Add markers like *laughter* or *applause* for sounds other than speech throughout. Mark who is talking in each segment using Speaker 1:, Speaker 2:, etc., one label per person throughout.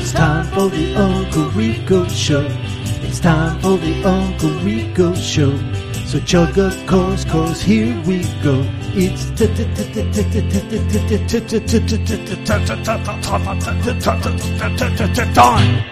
Speaker 1: for the Uncle Rico Show. It's time for the Uncle Rico Show. So chug a course, course, here we go. It's time.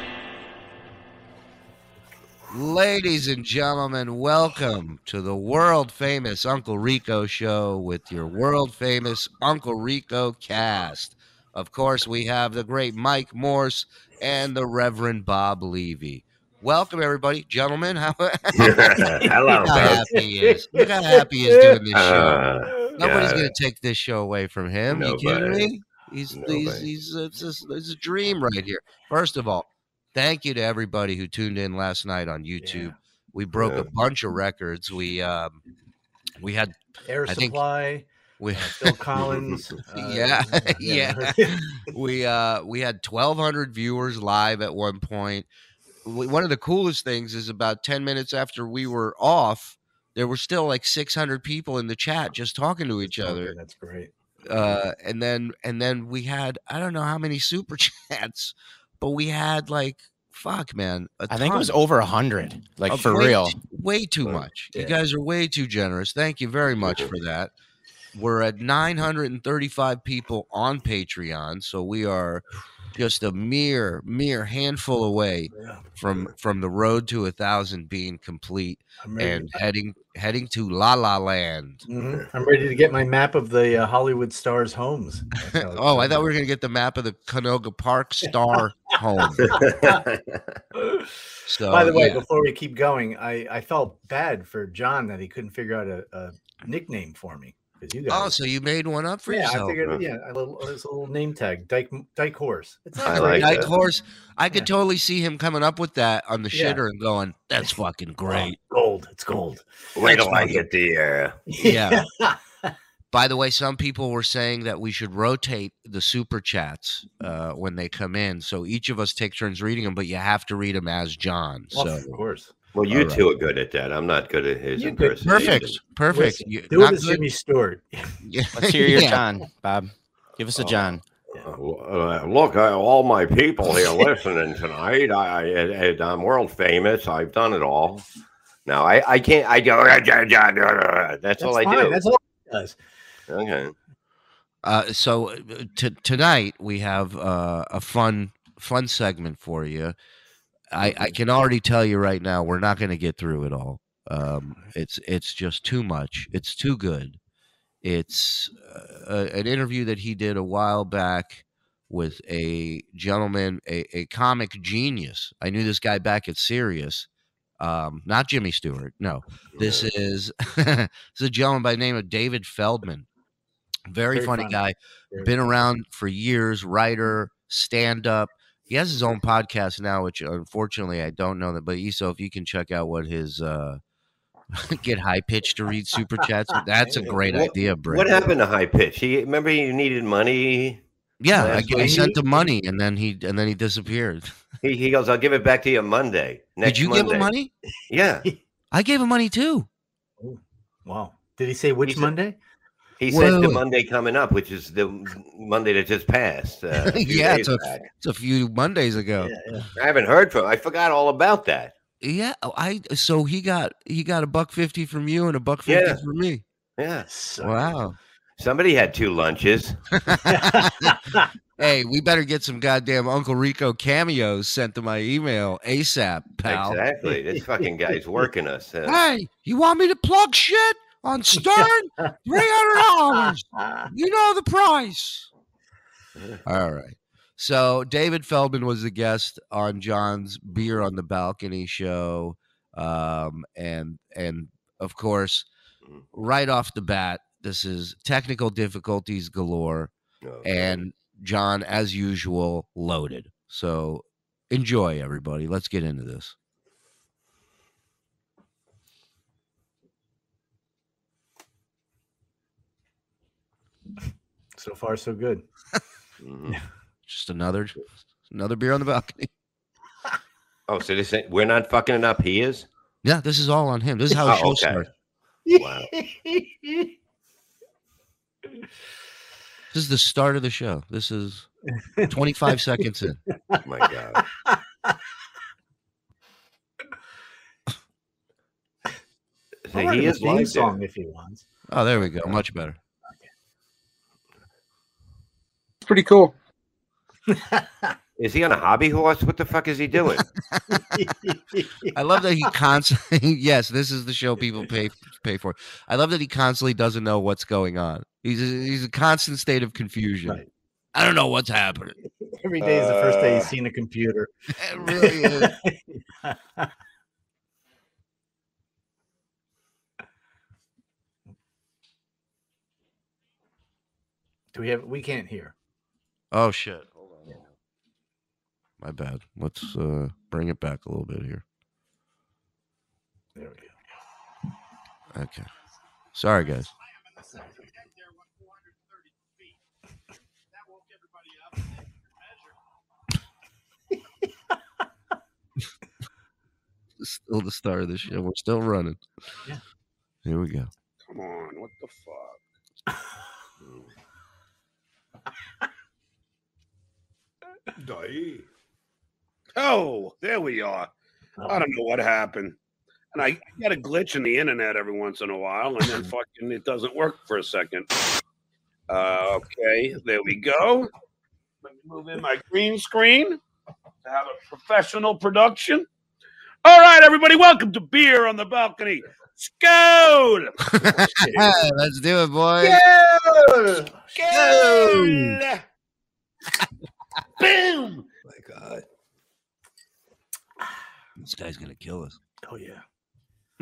Speaker 2: Ladies and gentlemen, welcome to the world famous Uncle Rico show with your world famous Uncle Rico cast. Of course, we have the great Mike Morse and the Reverend Bob Levy. Welcome, everybody, gentlemen. How, *laughs*
Speaker 3: *laughs* Hello,
Speaker 2: look how
Speaker 3: folks.
Speaker 2: happy he is! Look how happy he is doing this show.
Speaker 3: *laughs* Uh,
Speaker 2: Nobody's
Speaker 3: yeah.
Speaker 2: going to take this show away from him. You kidding
Speaker 3: Nobody.
Speaker 2: me? He's he's,
Speaker 3: Nobody.
Speaker 2: he's it's, just, it's a dream right here. First of all, thank you to everybody who tuned in last night on YouTube. We broke
Speaker 3: Yeah.
Speaker 2: a bunch of records. We um, we had
Speaker 4: Air
Speaker 2: I think-
Speaker 4: Supply,
Speaker 2: we *laughs*
Speaker 4: uh, Phil Collins. uh,
Speaker 2: Yeah, *laughs*
Speaker 4: yeah.
Speaker 2: we uh we had 1200 viewers live at one point W- one of the coolest things is about 10 minutes after we were off there were still like 600 people in the chat just talking to *laughs* each other
Speaker 4: That's great.
Speaker 2: uh and then and then we had i don't know how many super *laughs* chats but we had like fuck man a
Speaker 5: I think it was
Speaker 2: ton.
Speaker 5: over a hundred, like
Speaker 2: Uh,
Speaker 5: for
Speaker 2: way
Speaker 5: real.
Speaker 2: t- way too
Speaker 3: Uh,
Speaker 2: much you
Speaker 4: yeah.
Speaker 2: guys are way too generous thank you very much for that we're at 935 people on patreon so we are just a mere mere handful away
Speaker 4: Yeah.
Speaker 2: from from the road to a thousand being complete
Speaker 4: I'm ready.
Speaker 2: and heading heading to la la land
Speaker 4: Mhm. I'm ready to get my map of the uh, Hollywood stars' homes. That's
Speaker 2: *laughs*
Speaker 4: how
Speaker 2: oh i thought we
Speaker 4: excited
Speaker 2: were gonna get the map of the canoga park
Speaker 4: *laughs*
Speaker 2: star home
Speaker 3: Uh,
Speaker 4: am.
Speaker 2: so
Speaker 4: By the way,
Speaker 2: Oh, yeah.
Speaker 4: before we keep going, I, I felt bad for John that he couldn't figure out a, a nickname for me because you
Speaker 2: oh
Speaker 4: guys.
Speaker 2: so you made one up for
Speaker 4: yeah, I
Speaker 2: yourself
Speaker 4: figured. Yeah, a little, it's a little name tag, Dyke Dyke Horse. It's
Speaker 3: I
Speaker 4: not
Speaker 3: like
Speaker 4: great.
Speaker 2: Night
Speaker 3: that.
Speaker 2: Horse. I could
Speaker 4: Yeah.
Speaker 2: totally see him coming up with that on the
Speaker 4: Yeah.
Speaker 2: shitter and going,
Speaker 4: *laughs*
Speaker 2: "That's fucking great."
Speaker 4: gold. It's gold.
Speaker 3: *laughs*
Speaker 4: *laughs*
Speaker 3: Wait till I get the uh,
Speaker 2: Yeah. By the way, some people were saying that we should rotate the super chats uh, when they come in, so each of us take turns reading them. But you have to read them as John.
Speaker 4: Well,
Speaker 2: So
Speaker 4: of course.
Speaker 3: Well, you
Speaker 2: All right.
Speaker 3: two are good at that. I'm not good at his
Speaker 4: You're good.
Speaker 3: impersonation.
Speaker 2: perfect, perfect.
Speaker 4: Listen,
Speaker 2: You-
Speaker 4: Do
Speaker 2: not
Speaker 4: it as
Speaker 2: good-
Speaker 4: Jimmy Stewart.
Speaker 5: Let's hear your
Speaker 2: Yeah.
Speaker 5: John, Bob. Give us a
Speaker 3: Oh.
Speaker 5: John.
Speaker 3: Uh, look, uh, all my people here listening tonight. I, I, and I'm world famous. I've done it all. Now I, I can't. I go. That's, all I
Speaker 4: fine.
Speaker 3: do.
Speaker 4: That's all he does.
Speaker 3: okay.
Speaker 2: Uh, so uh, t- tonight we have uh, a fun fun segment for you. I, I can already tell you right now we're not going to get through it all. Um, it's it's just too much. It's too good. It's uh, a, an interview that he did a while back with a gentleman, a, a comic genius. I knew this guy back at Sirius. Um, not Jimmy Stewart. No, this is *laughs* this is a gentleman by the name of David Feldman. Very,
Speaker 4: Very
Speaker 2: funny,
Speaker 4: funny.
Speaker 2: guy.
Speaker 4: Very
Speaker 2: Been
Speaker 4: funny.
Speaker 2: around for years. Writer, stand up. He has his own podcast now, which unfortunately I don't know that. But Eso, if you can check out what his uh, *laughs* get high pitch to read super
Speaker 3: *laughs*
Speaker 2: chats, that's a great
Speaker 3: What-
Speaker 2: idea, Britt.
Speaker 3: What happened to high pitch? He remember he needed money.
Speaker 2: Yeah, I,
Speaker 3: Last
Speaker 2: I
Speaker 3: week?
Speaker 2: sent the money, and then he and then he disappeared.
Speaker 3: He, he goes. I'll give it back to you Monday. Next
Speaker 2: Did you
Speaker 3: Monday.
Speaker 2: give him money?
Speaker 3: Yeah.
Speaker 2: I gave him money too.
Speaker 4: Wow. Did he say which
Speaker 3: He's a-
Speaker 4: Monday?
Speaker 3: He
Speaker 2: Wait,
Speaker 3: said
Speaker 2: wait,
Speaker 3: the
Speaker 2: wait.
Speaker 3: Monday coming up, which is the Monday that just passed.
Speaker 2: *laughs*
Speaker 3: Uh, a few
Speaker 2: Yeah, it's
Speaker 3: days
Speaker 2: a-
Speaker 3: back.
Speaker 2: It's a few Mondays ago.
Speaker 4: Yeah, yeah.
Speaker 3: I haven't heard from. I forgot all about that.
Speaker 2: Yeah, oh, I so he got he got a buck fifty from you and a buck fifty
Speaker 3: Yeah.
Speaker 2: from me.
Speaker 3: Yeah,
Speaker 4: So-
Speaker 2: Wow.
Speaker 3: somebody had two lunches.
Speaker 2: hey, we better get some goddamn Uncle Rico cameos sent to my email ASAP, pal.
Speaker 3: Exactly. This fucking guy's working us.
Speaker 2: *laughs*
Speaker 3: Uh,
Speaker 2: Hey, you want me to plug shit on Stern?
Speaker 3: *laughs*
Speaker 2: Three hundred dollars. You know the price. *laughs* All right. So David Feldman was the guest on John's Beer on the Balcony show, um, and and of course,
Speaker 3: Mhm.
Speaker 2: right off the bat, this is technical difficulties galore,
Speaker 3: no.
Speaker 2: and John, as usual, loaded. So enjoy, everybody. Let's get into this.
Speaker 4: so far, so good.
Speaker 3: Mhm.
Speaker 2: Just another another beer on the balcony.
Speaker 3: Oh, so this ain't, we're not fucking it up. He is.
Speaker 2: Yeah, this is all on him. This is how the
Speaker 3: *laughs*
Speaker 2: show
Speaker 3: Oh, okay.
Speaker 2: *laughs* starts.
Speaker 3: Wow.
Speaker 2: This is the start of the show. This is *laughs* 25 seconds in.
Speaker 3: Oh my
Speaker 2: *laughs*
Speaker 3: God.
Speaker 4: I'll
Speaker 3: See,
Speaker 4: write
Speaker 3: he
Speaker 4: him a
Speaker 3: is
Speaker 4: theme
Speaker 3: like
Speaker 4: song
Speaker 3: that.
Speaker 4: if he wants. *laughs*
Speaker 2: Oh, there we go. Much better.
Speaker 6: It's *laughs* pretty cool.
Speaker 3: Is he on a hobby horse? What the fuck is
Speaker 2: *laughs*
Speaker 3: he doing?
Speaker 2: I love that he constantly. *laughs* yes, this is the show people pay pay for. I love that he constantly doesn't know what's going on. He's a, he's a constant state of confusion.
Speaker 4: Right.
Speaker 2: I don't know what's happening.
Speaker 4: Every day is the first day he's
Speaker 3: Uh,
Speaker 4: seen a computer.
Speaker 2: *laughs* It really is.
Speaker 4: Do we have? We can't hear.
Speaker 2: Oh shit. Hold on. My bad. Let's uh, bring it back a little bit here.
Speaker 4: There we go.
Speaker 2: Okay. Sorry, guys. still the start of the show. We're still running.
Speaker 4: Yeah.
Speaker 2: Here we go.
Speaker 6: Come on, what the fuck? Oh, there we are.
Speaker 4: Oh.
Speaker 2: Oh,
Speaker 6: I don't know what happened. And I got a glitch in the internet every once in a while, and then fucking it doesn't work for a second. Uh, okay, there we go. Let me move in my green screen to have a professional production. All right, everybody, welcome to Beer on the Balcony. Skål!
Speaker 2: *laughs* Let's do it, boys.
Speaker 4: Yeah!
Speaker 6: Skål! *laughs* Boom!
Speaker 3: my God.
Speaker 2: This guy's gonna kill us.
Speaker 4: Oh yeah.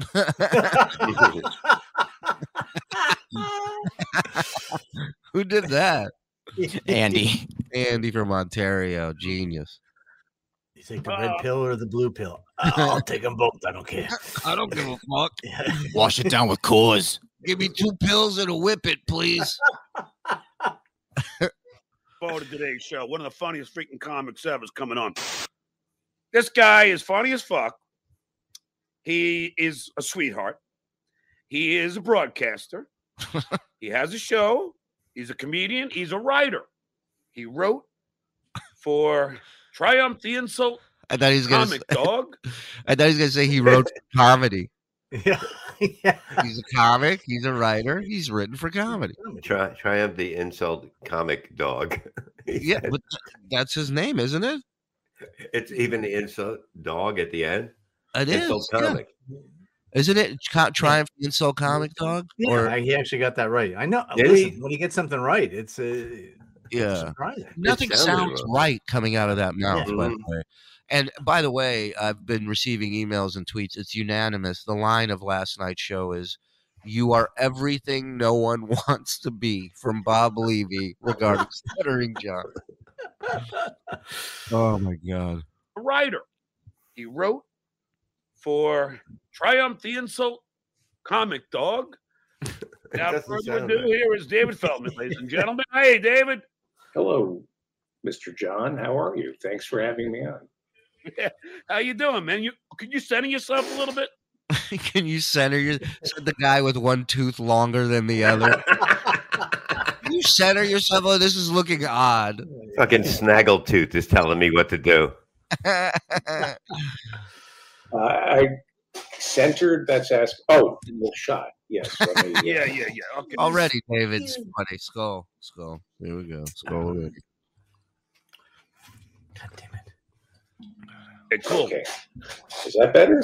Speaker 2: *laughs*
Speaker 4: *laughs*
Speaker 2: Who did that?
Speaker 5: Andy.
Speaker 2: Andy from Ontario, genius.
Speaker 4: You take the red
Speaker 2: Uh.
Speaker 4: pill or the blue pill? I'll take them both. I don't care.
Speaker 2: I don't give a
Speaker 4: *laughs*
Speaker 2: fuck.
Speaker 5: Wash it down with cause.
Speaker 2: Give me two pills and a whip it, please.
Speaker 6: Forward to today's show. One of the funniest freaking comics ever is coming on. This guy is funny as fuck. He is a sweetheart. He is a broadcaster. he has a show. He's a comedian. He's a writer. He wrote for Triumph the Insult
Speaker 2: I thought he was gonna.
Speaker 6: Comic Dog.
Speaker 2: I thought he was gonna say he wrote *laughs* for comedy.
Speaker 4: yeah. *laughs* yeah.
Speaker 2: He's a comic. He's a writer. He's written for comedy.
Speaker 3: Tri- triumph the insult comic dog. *laughs*
Speaker 2: Yeah, but th- that's his name, isn't it?
Speaker 3: It's even the insult dog at the end.
Speaker 2: It
Speaker 3: insult
Speaker 2: is. Yeah. *laughs*
Speaker 3: comic.
Speaker 2: Isn't it co- Triumph the Insult Comic Dog?
Speaker 4: Yeah,
Speaker 2: Or
Speaker 4: I- he actually got that right. I know.
Speaker 3: Did
Speaker 4: listen,
Speaker 3: he?
Speaker 4: when you get something right, it's uh,
Speaker 2: yeah.
Speaker 4: surprising.
Speaker 2: Nothing
Speaker 3: sounded
Speaker 2: sounds
Speaker 3: wrong.
Speaker 2: right coming out of that mouth, by the
Speaker 3: Mhm.
Speaker 2: way. And by the way, I've been receiving emails and tweets. It's unanimous. The line of last night's show is You are everything no one *laughs* wants to be from Bob Levy regarding Stuttering John. Oh my God.
Speaker 6: a writer. He wrote for Triumph the Insult Comic Dog. Without
Speaker 3: doesn't
Speaker 6: further
Speaker 3: sound
Speaker 6: ado,
Speaker 3: right.
Speaker 6: here is David Feldman, ladies and gentlemen. Hey, David.
Speaker 7: Hello, Mr. John. How are you? Thanks for having me on.
Speaker 6: How you doing, man? You could you center yourself a little bit?
Speaker 2: *laughs* Can you center your said the guy with one tooth longer than the other? Can you center yourself? Oh, this is looking odd. *laughs*
Speaker 3: Fucking snaggletooth is telling me what to do.
Speaker 2: yeah,
Speaker 7: Uh, I centered. That's asked. Oh, the shot. *laughs* Yes. let me- uh,
Speaker 6: Yeah, yeah, yeah. Okay.
Speaker 2: Already, David's funny. Skull. Skull. There we go. Skull already.
Speaker 4: God damn it.
Speaker 6: Okay, cool.
Speaker 7: Okay. Is that better?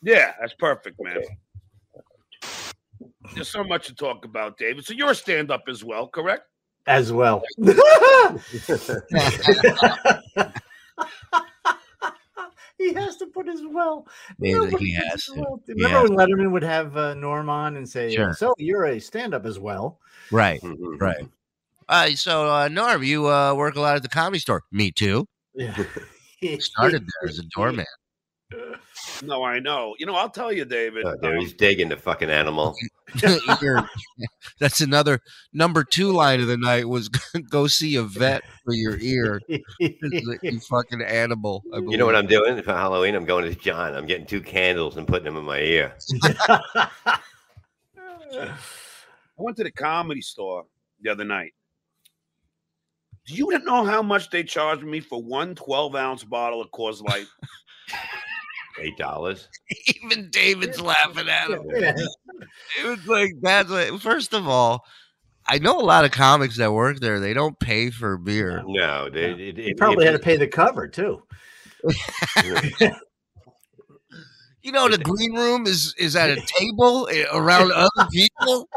Speaker 6: Yeah, that's perfect, man.
Speaker 7: Okay.
Speaker 6: There's so much to talk about, David. So you're a stand-up as well, correct?
Speaker 2: *laughs*
Speaker 4: As well. *laughs* he has to put as well.
Speaker 2: David,
Speaker 4: Nobody
Speaker 2: he
Speaker 4: puts
Speaker 2: has
Speaker 4: as
Speaker 2: to.
Speaker 4: well.
Speaker 2: He
Speaker 4: Remember
Speaker 2: has
Speaker 4: when Letterman would have uh, Norm on and say,
Speaker 2: Sure.
Speaker 4: "So you're a stand-up as well."
Speaker 2: Right,
Speaker 3: Mhm.
Speaker 2: right. Uh, so, uh, Norm, you uh, work a lot at the comedy store. Me too.
Speaker 4: *laughs* Yeah.
Speaker 2: Started there as a doorman. *laughs*
Speaker 6: No, I know. You know, I'll tell you, David.
Speaker 3: Oh, there
Speaker 6: um,
Speaker 3: he's digging the fucking animal.
Speaker 2: You're- That's another number two line of the night was *laughs* go see a vet for your ear. *laughs* you fucking animal. I
Speaker 3: You know what
Speaker 2: believe.
Speaker 3: I'm doing for Halloween? I'm going to John. I'm getting two candles and putting them in my ear.
Speaker 6: I went to the comedy store the other night, Do you not know how much they charged me for one 12 ounce bottle of Coors *laughs* Light?
Speaker 3: Eight dollars.
Speaker 2: *laughs* Even David's laughing at him. It was like that's like first of all, I know a lot of comics that work there. They don't pay for beer.
Speaker 3: No, they, it,
Speaker 4: He
Speaker 3: it-
Speaker 4: probably
Speaker 3: it-
Speaker 4: had to pay the cover too.
Speaker 2: You know, the green room is is at a table eh, around other people.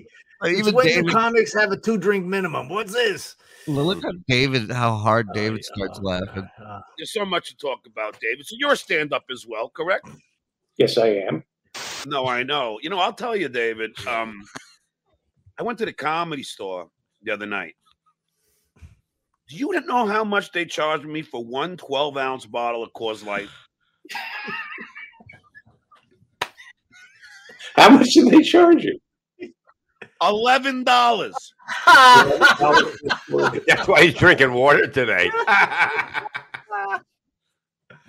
Speaker 2: *sighs*
Speaker 4: *laughs*
Speaker 2: Uh,
Speaker 4: It's
Speaker 2: even
Speaker 4: when do
Speaker 2: David,
Speaker 4: comics have a two drink minimum.
Speaker 2: *laughs*
Speaker 4: What's this?
Speaker 2: look at David, how hard
Speaker 4: Oh,
Speaker 2: David
Speaker 4: yeah.
Speaker 2: starts laughing.
Speaker 4: Uh,
Speaker 6: There's so much to talk about, David. So you're a stand up as well, correct?
Speaker 7: Yes, I am.
Speaker 6: No, I know. You know, I'll tell you, David. Um, I went to the comedy store the other night. Do you not know how much they charged me for one 12 ounce bottle of Coors *laughs* Light?
Speaker 7: How much did they charge you?
Speaker 6: Eleven dollars.
Speaker 3: *laughs* That's why he's drinking water
Speaker 2: *laughs*
Speaker 3: today.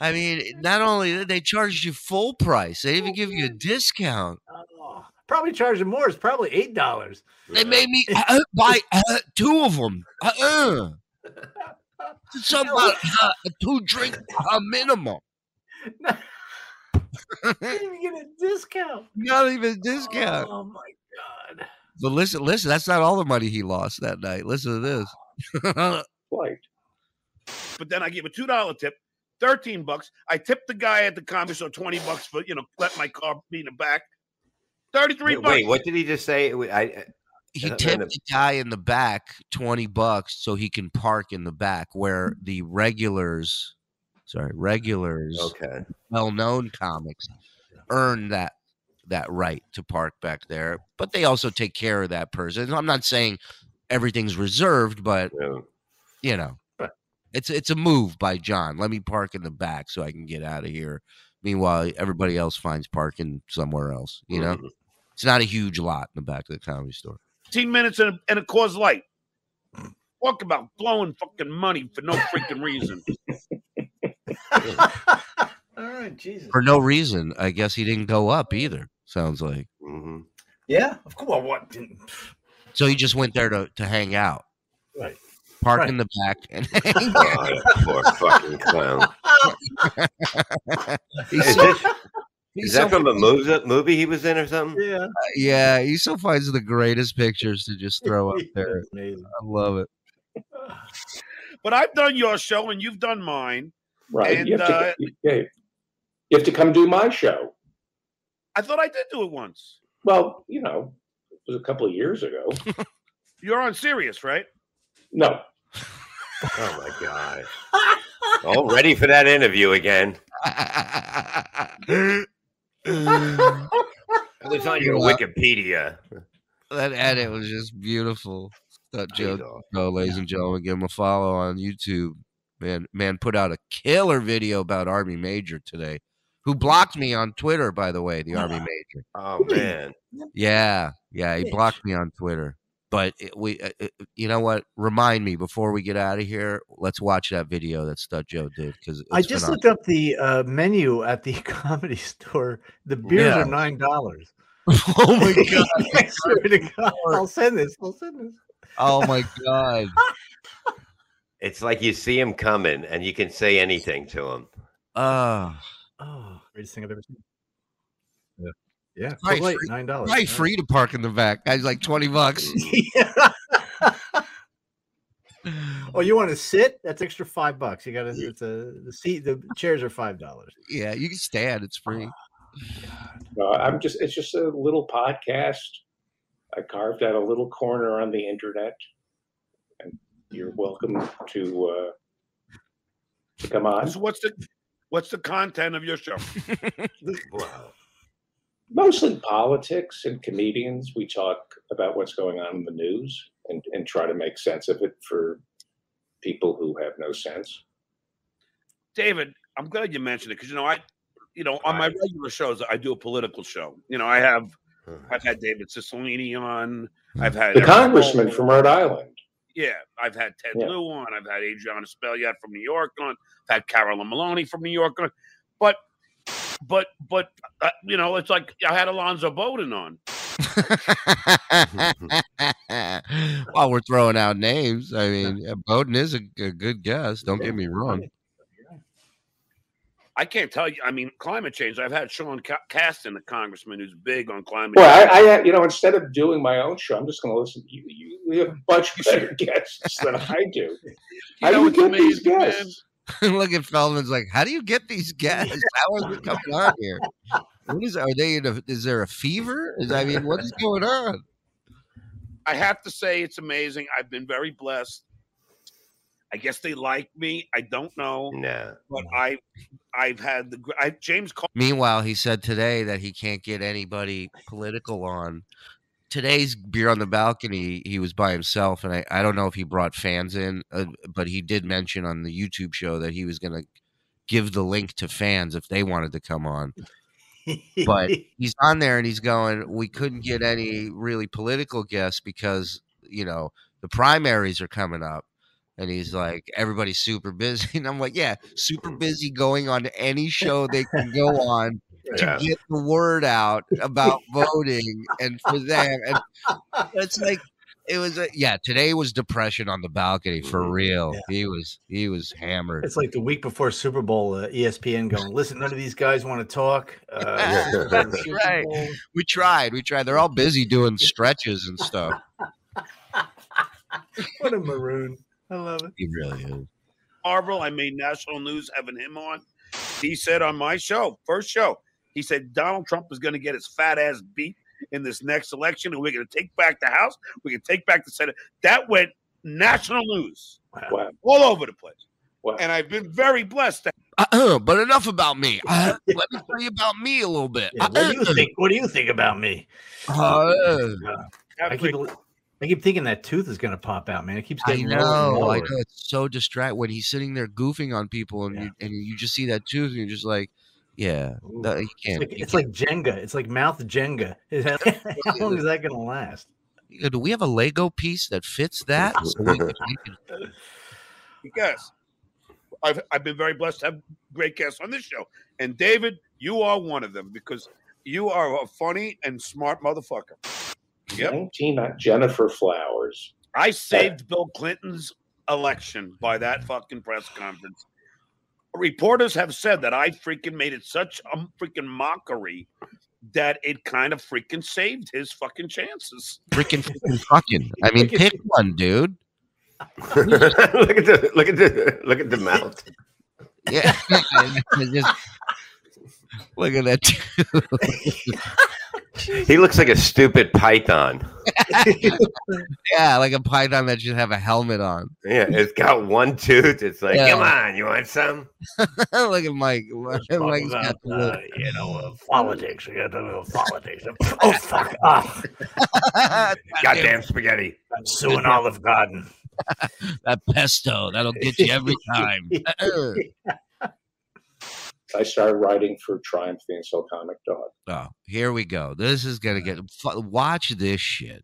Speaker 2: I mean, not only that, they charged you full price, they even give you a discount.
Speaker 4: oh, probably charging more. It's probably eight dollars.
Speaker 2: They made me uh, buy uh, two of them. Uh, uh. Something about uh, two drink a minimum.
Speaker 4: Didn't even get a discount.
Speaker 2: Not even discount.
Speaker 4: Oh my god.
Speaker 2: But listen, listen, that's not all the money he lost that night. Listen to this. *laughs*
Speaker 7: Like,
Speaker 6: But then I gave a two dollar tip, thirteen bucks. I tipped the guy at the comedy store twenty bucks for you know let my car be in the back. Thirty three
Speaker 3: Wait,
Speaker 6: bucks.
Speaker 3: wait, what did he just say? Wait, I, I-
Speaker 2: he
Speaker 3: And- and
Speaker 2: tipped
Speaker 3: the-
Speaker 2: the guy in the back 20 bucks so he can park in the back where the regulars, sorry, regulars,
Speaker 3: okay.
Speaker 2: well-known comics earn that that right to park back there, but they also take care of that person. I'm not saying everything's reserved, but
Speaker 3: Yeah.
Speaker 2: you know,
Speaker 4: Right.
Speaker 2: it's it's a move by John. Let me park in the back so I can get out of here. Meanwhile, everybody else finds parking somewhere else. You know,
Speaker 3: Mhm.
Speaker 2: it's not a huge lot in the back of the comedy store.
Speaker 6: Fifteen minutes and a, and a cause light.
Speaker 3: Hmm.
Speaker 6: Talk about blowing fucking money for no freaking reason.
Speaker 4: All right, Jesus.
Speaker 2: For no reason, I guess he didn't go up either. Sounds like *laughs*
Speaker 3: Mhm.
Speaker 4: Yeah, of course. Well, what? didn't-
Speaker 2: so he just went there to to hang out,
Speaker 4: Right.
Speaker 2: park
Speaker 4: Right.
Speaker 2: in the back, and *laughs* hang out.
Speaker 3: God, Oh, poor fucking clown.
Speaker 2: He's
Speaker 3: Is,
Speaker 2: so-
Speaker 3: this,
Speaker 2: he's
Speaker 3: is
Speaker 2: so
Speaker 3: that from a movie, movie he was in or something?
Speaker 4: *laughs* Yeah.
Speaker 2: Yeah, he still finds the greatest pictures to just throw
Speaker 4: *laughs*
Speaker 2: up there.
Speaker 4: *sighs* Amazing.
Speaker 2: I love it. *laughs*
Speaker 6: But I've done your show and you've done mine.
Speaker 7: right? you,
Speaker 6: And,
Speaker 7: have to,
Speaker 6: uh,
Speaker 7: you- yeah, you have to come do my show.
Speaker 6: I thought I did do it once.
Speaker 7: Well, you know, it was a couple of years ago.
Speaker 6: You're on serious, right?
Speaker 7: No,
Speaker 3: Oh my god! All ready for that interview again?
Speaker 2: that
Speaker 3: It was on your
Speaker 2: Yeah.
Speaker 3: Wikipedia.
Speaker 2: edit was just beautiful. That
Speaker 3: There you
Speaker 2: joke,
Speaker 3: go.
Speaker 2: though, ladies and gentlemen, give him a follow on YouTube. Man, man, put out a killer video about Army Major today. Who blocked me on Twitter, by the way? The Army Major.
Speaker 3: Oh man!
Speaker 2: Yeah, yeah, he blocked me on Twitter. But it, we, uh, uh, you know what? Remind me before we get out of here. Let's watch that video that Stud Joe did because
Speaker 4: I just looked up the uh, menu at the *laughs* comedy store. The beers
Speaker 2: Yeah.
Speaker 4: are nine dollars.
Speaker 2: *laughs* oh
Speaker 4: *laughs*
Speaker 2: my god!
Speaker 4: I'll send this. I'll send this.
Speaker 2: Oh my god!
Speaker 3: It's like you see him coming, and you can say anything to him.
Speaker 2: Uh,
Speaker 4: Oh, greatest thing I've ever seen. Yeah, yeah.
Speaker 2: Probably
Speaker 4: Coors Light,
Speaker 2: free-
Speaker 4: nine dollars.
Speaker 2: probably free *sighs* to park in the back. Guys, like twenty bucks.
Speaker 4: *laughs* oh, you want to sit? That's extra five bucks. You got to. It's a the seat. The chairs are five dollars.
Speaker 2: Yeah, you can stand. It's *laughs* free.
Speaker 7: no, I'm just. It's just a little podcast. I carved out a little corner on the internet, and you're welcome to uh, to come on.
Speaker 6: So what's the what's the content of your show?
Speaker 3: *laughs* Wow!
Speaker 7: Mostly politics and comedians. We talk about what's going on in the news and, and try to make sense of it for people who have no sense.
Speaker 6: David, I'm glad you mentioned it because you know I, you know, on my
Speaker 3: Right.
Speaker 6: regular shows I do a political show. You know, I have I've had David Cicilline on. I've had
Speaker 7: The
Speaker 6: Eric
Speaker 7: congressman
Speaker 6: Holder.
Speaker 7: from Rhode Island.
Speaker 6: yeah. I've had Ted
Speaker 7: Yeah.
Speaker 6: Lieu on. I've had Adriana Spelliot from New York on. I've had Carolyn Maloney from New York on. But, but, but uh, you know, it's like I had Alonzo Bowden on.
Speaker 2: While we're throwing out names, I mean, yeah, Bowden is a, a good guess. Don't get me wrong.
Speaker 6: I can't tell you. I mean, climate change. I've had Sean Ca- Caston, the congressman who's big on climate
Speaker 7: Well,
Speaker 6: change.
Speaker 7: I, I, you know, instead of doing my own show, I'm just going to listen. You, you, *laughs* you have much better guests than I do.
Speaker 6: You
Speaker 7: How
Speaker 6: know
Speaker 7: do you
Speaker 6: what's
Speaker 7: get these
Speaker 6: amazing, man?
Speaker 7: guests?
Speaker 2: *laughs* Look at Feldman's like, how do you get these guests? How is it coming on here? What is? Are they? In a, is there a fever? Is I mean, what is going on?
Speaker 6: I have to say it's amazing. I've been very blessed. I guess they like me. I don't know,
Speaker 3: Nah. *laughs*
Speaker 6: but I, I've had the gr- I, James Col-
Speaker 2: Meanwhile, he said today that he can't get anybody political on. Today's beer on the balcony, he was by himself, and I, I don't know if he brought fans in, uh, but he did mention on the YouTube show that he was going to give the link to fans if they wanted to come on. *laughs* But- He's on there and he's going, We couldn't get any really political guests because, you know, the primaries are coming up. And he's like, Everybody's super busy. *laughs* And I'm like, Yeah, super busy going on any show they can go on to
Speaker 3: Yeah.
Speaker 2: get the word out about voting and for them. And it's like it was a, yeah, today was depression on the balcony for real.
Speaker 4: Mm-hmm. Yeah.
Speaker 2: He was he was hammered. *laughs*
Speaker 4: It's like the week before Super Bowl, uh, ESPN going, listen, none of these guys want to talk. Uh, about
Speaker 2: *laughs*
Speaker 4: the Super
Speaker 2: Right.
Speaker 4: Bowl."
Speaker 2: We tried, we tried. They're all busy doing
Speaker 4: *laughs*
Speaker 2: stretches and stuff.
Speaker 4: What a maroon. I love it.
Speaker 2: He really is.
Speaker 6: Marvel. I made national news having him on. He said on my show, first show, he said Donald Trump is going to get his fat ass beat in this next election, and we're going to take back the House. We can take back the Senate. That went national news
Speaker 7: Wow.
Speaker 6: all over the place.
Speaker 7: Wow.
Speaker 6: And I've been very blessed. to-
Speaker 2: Uh-uh, *clears throat* but enough about
Speaker 4: *laughs*
Speaker 2: me. Uh, let me tell you about me a little bit.
Speaker 4: Yeah, what do you
Speaker 2: Uh-uh.
Speaker 4: think? What do you think about me?
Speaker 2: *laughs* Uh,
Speaker 4: I keep, I keep thinking that tooth is going to pop out, man. It keeps
Speaker 2: I
Speaker 4: getting lower and
Speaker 2: know, I
Speaker 4: lower.
Speaker 2: know. It's so distract when he's sitting there goofing on people, and
Speaker 4: Yeah.
Speaker 2: you, and you just see that tooth, and you're just like, yeah,
Speaker 4: Ooh.
Speaker 2: no, you
Speaker 4: It's
Speaker 2: can't.
Speaker 4: like,
Speaker 2: you
Speaker 4: it's like Jenga. It's like mouth Jenga. *laughs* How long is that going
Speaker 2: *laughs*
Speaker 4: to last?
Speaker 2: Yeah, do we have a Lego piece that fits that? So we could- we could-
Speaker 6: because I've, I've been very blessed to have great guests on this show. And David, you are one of them because you are a funny and smart motherfucker. Yep.
Speaker 7: 19, uh, Jennifer Flowers.
Speaker 6: I saved Bill Clinton's election by that fucking press conference. Reporters have said that I freaking made it such a freaking mockery that it kind of freaking saved his fucking chances.
Speaker 2: freaking, *laughs* freaking fucking. I mean, pick one, dude.
Speaker 3: look at the look at the look at the mouth.
Speaker 2: Yeah. *laughs* Just- look at that. *laughs* dude.
Speaker 3: He looks like a stupid python.
Speaker 2: Yeah, like a python that should have a helmet on. *laughs*
Speaker 3: Yeah, it's got one tooth. It's like,
Speaker 2: Yeah.
Speaker 3: come on, you want some? *laughs*
Speaker 2: look at Mike. Mike's
Speaker 4: Problems
Speaker 2: got the
Speaker 4: out,
Speaker 2: look.
Speaker 4: uh, you know, uh, politics. We got to *laughs* know politics. Oh, fuck off.
Speaker 3: Goddamn spaghetti.
Speaker 4: I'm *laughs* suing Olive Garden.
Speaker 2: *laughs* that pesto. That'll get you every time. *laughs* oh,
Speaker 7: I started writing for Triumph the Insult Comic Dog.
Speaker 2: here we go. This is gonna get. fu- Watch this shit.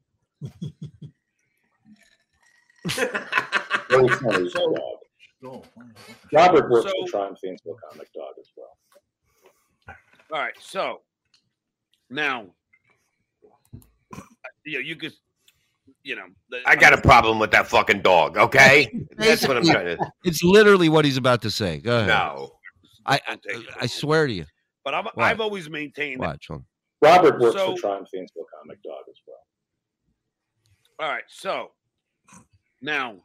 Speaker 7: Very funny dog.
Speaker 4: Oh,
Speaker 7: Robert worked for
Speaker 6: So-
Speaker 7: Triumph the Insult Comic Dog as well.
Speaker 6: All right, so now you know, you could you know the-
Speaker 3: I got a problem with that fucking
Speaker 2: *laughs*
Speaker 3: dog. Okay, that's what I'm
Speaker 2: Basically-
Speaker 3: trying to.
Speaker 2: It's literally what he's about to say. Go ahead.
Speaker 3: No,
Speaker 2: I, I, I swear to you.
Speaker 6: but I'm,
Speaker 2: Why?
Speaker 6: I've always maintained that
Speaker 2: Watch. Hold on.
Speaker 7: Robert worked
Speaker 6: So-
Speaker 7: for Triumph the Insult Comic Dog as well.
Speaker 6: All right, so now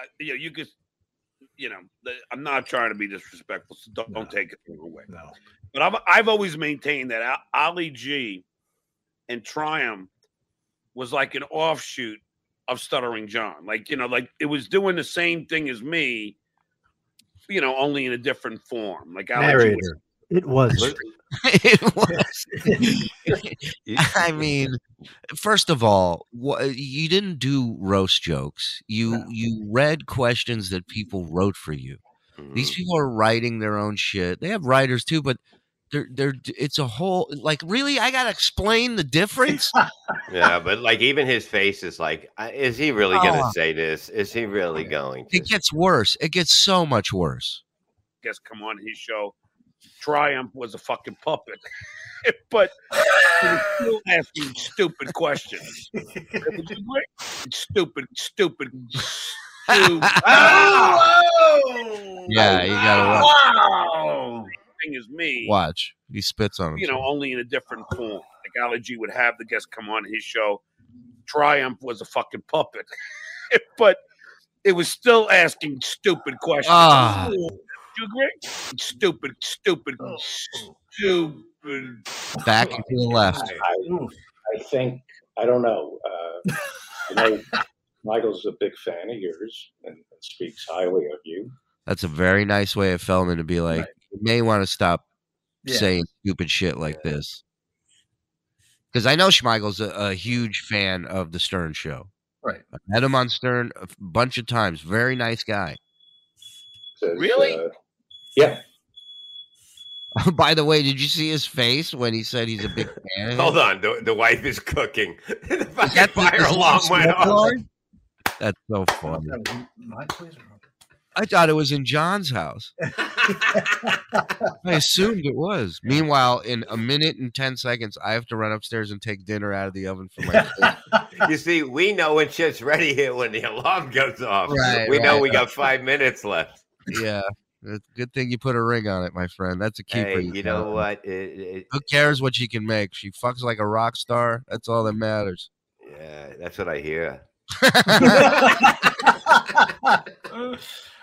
Speaker 6: I, you know you could you know the, I'm not trying to be disrespectful, so don't, don't
Speaker 4: No.
Speaker 6: take it the wrong way.
Speaker 4: No.
Speaker 6: But I've I've always maintained that Al- Ali G and Triumph was like an offshoot of Stuttering John, like you know, like it was doing the same thing as me, you know, only in a different form. Like Ali G was
Speaker 4: Narrator. It was.
Speaker 3: Look-
Speaker 2: *laughs* it was. *laughs* I mean, first of all, wha- you didn't do roast jokes. You
Speaker 4: No.
Speaker 2: you read questions that people wrote for you. These
Speaker 3: Mm.
Speaker 2: people are writing their own shit. They have writers too, but they're they're it's a whole like really. I gotta explain the difference.
Speaker 3: yeah, but like even his face is like, I- is he really gonna
Speaker 2: Oh.
Speaker 3: say this? Is he really going? To?
Speaker 2: It gets worse. It gets so much worse.
Speaker 6: guest come on his show Triumph was a fucking puppet, *laughs* but he was still asking stupid questions. stupid, stupid, stupid.
Speaker 2: Yeah, you gotta watch.
Speaker 6: wow. Thing is me.
Speaker 2: watch. He spits on him.
Speaker 6: you know, only in a different form. Like Allergy would have the guest come on his show. Triumph was a fucking puppet, *laughs* but it was still asking stupid questions.
Speaker 2: Ah.
Speaker 6: Do you agree? Stupid, stupid, stupid.
Speaker 2: back and to the left.
Speaker 7: I, I think I don't know. Uh,
Speaker 4: *laughs*
Speaker 7: I know Michael's a big fan of yours and speaks highly of you.
Speaker 2: That's a very nice way of Feldman to be like,
Speaker 7: Right.
Speaker 2: you may want to stop
Speaker 4: Yeah.
Speaker 2: saying stupid shit like this. Because I know Schmeigel's a, a huge fan of the Stern show.
Speaker 4: Right.
Speaker 2: I met him on Stern a f- bunch of times. Very nice guy. *laughs*
Speaker 7: Says,
Speaker 6: Really?
Speaker 7: uh, yeah.
Speaker 2: By the way, did you see his face when he said he's a big fan?
Speaker 3: *laughs* Hold on, the, the wife is cooking. *laughs* the
Speaker 2: Is
Speaker 3: fucking
Speaker 2: that the- *laughs*
Speaker 3: fire
Speaker 2: is it the
Speaker 3: alarm went
Speaker 2: smoke
Speaker 3: off.
Speaker 2: alarm? That's so funny.
Speaker 4: That was my place or not?
Speaker 2: I thought it was in John's house. I assumed it was. Meanwhile, in a minute and 10 seconds, I have to run upstairs and take dinner out of the oven for my kids.
Speaker 3: You see, we know when shit's ready here when the alarm goes off.
Speaker 2: Right,
Speaker 3: we know
Speaker 2: right.
Speaker 3: we got five minutes left.
Speaker 2: Yeah. That's a Good thing you put a ring on it, my friend. That's a keeper.
Speaker 3: Hey, you
Speaker 2: got.
Speaker 3: know what? It- it-
Speaker 2: Who cares what she can make? She fucks like a rock star. That's all that matters.
Speaker 3: yeah, that's what I hear.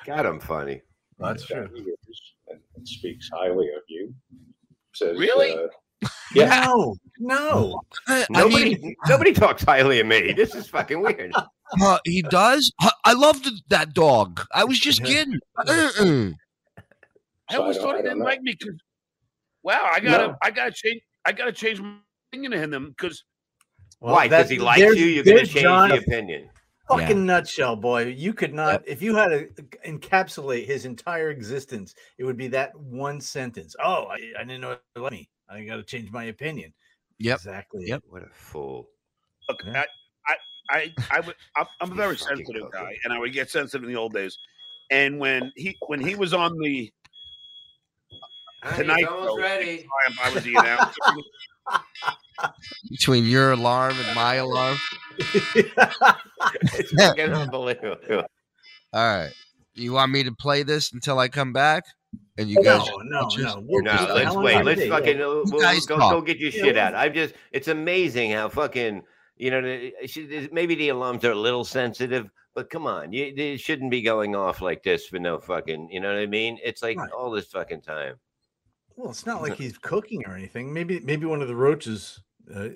Speaker 3: God, I'm funny.
Speaker 4: That's
Speaker 7: fan
Speaker 4: true.
Speaker 7: of yours and, and speaks highly of you. Says,
Speaker 6: Really?
Speaker 7: uh, yeah.
Speaker 4: No, no.
Speaker 2: I
Speaker 3: Nobody, *laughs*
Speaker 2: mean, *laughs*
Speaker 3: nobody talks highly of me. This is fucking weird.
Speaker 2: uh, he does. Uh, I love th- that dog. I was
Speaker 3: *laughs*
Speaker 2: just kidding.
Speaker 3: Mm-hmm.
Speaker 2: Uh-uh.
Speaker 6: I
Speaker 7: So I
Speaker 6: always
Speaker 7: don't-
Speaker 6: thought
Speaker 7: I
Speaker 6: he
Speaker 7: don't
Speaker 6: didn't
Speaker 7: know.
Speaker 6: like me because wow, I gotta,
Speaker 7: No.
Speaker 6: I gotta change, I gotta change my opinion to him because
Speaker 4: Well,
Speaker 3: Why? Because
Speaker 4: that's-
Speaker 3: he likes
Speaker 4: there's-
Speaker 3: you. You're going to
Speaker 4: there's
Speaker 3: change
Speaker 4: John,
Speaker 3: the
Speaker 4: a
Speaker 3: opinion.
Speaker 4: fucking nutshell, boy. You could not, if you had to encapsulate his entire existence, it would be that one sentence. Oh, I, I didn't know it let me. I got to change my opinion.
Speaker 2: Yep.
Speaker 4: Exactly. *laughs*
Speaker 2: Yep.
Speaker 3: What a
Speaker 2: *laughs*
Speaker 3: fool.
Speaker 6: Look,
Speaker 4: Yeah.
Speaker 6: I, I, I, I would. I'm, I'm a
Speaker 3: You
Speaker 6: very
Speaker 3: fucking
Speaker 6: sensitive
Speaker 3: cookie.
Speaker 6: guy, and I would get sensitive in the old days. And when he, when he was on the, uh, Tonight, almost though.
Speaker 3: ready.
Speaker 6: I was the announcer.
Speaker 2: Between your alarm and my alarm.
Speaker 3: It's fucking unbelievable.
Speaker 2: All right. You want me to play this until I come back? And you
Speaker 4: Oh, No,
Speaker 2: guys.
Speaker 4: no,
Speaker 2: just-
Speaker 4: no. We're
Speaker 3: No,
Speaker 4: just-
Speaker 3: let's
Speaker 4: how long
Speaker 3: wait.
Speaker 4: have we
Speaker 3: Let's
Speaker 4: been?
Speaker 3: fucking uh, we'll-
Speaker 2: guys
Speaker 3: go,
Speaker 2: talk.
Speaker 3: go get your
Speaker 4: Yeah,
Speaker 3: shit out.
Speaker 4: let's-
Speaker 3: I'm just, it's amazing how fucking, you know, the- it should- it- maybe the alums are a little sensitive, but come on. You, it shouldn't be going off like this for no fucking, you know what I mean? It's like
Speaker 4: Right.
Speaker 3: all this fucking time.
Speaker 4: Well, it's not like he's cooking or anything. Maybe maybe one of the roaches uh,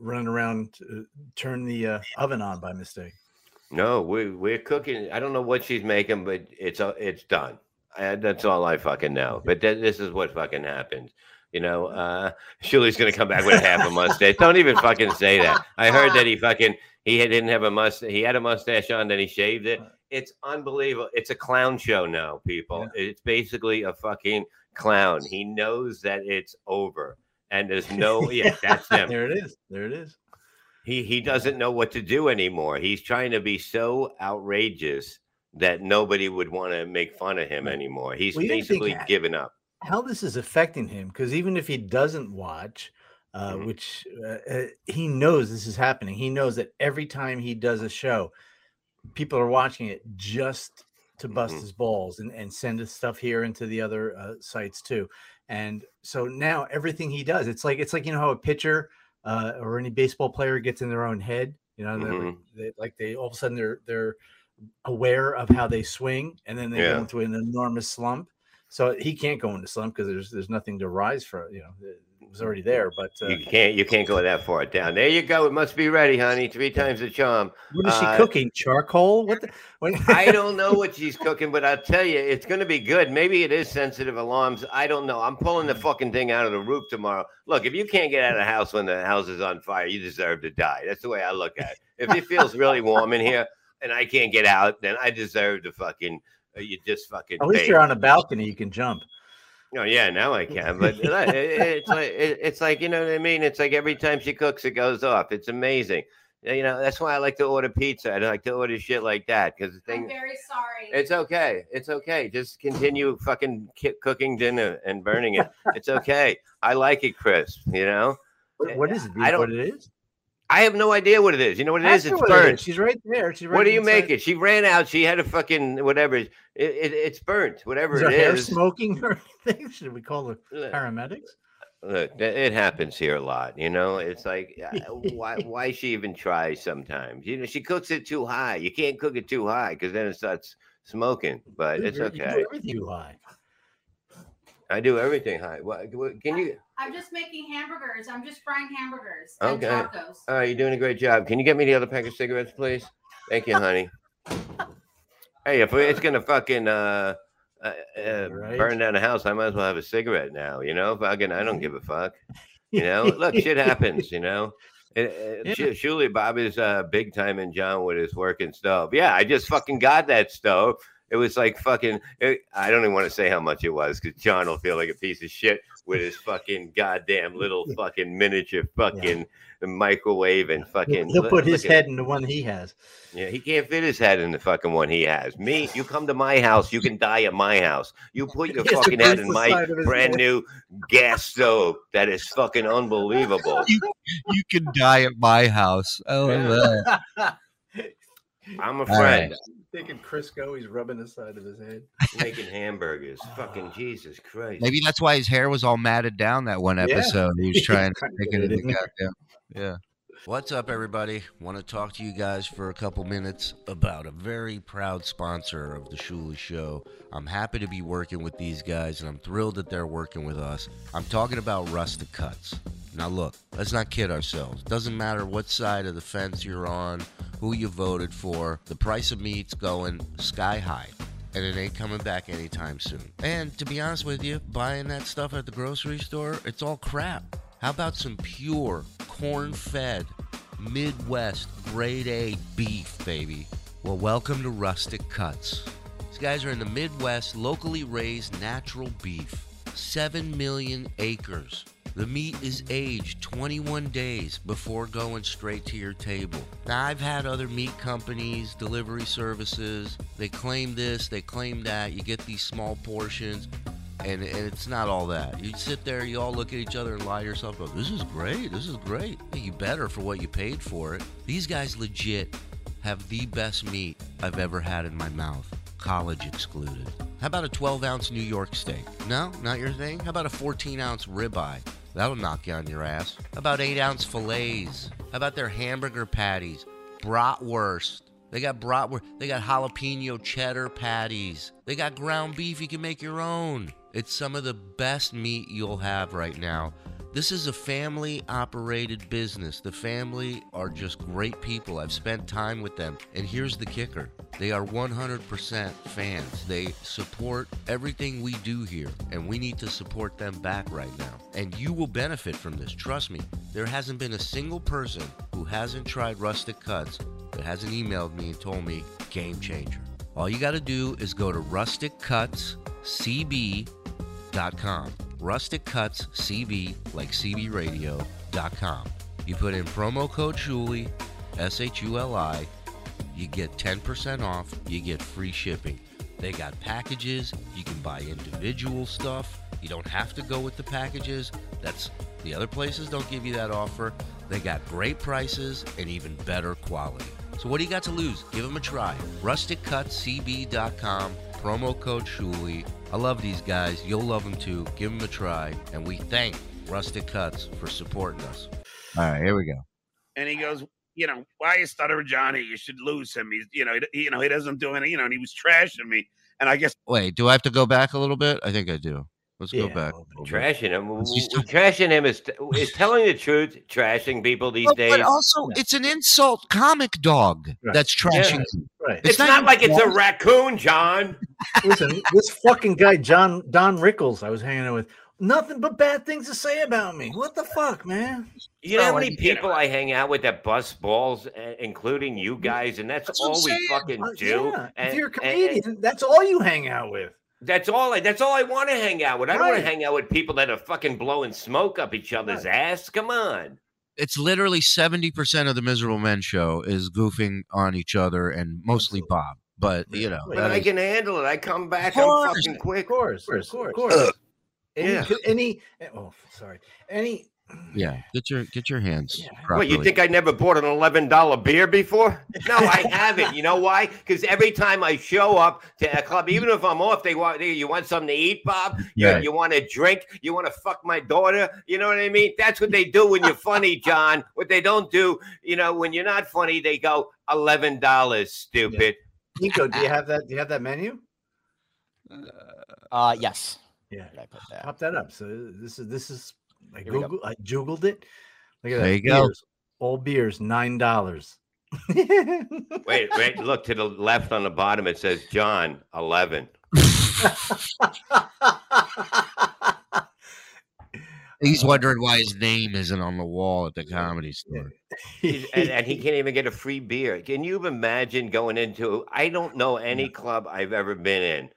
Speaker 4: running around uh, turned the uh, oven on by mistake.
Speaker 3: No, we, we're cooking. I don't know what she's making, but it's uh, it's done. I, that's all I fucking know. But th- this is what fucking happens. You know, uh, *laughs* Shuley's gonna come back with half a mustache. Don't even fucking say that. I heard that he fucking he had- didn't have a mustache. He had a mustache on, then he shaved it. It's unbelievable. It's a clown show now, people. It's basically a fucking clown. He knows that it's over, and there's no yeah. That's him
Speaker 4: There it is. There it is.
Speaker 3: he he doesn't know what to do anymore. He's trying to be so outrageous that nobody would want to make fun of him anymore. He's
Speaker 4: Well, you don't think
Speaker 3: basically
Speaker 4: that-
Speaker 3: given up.
Speaker 4: How this is affecting him? Because even if he doesn't watch, uh,
Speaker 3: Mhm.
Speaker 4: which uh, uh, he knows this is happening, he knows that every time he does a show, people are watching it just to bust
Speaker 3: Mhm.
Speaker 4: his balls and, and send his stuff here into the other uh, sites too. And so now everything he does, it's like it's like you know how a pitcher uh, or any baseball player gets in their own head. You know, they're-
Speaker 3: Mhm.
Speaker 4: they, like they all of a sudden they're they're aware of how they swing, and then they
Speaker 3: Yeah.
Speaker 4: go into an enormous slump. So he can't go into slump because there's there's nothing to rise for. You know, it was already there. But uh,
Speaker 3: You can't you can't go that far down. There you go. It must be ready, honey. Three times the charm.
Speaker 4: what is she
Speaker 3: uh,
Speaker 4: cooking? Charcoal? What? The, *laughs* when,
Speaker 3: I don't know what she's cooking, but I'll tell you, it's going to be good. Maybe it is sensitive alarms. I don't know. I'm pulling the fucking thing out of the roof tomorrow. Look, if you can't get out of the house when the house is on fire, you deserve to die. That's the way I look at it. If it feels really warm in here and I can't get out, then I deserve to fucking. uh, You just fucking.
Speaker 4: at least
Speaker 3: bake.
Speaker 4: you're on a balcony. You can jump.
Speaker 3: Oh yeah, now I can. But it- it- it's like it- it's like you know what I mean. It's like every time she cooks, it goes off. It's amazing. You know, that's why I like to order pizza. I like to order shit like that because the
Speaker 8: I'm
Speaker 3: thing.
Speaker 8: very sorry.
Speaker 3: It's okay. It's okay. Just continue fucking ki- cooking dinner and burning
Speaker 4: *laughs*
Speaker 3: it. It's okay. I like it crisp. You know,
Speaker 4: What, what is it? Do
Speaker 3: I
Speaker 4: you know
Speaker 3: don't-
Speaker 4: What it is?
Speaker 3: I have no idea what it is. You know what it
Speaker 4: Ask
Speaker 3: is?
Speaker 4: her
Speaker 3: It's
Speaker 4: what
Speaker 3: burnt.
Speaker 4: She's right there. She's right
Speaker 3: what do you
Speaker 4: inside.
Speaker 3: make it? She ran out. She had a fucking whatever. It, it, it's burnt. Whatever
Speaker 4: Is her
Speaker 3: it
Speaker 4: hair
Speaker 3: is. Uh,
Speaker 4: smoking *laughs* or anything? Should we call the
Speaker 3: Look,
Speaker 4: paramedics?
Speaker 3: look, th- it happens here a lot. You know, it's like
Speaker 4: *laughs*
Speaker 3: uh, why why she even tries sometimes. You know, she cooks it too high. You can't cook it too high because then it starts smoking. But it's
Speaker 4: You do
Speaker 3: okay.
Speaker 4: everything You lie.
Speaker 3: I do everything high. What, what can you?
Speaker 8: I'm just making hamburgers. I'm just frying hamburgers
Speaker 3: Okay.
Speaker 8: and tacos.
Speaker 3: All right, Uh, you're doing a great job. Can you get me the other pack of cigarettes, please? Thank you, honey. hey, if it's gonna fucking uh, uh, uh
Speaker 4: Right.
Speaker 3: burn down a house, I might as well have a cigarette now. You know, fucking, I don't give a fuck. You
Speaker 4: *laughs*
Speaker 3: know, look, shit happens. You know, it, it,
Speaker 4: Yeah.
Speaker 3: Sh- surely Bob is uh, big time in John with his working stove. Yeah, I just fucking got that stove. It was like fucking. It, I don't even want to say how much it was because John will feel like a piece of shit with his fucking goddamn
Speaker 4: *laughs*
Speaker 3: little fucking miniature fucking microwave and fucking.
Speaker 4: He'll
Speaker 3: look-
Speaker 4: put his
Speaker 3: look at-
Speaker 4: head in the one he has.
Speaker 3: yeah, he can't fit his head in the fucking one he has. Me, you come to my house, you can die at my house.
Speaker 4: *laughs*
Speaker 3: You put your
Speaker 4: He has to
Speaker 3: fucking head
Speaker 4: brace
Speaker 3: in
Speaker 4: the
Speaker 3: my
Speaker 4: side of his
Speaker 3: brand
Speaker 4: head.
Speaker 3: new gas stove that is fucking unbelievable.
Speaker 2: *laughs* You can die at my house. Oh,
Speaker 3: Yeah. I'm a
Speaker 2: All right.
Speaker 3: friend.
Speaker 4: Thinking Crisco, he's rubbing the side of his head.
Speaker 3: making hamburgers. Fucking Jesus Christ.
Speaker 2: Maybe that's why his hair was all matted down that one
Speaker 4: Yeah.
Speaker 2: episode. He was trying to
Speaker 4: Trying to
Speaker 2: make
Speaker 4: get
Speaker 2: it
Speaker 4: it
Speaker 2: in the
Speaker 4: in there.
Speaker 2: goddamn. Yeah. What's up, everybody? Want to talk to you guys for a couple minutes about a very proud sponsor of the Shula Show. I'm happy to be working with these guys, and I'm thrilled that they're working with us. I'm talking about Rustic Cuts. Now, look, let's not kid ourselves. Doesn't matter what side of the fence you're on, who you voted for, the price of meat's going sky high and it ain't coming back anytime soon. And to be honest with you, buying that stuff at the grocery store, it's all crap. How about some pure, corn fed, Midwest, grade A beef, baby? Well, welcome to Rustic Cuts. These guys are in the Midwest, locally raised natural beef, 7 million acres. The meat is aged 21 days before going straight to your table. Now, I've had other meat companies, delivery services, they claim this, they claim that. You get these small portions, and, and it's not all that. You sit there, you all look at each other and lie to yourself, go, This is great, this is great. You better for what you paid for it. These guys legit have the best meat I've ever had in my mouth, college excluded. How about a 12 ounce New York steak? No, not your thing? How about a 14 ounce ribeye? That'll knock you on your ass. How about 8 ounce fillets? How about their hamburger patties? Bratwurst. They got bratwurst. They got jalapeno cheddar patties. They got ground beef you can make your own. It's some of the best meat you'll have right now. This is a family operated business. The family are just great people. I've spent time with them. And here's the kicker they are 100% fans. They support everything we do here, and we need to support them back right now. And you will benefit from this. Trust me, there hasn't been a single person who hasn't tried Rustic Cuts that hasn't emailed me and told me, game changer. All you got to do is go to rusticcutscb.com com. Rustic Cuts CB, like CBRadio.com. You put in promo code Shuli, S H U L I, you get 10% off, you get free shipping. They got packages, you can buy individual stuff, you don't have to go with the packages. That's the other places don't give you that offer. They got great prices and even better quality. So what do you got to lose? Give them a try. RusticCutCB.com, promo code Shuli. I love these guys. You'll love them too. Give them a try. And we thank Rustic Cuts for supporting us. All right, here we go.
Speaker 6: and he goes, you know, why you stuttering Johnny? You should lose him. He's, you know, he, you know, he doesn't do anything. You know, and he was trashing me. And I guess
Speaker 2: Wait, do I have to go back a little bit? I think I do. Let's go
Speaker 4: Yeah,
Speaker 2: back.
Speaker 4: a
Speaker 2: a
Speaker 4: little
Speaker 2: little bit.
Speaker 3: Trashing him. W-
Speaker 2: She's
Speaker 3: w- Trashing him is, is telling the truth. Trashing people these
Speaker 2: But-
Speaker 3: days.
Speaker 2: But also, it's an insult comic dog
Speaker 4: Right.
Speaker 2: that's trashing
Speaker 3: Yeah.
Speaker 2: you.
Speaker 4: Right.
Speaker 2: it's
Speaker 3: It's
Speaker 2: not
Speaker 3: not
Speaker 2: even
Speaker 3: like it's a raccoon, John.
Speaker 4: Listen, this fucking guy, John Don Rickles, I was hanging out with, nothing but bad things to say about me. What the fuck, man?
Speaker 3: You know how
Speaker 4: Oh,
Speaker 3: many
Speaker 4: I-
Speaker 3: people I hang out with that bust balls, uh, including you guys, and that's,
Speaker 2: That's what I'm
Speaker 3: all we
Speaker 2: saying.
Speaker 3: fucking
Speaker 4: Uh,
Speaker 3: do.
Speaker 4: yeah, if
Speaker 3: and-
Speaker 4: you're a
Speaker 3: and- and
Speaker 4: comedian, that's all you hang out with.
Speaker 3: that's all. I, that's all I want to hang out with. I don't want
Speaker 4: Right.
Speaker 3: to hang out with people that are fucking blowing smoke up each other's ass. Come on.
Speaker 2: It's literally seventy percent of the Miserable Men show is goofing on each other and mostly
Speaker 4: Absolutely.
Speaker 2: Bob. But you know,
Speaker 4: But
Speaker 3: But
Speaker 2: that
Speaker 3: I
Speaker 2: is-
Speaker 3: can handle it. I come back.
Speaker 2: course.
Speaker 3: I'm fucking
Speaker 4: Of
Speaker 3: quick.
Speaker 4: course,
Speaker 2: course,
Speaker 4: of
Speaker 2: of
Speaker 4: course.
Speaker 2: course.
Speaker 4: Any,
Speaker 3: Yeah.
Speaker 4: any, oh, sorry. Any,
Speaker 2: yeah, get your get your hands.
Speaker 4: Yeah.
Speaker 3: What,
Speaker 2: Properly.
Speaker 3: you think I never bought an eleven dollar beer before?
Speaker 2: *laughs*
Speaker 3: No, I haven't. You know why? Because every time I show up to a club, even if I'm off, they want they- you want something to eat, Bob. You-
Speaker 2: Yeah.
Speaker 3: You, want to drink? You want to fuck my daughter? You know what I mean? That's what they do when you're
Speaker 2: *laughs*
Speaker 3: funny, John. What they don't do, you know, when you're not funny, they go eleven dollars, stupid.
Speaker 4: Nico, do you have that? Do you have that menu?
Speaker 5: Uh, yes.
Speaker 4: Yeah.
Speaker 5: Did I put that?
Speaker 4: Pop that up. So this is, this is, I
Speaker 5: Here we go.
Speaker 4: Google, I Googled it. Look at that.
Speaker 2: There you go.
Speaker 4: Beers. All beers, *laughs* $9.
Speaker 3: Wait, wait, look to the left on the bottom. It says John eleven.
Speaker 2: He's wondering why his name isn't on the wall at the comedy store.
Speaker 3: He's- and, and he can't even get a free beer. Can you imagine going into? I don't know any club I've ever been in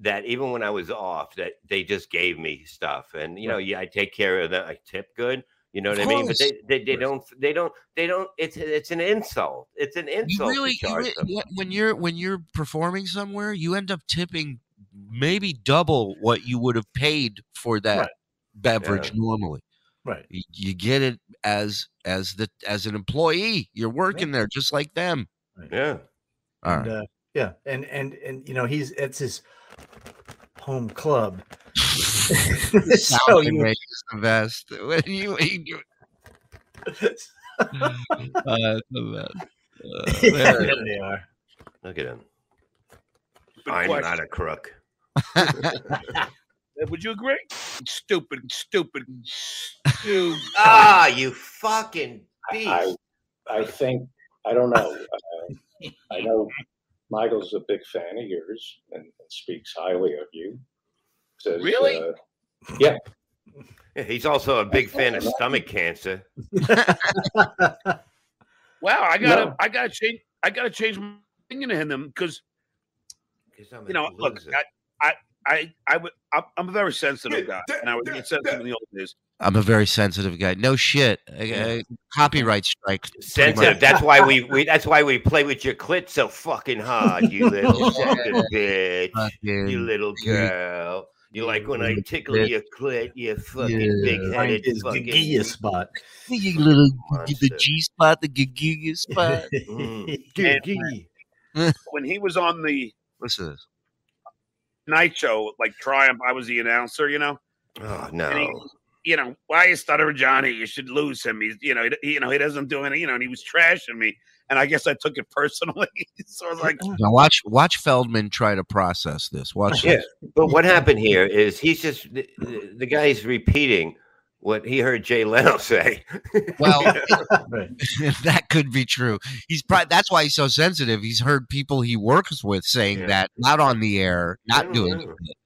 Speaker 3: that even when I was off, that they just gave me stuff, and you know, yeah, I take care of them. I tip good. You know
Speaker 2: Of
Speaker 3: what I mean? But
Speaker 2: course.
Speaker 3: they, they, they don't they don't they don't. It's it's an insult. It's an
Speaker 2: You
Speaker 3: insult.
Speaker 2: really,
Speaker 3: to
Speaker 2: you
Speaker 3: charge
Speaker 2: re-
Speaker 3: them.
Speaker 2: wh- when you're when you're performing somewhere, you end up tipping maybe double what you would have paid for that
Speaker 4: Right.
Speaker 2: beverage
Speaker 3: Yeah.
Speaker 2: normally.
Speaker 4: right.
Speaker 2: Y- You get it as as the as an employee. You're working there just like them.
Speaker 3: Yeah.
Speaker 2: All right.
Speaker 3: *laughs*
Speaker 4: And, uh, yeah, and and and you know he's it's his home club. *laughs*
Speaker 3: oh,
Speaker 4: so
Speaker 2: Falcon
Speaker 4: you,
Speaker 2: Ray is the *laughs* best. When you, when
Speaker 3: *laughs*
Speaker 2: you- uh, it's the best. Uh,
Speaker 4: *laughs* yeah,
Speaker 2: there it
Speaker 4: there they are.
Speaker 3: Look at him.
Speaker 6: Good
Speaker 3: I'm
Speaker 6: question.
Speaker 3: not a crook.
Speaker 2: is.
Speaker 6: Would you agree? Stupid, stupid, stupid.
Speaker 3: *laughs* Ah, you fucking beast.
Speaker 7: I, I think I don't know.
Speaker 6: *laughs*
Speaker 7: Uh, I know Michael's a big fan of yours and speaks highly of you. Says,
Speaker 6: Really?
Speaker 7: uh,
Speaker 3: He's also a big fan of stomach cancer.
Speaker 6: Wow, I gotta,
Speaker 7: No.
Speaker 6: I gotta change, I gotta change my opinion to him because you know, look, I, I, I, I would, I'm, I'm a very sensitive guy, and I was very sensitive in the old days.
Speaker 2: I'm a very sensitive guy. No shit. I- I- copyright strike. pretty
Speaker 3: sensitive.
Speaker 2: much-
Speaker 3: That's why we, we that's why we play with your clit so fucking hard, you
Speaker 2: *laughs*
Speaker 3: little fucking bitch. *laughs* You
Speaker 2: Fucking-
Speaker 3: little
Speaker 2: yeah.
Speaker 3: girl. You like when I
Speaker 2: Little
Speaker 3: tickle
Speaker 2: bitch.
Speaker 3: your clit, you fucking
Speaker 2: Yeah.
Speaker 3: big
Speaker 4: Frank
Speaker 3: headed
Speaker 4: is
Speaker 3: fucking
Speaker 4: Gigia spot.
Speaker 2: You little
Speaker 3: Monster.
Speaker 2: the G spot, the
Speaker 3: *laughs*
Speaker 2: Gigiga
Speaker 4: *laughs*
Speaker 2: spot.
Speaker 3: Mm.
Speaker 4: Gigi.
Speaker 6: When he was on the
Speaker 2: Listen, to this.
Speaker 6: night show, like Triumph, I was the announcer, you know,
Speaker 3: Oh
Speaker 6: and
Speaker 2: *laughs*
Speaker 6: he,
Speaker 3: no.
Speaker 6: you know, why you stuttering Johnny? You should lose him. He's, you know, he, you know, he doesn't do anything, you know, and he was trashing me, and I guess I took it personally. *laughs* so I was
Speaker 7: *laughs*
Speaker 6: like,
Speaker 2: now watch watch Feldman try to process this. Watch
Speaker 3: Yeah.
Speaker 2: this.
Speaker 3: But what happened here is he's just the, the- the guy's repeating what he heard Jay Leno *laughs* say.
Speaker 2: Well,
Speaker 4: Right.
Speaker 2: *laughs* that could be true. He's probably that's why he's so sensitive. He's heard people he works with saying
Speaker 3: Yeah.
Speaker 2: that not on the air,
Speaker 3: I
Speaker 2: not
Speaker 3: don't
Speaker 2: doing
Speaker 3: know.
Speaker 2: it.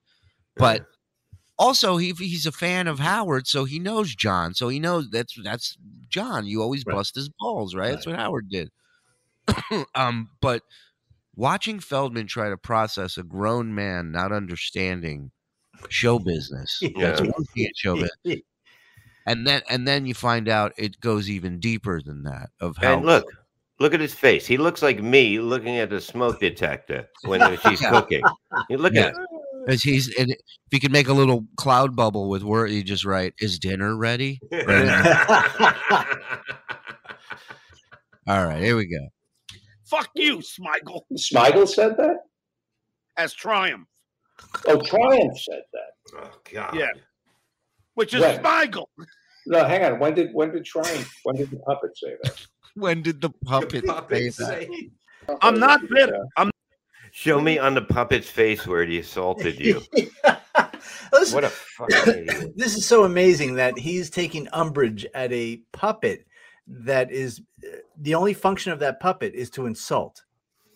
Speaker 2: But also he he's a fan of Howard, so he knows John. So he knows that's that's John. You always
Speaker 4: Right.
Speaker 2: bust his balls, right? That's what Howard did. *coughs* um, but watching Feldman try to process a grown man not understanding show
Speaker 4: *laughs*
Speaker 2: business. That's
Speaker 3: Yeah.
Speaker 2: one thing at show business. And then and then you find out it goes even deeper than that of how
Speaker 3: And look, look at his face. He looks like me looking at the smoke detector when
Speaker 2: *laughs*
Speaker 3: she's
Speaker 2: Yeah.
Speaker 3: cooking. You look
Speaker 2: Yeah.
Speaker 3: at
Speaker 2: as he's and if you could make a little cloud bubble with word you just write, is dinner ready? *laughs* All right, here we go.
Speaker 6: "Fuck you, Smichael."
Speaker 7: Smigel said that.
Speaker 6: As Triumph,
Speaker 7: Oh, Triumph said that.
Speaker 3: *laughs* oh God.
Speaker 6: Yeah. which is
Speaker 7: Right.
Speaker 6: Smichael.
Speaker 7: No, hang on. When did when did Triumph? When did the puppet say that?
Speaker 2: When did the puppet say
Speaker 3: Puppets
Speaker 2: that?
Speaker 3: say-
Speaker 6: I'm
Speaker 7: Uh,
Speaker 6: not bitter. I'm
Speaker 3: Show me on the puppet's face where he assaulted you.
Speaker 4: *laughs*
Speaker 3: *laughs*
Speaker 4: Listen,
Speaker 3: What a fucking idiot.
Speaker 4: this is so amazing that he's taking umbrage at a puppet that is uh, the only function of that puppet is to insult.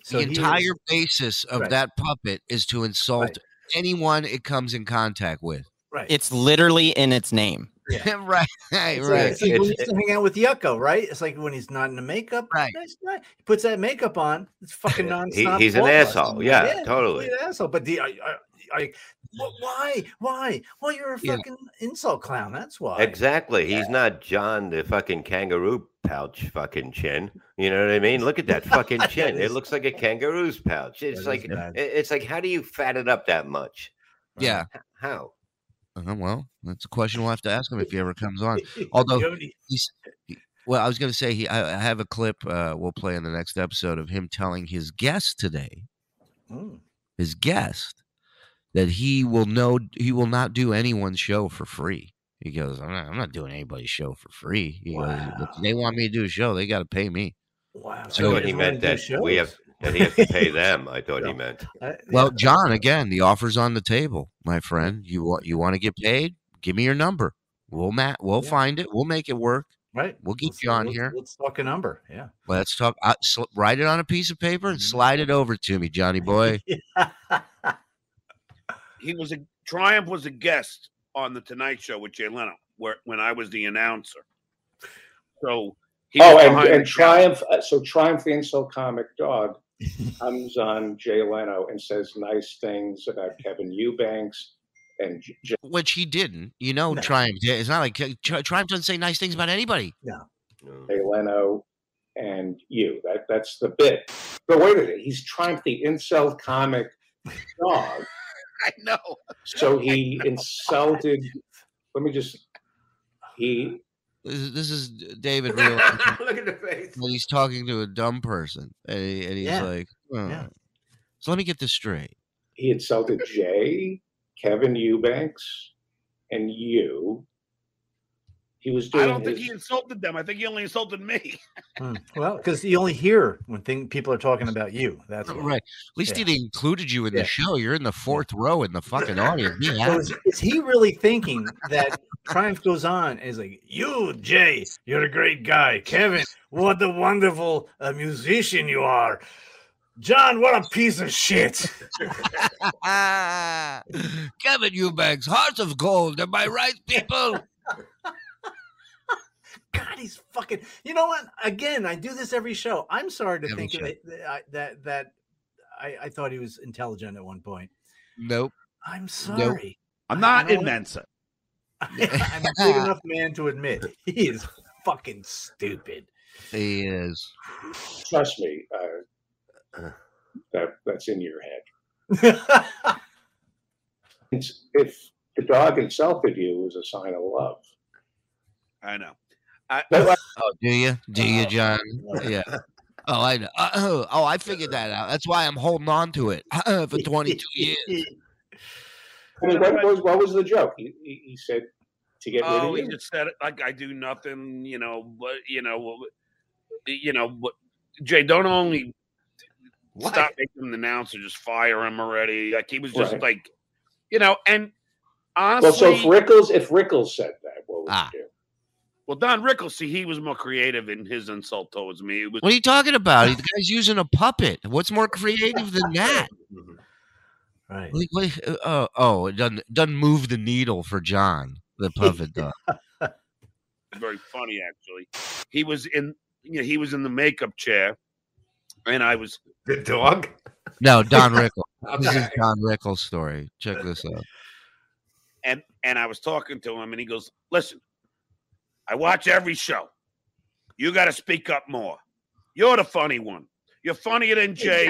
Speaker 4: So
Speaker 2: the
Speaker 4: he is-
Speaker 2: entire basis of
Speaker 4: Right.
Speaker 2: that puppet is to insult
Speaker 4: Right.
Speaker 2: anyone it comes in contact with. *laughs*
Speaker 4: right.
Speaker 5: It's literally in its name.
Speaker 4: Yeah.
Speaker 2: right, right,
Speaker 4: It's
Speaker 2: right.
Speaker 4: Like, it's like when
Speaker 3: It's-
Speaker 4: he used to hang out with Yucco, right? It's like when he's not in the makeup.
Speaker 2: Right.
Speaker 4: That's not, he puts that makeup on. It's fucking
Speaker 3: He-
Speaker 4: nonstop.
Speaker 3: he's an
Speaker 4: ball busting.
Speaker 3: asshole. Yeah,
Speaker 4: he's
Speaker 3: totally.
Speaker 4: an asshole. But the I, I, I, Wh- Why? Why? Well, you're a
Speaker 2: Yeah.
Speaker 4: fucking insult clown. That's why.
Speaker 3: Exactly. He's not John the fucking kangaroo pouch fucking chin. You know what I mean? Look at that *laughs* fucking
Speaker 4: That
Speaker 3: chin. it
Speaker 4: is-
Speaker 3: looks like a kangaroo's pouch. It's
Speaker 4: is
Speaker 3: like
Speaker 4: bad.
Speaker 3: it- it's like how do you fat it up that much?
Speaker 4: *laughs*
Speaker 2: Yeah.
Speaker 3: How?
Speaker 2: Uh, well, that's a question we'll have to ask him if he ever comes on. Although-
Speaker 4: You already-
Speaker 2: He's, he- well, I was going to say he. I, I have a clip uh, we'll play in the next episode of him telling his guest today,
Speaker 4: Mm.
Speaker 2: his guest, that he will know he will not do anyone's show for free. He goes, I'm not, I'm not doing anybody's show for free. He goes, if they want me to do a show, they got to pay me.
Speaker 4: wow.
Speaker 2: So
Speaker 4: you
Speaker 2: what
Speaker 3: he
Speaker 4: guys
Speaker 3: meant
Speaker 4: wanna do
Speaker 3: that we
Speaker 4: shows?
Speaker 3: That he has to *laughs* pay them. I thought
Speaker 4: Yeah.
Speaker 3: he meant.
Speaker 4: Uh,
Speaker 2: Well,
Speaker 4: yeah.
Speaker 2: John, again, the offer's on the table, my friend. You want you want to get paid? Give me your number. We'll ma- we'll
Speaker 4: Yeah.
Speaker 2: find it. We'll make it work.
Speaker 4: right.
Speaker 2: We'll get
Speaker 4: Let's-
Speaker 2: you on
Speaker 4: let's-
Speaker 2: here.
Speaker 4: Let's talk a number. Yeah.
Speaker 2: Let's talk. I, sl- write it on a piece of paper and
Speaker 4: Mhm.
Speaker 2: slide it over to me, Johnny
Speaker 4: *laughs*
Speaker 2: boy.
Speaker 6: He was a Triumph was a guest on the Tonight Show with Jay Leno, where when I was the announcer. So he
Speaker 7: oh,
Speaker 6: was
Speaker 7: and,
Speaker 6: behind the camera.
Speaker 7: and Triumph. uh, So Triumph, the insult comic dog,
Speaker 6: *laughs*
Speaker 7: comes on Jay Leno and says nice things about Kevin Eubanks and J- J-
Speaker 2: Which he didn't. You know,
Speaker 4: No.
Speaker 2: Triumph. did- It's not like Tri- Triumph doesn't say nice things about anybody.
Speaker 3: No.
Speaker 7: Jay Leno and you. That that's the bit. But wait a minute, he's Triumph, the insult comic dog.
Speaker 6: *laughs* I know.
Speaker 7: So he insulted. Let me just. He
Speaker 2: This is, this is David
Speaker 3: *laughs* Look
Speaker 2: realizing
Speaker 3: at the face.
Speaker 2: that he's talking to a dumb person, and, he- and he's
Speaker 4: Yeah.
Speaker 2: like,
Speaker 4: Yeah.
Speaker 2: "Oh." "So let me get this straight.
Speaker 7: he insulted Jay, Kevin Eubanks, and you. He was doing.
Speaker 6: I
Speaker 7: *laughs*
Speaker 6: don't think
Speaker 7: his-
Speaker 6: he insulted them. I think he only insulted me.
Speaker 4: Hmm. Well, because you only hear when thing people are talking about you. That's why.
Speaker 2: Right. At least
Speaker 4: Yeah.
Speaker 2: he included you in
Speaker 4: Yeah.
Speaker 2: the show. You're in the fourth row in the fucking audience. Be
Speaker 4: So *laughs*
Speaker 2: happy.
Speaker 4: is, is he really thinking that Triumph goes on and is like, "You, Jay, you're a great guy. Kevin, what a wonderful uh, musician you are. John, what a piece of shit." *laughs*
Speaker 2: Ah, Kevin Eubanks, heart of gold. Am I right, people?
Speaker 4: God, he's fucking. You know what? Again, I do this every show. I'm sorry to
Speaker 2: Every
Speaker 4: think of it, that I- that that I, I thought he was intelligent at one point.
Speaker 2: nope.
Speaker 4: I'm
Speaker 2: Nope.
Speaker 4: sorry.
Speaker 1: I'm
Speaker 4: I-
Speaker 1: not
Speaker 4: you know
Speaker 1: in
Speaker 4: what?
Speaker 1: Mensa.
Speaker 4: *laughs*
Speaker 5: *laughs*
Speaker 4: I'm a big enough man to admit he is fucking stupid. *laughs*
Speaker 2: He is.
Speaker 7: trust me, uh, that that's in your head. It's, if the dog insulted you, it was a sign of love.
Speaker 6: I know. I,
Speaker 7: But like,
Speaker 2: Oh, do you? Do you, John? Yeah.
Speaker 4: *laughs*
Speaker 2: Oh, I know. Uh, oh, I figured that out. That's why I'm holding on to it *laughs* for 22
Speaker 4: *laughs*
Speaker 2: years.
Speaker 7: I mean, what was what was the joke? He, he, he said to get
Speaker 6: oh,
Speaker 7: rid
Speaker 6: he
Speaker 7: of you.
Speaker 6: just said it like I do nothing. You know, but you know, what- you know. What, Jay, don't only
Speaker 3: What?
Speaker 6: stop making him the announcer. Just fire him already. Like he was just
Speaker 7: Right.
Speaker 6: like, you know. And honestly,
Speaker 7: Well, so if Rickles, if Rickles said that, what would
Speaker 2: Ah.
Speaker 7: you do?
Speaker 6: Well, Don Rickles, see, he was more creative in his insult towards me. It was,
Speaker 2: What are you talking about? The guy's using a puppet. What's more creative than that?
Speaker 4: right.
Speaker 2: Like, like, uh, oh, oh, it doesn't doesn't move the needle for John
Speaker 4: *laughs*
Speaker 2: the puppet dog.
Speaker 6: very funny, actually. He was in, you know, he was in the makeup chair, and I was.
Speaker 3: The dog.
Speaker 2: No,
Speaker 4: *laughs*
Speaker 2: Don Rickles. This is Don Rickles' story. Check this out.
Speaker 6: and and I was talking to him, and he goes, "Listen, I watch every show. You got to speak up more. You're the funny one. You're funnier than Jay.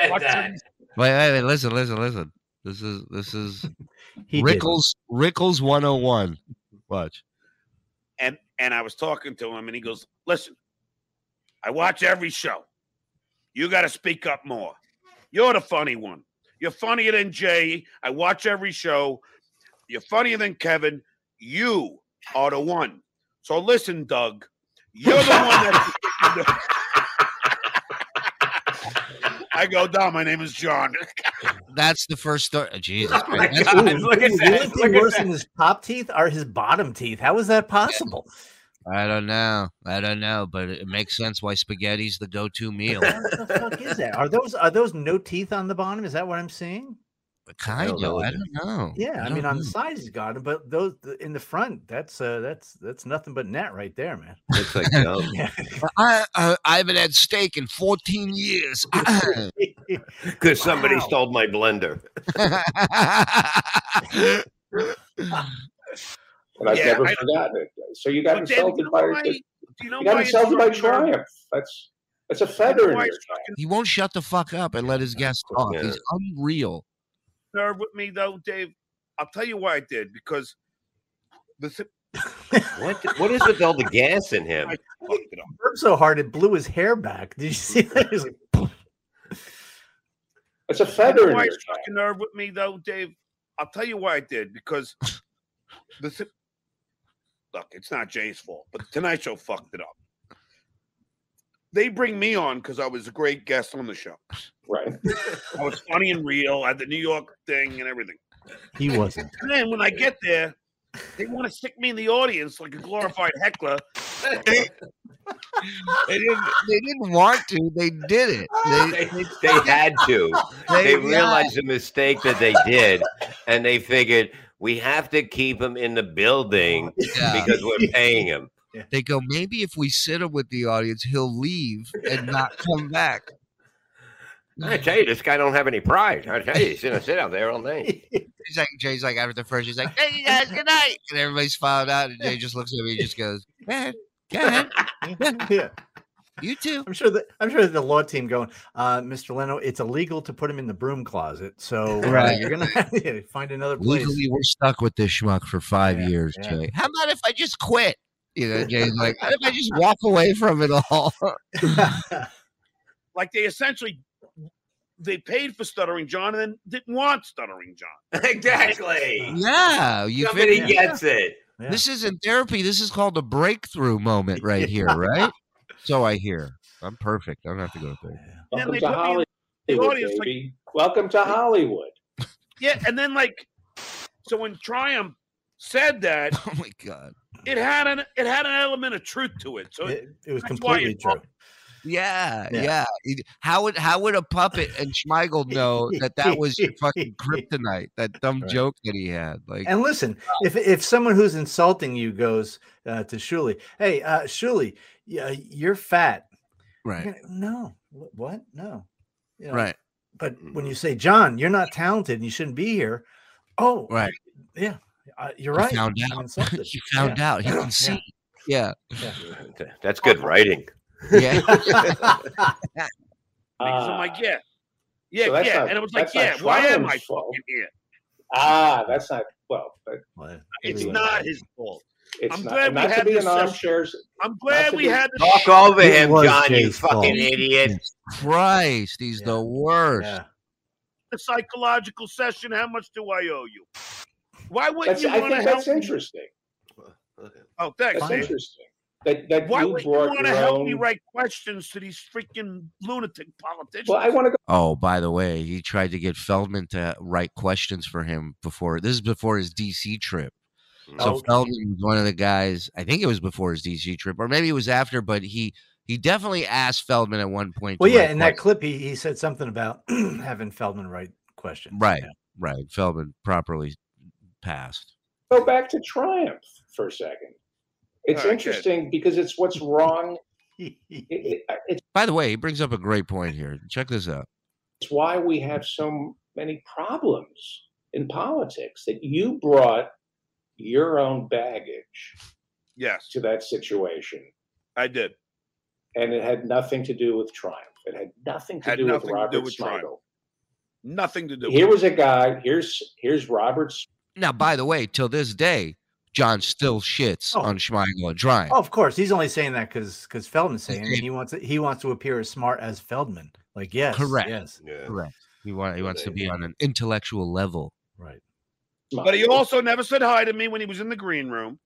Speaker 3: said
Speaker 6: Watch him-
Speaker 2: Wait, wait, wait, listen, listen, listen. This is this is
Speaker 4: *laughs* He did.
Speaker 2: Rickles Rickles 101. Watch.
Speaker 6: And and I was talking to him, and he goes, "Listen, I watch every show. You got to speak up more. You're the funny one. You're funnier than Jay. I watch every show. You're funnier than Kevin. You are the one. So listen, Doug. You're the one
Speaker 7: *laughs*
Speaker 6: that." I go, Dom, my name is John.
Speaker 2: That's the first story.
Speaker 4: *laughs*
Speaker 2: Jesus
Speaker 6: Oh
Speaker 4: Oh
Speaker 2: Christ. That's-
Speaker 4: Ooh, ooh, the only thing worse than his top teeth are his bottom teeth. How is that *laughs* possible?
Speaker 2: I don't know. I don't know, but it makes sense why spaghetti's the go-to meal.
Speaker 4: *laughs* What the fuck is that? Are those are those no teeth on the bottom? Is that what I'm seeing?
Speaker 2: Kind of. I
Speaker 3: know,
Speaker 2: don't,
Speaker 3: is
Speaker 2: know.
Speaker 4: Yeah, I, mean,
Speaker 2: don't
Speaker 4: on
Speaker 2: know.
Speaker 4: the sides he's got him, but those the- in the front, that's uh, that's that's nothing but net right there, man. *laughs*
Speaker 3: Looks *laughs* like um,
Speaker 2: I, I I haven't had steak in 14 years. *laughs*
Speaker 3: because somebody
Speaker 4: Wow.
Speaker 3: stole my blender.
Speaker 7: and I've
Speaker 6: Yeah,
Speaker 7: never
Speaker 6: I-
Speaker 7: forgotten it. So you got
Speaker 6: But then, you
Speaker 7: insulted
Speaker 6: know
Speaker 7: by
Speaker 6: why? Do you know
Speaker 7: you
Speaker 6: why
Speaker 7: got
Speaker 6: it's
Speaker 7: insulted by
Speaker 6: fucking America?
Speaker 7: Triumph. That's that's a
Speaker 6: You know
Speaker 7: feather in
Speaker 6: why
Speaker 7: your
Speaker 6: it's
Speaker 7: cap.
Speaker 6: fucking
Speaker 2: *laughs* he won't shut the fuck up and let his guests talk.
Speaker 3: Yeah.
Speaker 2: He's unreal.
Speaker 6: nerve with me though, Dave? I'll tell you why I did because the thi-
Speaker 3: What what is with all the gas in him?
Speaker 6: I fucked it up.
Speaker 4: Burped so hard it blew his hair back. Did you see that? It was like,
Speaker 7: It's a
Speaker 6: You know
Speaker 7: feather in
Speaker 6: why
Speaker 7: your
Speaker 6: it's
Speaker 7: cap.
Speaker 6: fucking nerve with me though, Dave? I'll tell you why I did because the thi- look, it's not Jay's fault, but the Tonight Show fucked it up. They bring me on because I was a great guest on the show.
Speaker 7: Right.
Speaker 6: I was funny and real. I had the New York thing and everything.
Speaker 4: he wasn't.
Speaker 6: And then when I get there, they want to stick me in the audience like a glorified heckler.
Speaker 2: *laughs* They didn't, they didn't want to. They did *laughs* it.
Speaker 3: *laughs* They, they had to. They realized the mistake that they did, and they figured we have to keep him in the *laughs* building
Speaker 2: Yeah.
Speaker 3: because we're paying *laughs* him.
Speaker 2: They go, maybe if we sit him with the audience, he'll leave and not come back.
Speaker 3: I tell you, this guy don't have any pride. I tell you, he's gonna sit out there all night.
Speaker 2: He's like, Jay's like, after the first, he's like, hey, you guys, good night. And everybody's filed out. And Jay just looks at me and just goes, go ahead. Go ahead.
Speaker 4: *laughs* yeah,
Speaker 2: You too.
Speaker 4: I'm sure that I'm sure that the law team going, uh, Mr. Leno, it's illegal to put him in the broom closet, so uh,
Speaker 2: Right.
Speaker 4: you're gonna *laughs* have to find another place.
Speaker 2: Legally, we're stuck with this schmuck for five
Speaker 4: Yeah,
Speaker 2: years,
Speaker 4: yeah.
Speaker 2: Jay. How about if I just quit? You know, *laughs* Jay's like, how about if I just walk away from it all? *laughs*
Speaker 4: *laughs*
Speaker 6: Like they essentially they paid for stuttering John and then didn't want stuttering John.
Speaker 3: *laughs* exactly.
Speaker 2: yeah. You
Speaker 3: Somebody
Speaker 2: figure-
Speaker 3: gets it.
Speaker 4: Yeah.
Speaker 2: This isn't therapy. This is called a breakthrough moment right here, *laughs* right? So I hear. I'm perfect. I don't have to go to therapy.
Speaker 4: Yeah.
Speaker 6: And then
Speaker 7: Welcome
Speaker 6: they put me in
Speaker 7: to
Speaker 6: the
Speaker 7: Hollywood,
Speaker 6: audience, like-
Speaker 7: baby. Welcome to Hollywood.
Speaker 6: Yeah, and then like, so when Triumph said that,
Speaker 2: *laughs* Oh my god.
Speaker 6: it had an it had an element of truth to it. So
Speaker 4: It, it was
Speaker 6: That's why
Speaker 4: completely
Speaker 6: it
Speaker 4: true.
Speaker 2: Yeah,
Speaker 4: Yeah.
Speaker 2: yeah. It- How would how would a puppet and Schmeigel know that that was your fucking kryptonite? That dumb
Speaker 4: Right.
Speaker 2: joke that he had. Like,
Speaker 4: And listen, if if someone who's insulting you goes uh, to Shuli, hey, uh, Shuli, yeah, you're fat.
Speaker 2: *laughs* right,
Speaker 4: You're gonna- no, "Wh- what? No, You know,
Speaker 2: right,
Speaker 4: But when you say, John, you're not talented and you shouldn't be here. Oh,
Speaker 2: right.
Speaker 4: yeah, uh, you're
Speaker 2: You
Speaker 4: right.
Speaker 2: found
Speaker 4: I'm
Speaker 2: out.
Speaker 4: insulted."
Speaker 2: *laughs* You found
Speaker 4: Yeah.
Speaker 2: out. He can see. *laughs* Yeah,
Speaker 3: *laughs* That's good writing.
Speaker 2: yeah.
Speaker 6: because I'm
Speaker 7: Ah,
Speaker 6: like, yeah, yeah,
Speaker 7: so that's
Speaker 6: yeah,
Speaker 7: not-
Speaker 6: and I was like,
Speaker 7: that's not
Speaker 6: yeah, why am I
Speaker 7: Triumph's fault.
Speaker 6: fucking here?
Speaker 7: Ah, that's not well. But
Speaker 4: Well,
Speaker 6: It's
Speaker 4: everyone-
Speaker 6: not his fault.
Speaker 7: it's
Speaker 6: I'm
Speaker 7: not,
Speaker 6: glad
Speaker 7: and
Speaker 6: we
Speaker 7: not to
Speaker 6: had
Speaker 7: be
Speaker 6: this
Speaker 7: an
Speaker 6: session.
Speaker 7: armchair.
Speaker 6: I'm glad
Speaker 7: to
Speaker 6: we
Speaker 7: be-
Speaker 6: had the
Speaker 3: Talk over
Speaker 4: It
Speaker 3: him,
Speaker 4: was
Speaker 3: John. You
Speaker 4: Jay's fault.
Speaker 3: fucking idiot.
Speaker 2: Christ, he's
Speaker 4: Yeah.
Speaker 2: the worst.
Speaker 4: yeah.
Speaker 6: psychological session. How much do I owe you? Why wouldn't
Speaker 7: That's,
Speaker 6: you
Speaker 7: I
Speaker 6: want to
Speaker 7: think
Speaker 6: help?
Speaker 7: that's
Speaker 6: me?
Speaker 7: interesting.
Speaker 6: Oh, thanks.
Speaker 7: That's
Speaker 6: Dave.
Speaker 7: interesting. That that
Speaker 6: Why
Speaker 7: you
Speaker 6: would you
Speaker 7: brought
Speaker 6: want
Speaker 7: your
Speaker 6: to help me
Speaker 7: own-
Speaker 6: write questions to these freaking lunatic politicians?
Speaker 7: Well, I want to go.
Speaker 2: Oh, by the way, he tried to get Feldman to write questions for him before. This is before his DC trip.
Speaker 6: Oh.
Speaker 2: So
Speaker 4: Oh, Okay.
Speaker 2: Feldman was one of the guys. I think it was before his DC trip, or maybe it was after. But he he definitely asked Feldman at one point. to
Speaker 4: Well, yeah,
Speaker 2: write
Speaker 4: in that
Speaker 2: questions.
Speaker 4: clip, he, he said something about *clears throat* having Feldman write questions.
Speaker 2: Right.
Speaker 4: Yeah.
Speaker 2: right, Feldman properly passed.
Speaker 7: go back to Triumph for a second. It's
Speaker 6: All right, good.
Speaker 7: interesting because it's what's wrong.
Speaker 4: *laughs*
Speaker 7: It- it-
Speaker 2: By the way, he brings up a great point here. Check this out.
Speaker 7: it's why we have so many problems in politics that you brought your own baggage
Speaker 6: yes,
Speaker 7: to that situation,
Speaker 6: I did.
Speaker 7: and it had nothing to do with Triumph. It had nothing to
Speaker 6: Had
Speaker 7: do with
Speaker 6: nothing to do
Speaker 7: Robert
Speaker 6: with Triumph.
Speaker 7: Smigel.
Speaker 6: Nothing to do. with
Speaker 7: Here was a guy. Here's here's Robert
Speaker 2: Now, by the way, till this day, John still shits
Speaker 4: Oh.
Speaker 2: on Schmeigel and Dryan.
Speaker 4: Oh, of course. He's only saying that because because Feldman's saying it.
Speaker 2: did.
Speaker 4: He wants he wants to appear as smart as Feldman. Like yes,
Speaker 2: Correct.
Speaker 4: Yes,
Speaker 3: Yeah.
Speaker 2: Correct. He, wa- he wants to be on an intellectual level.
Speaker 4: right.
Speaker 7: Smigel.
Speaker 6: But he also never said hi to me when he was in the green room.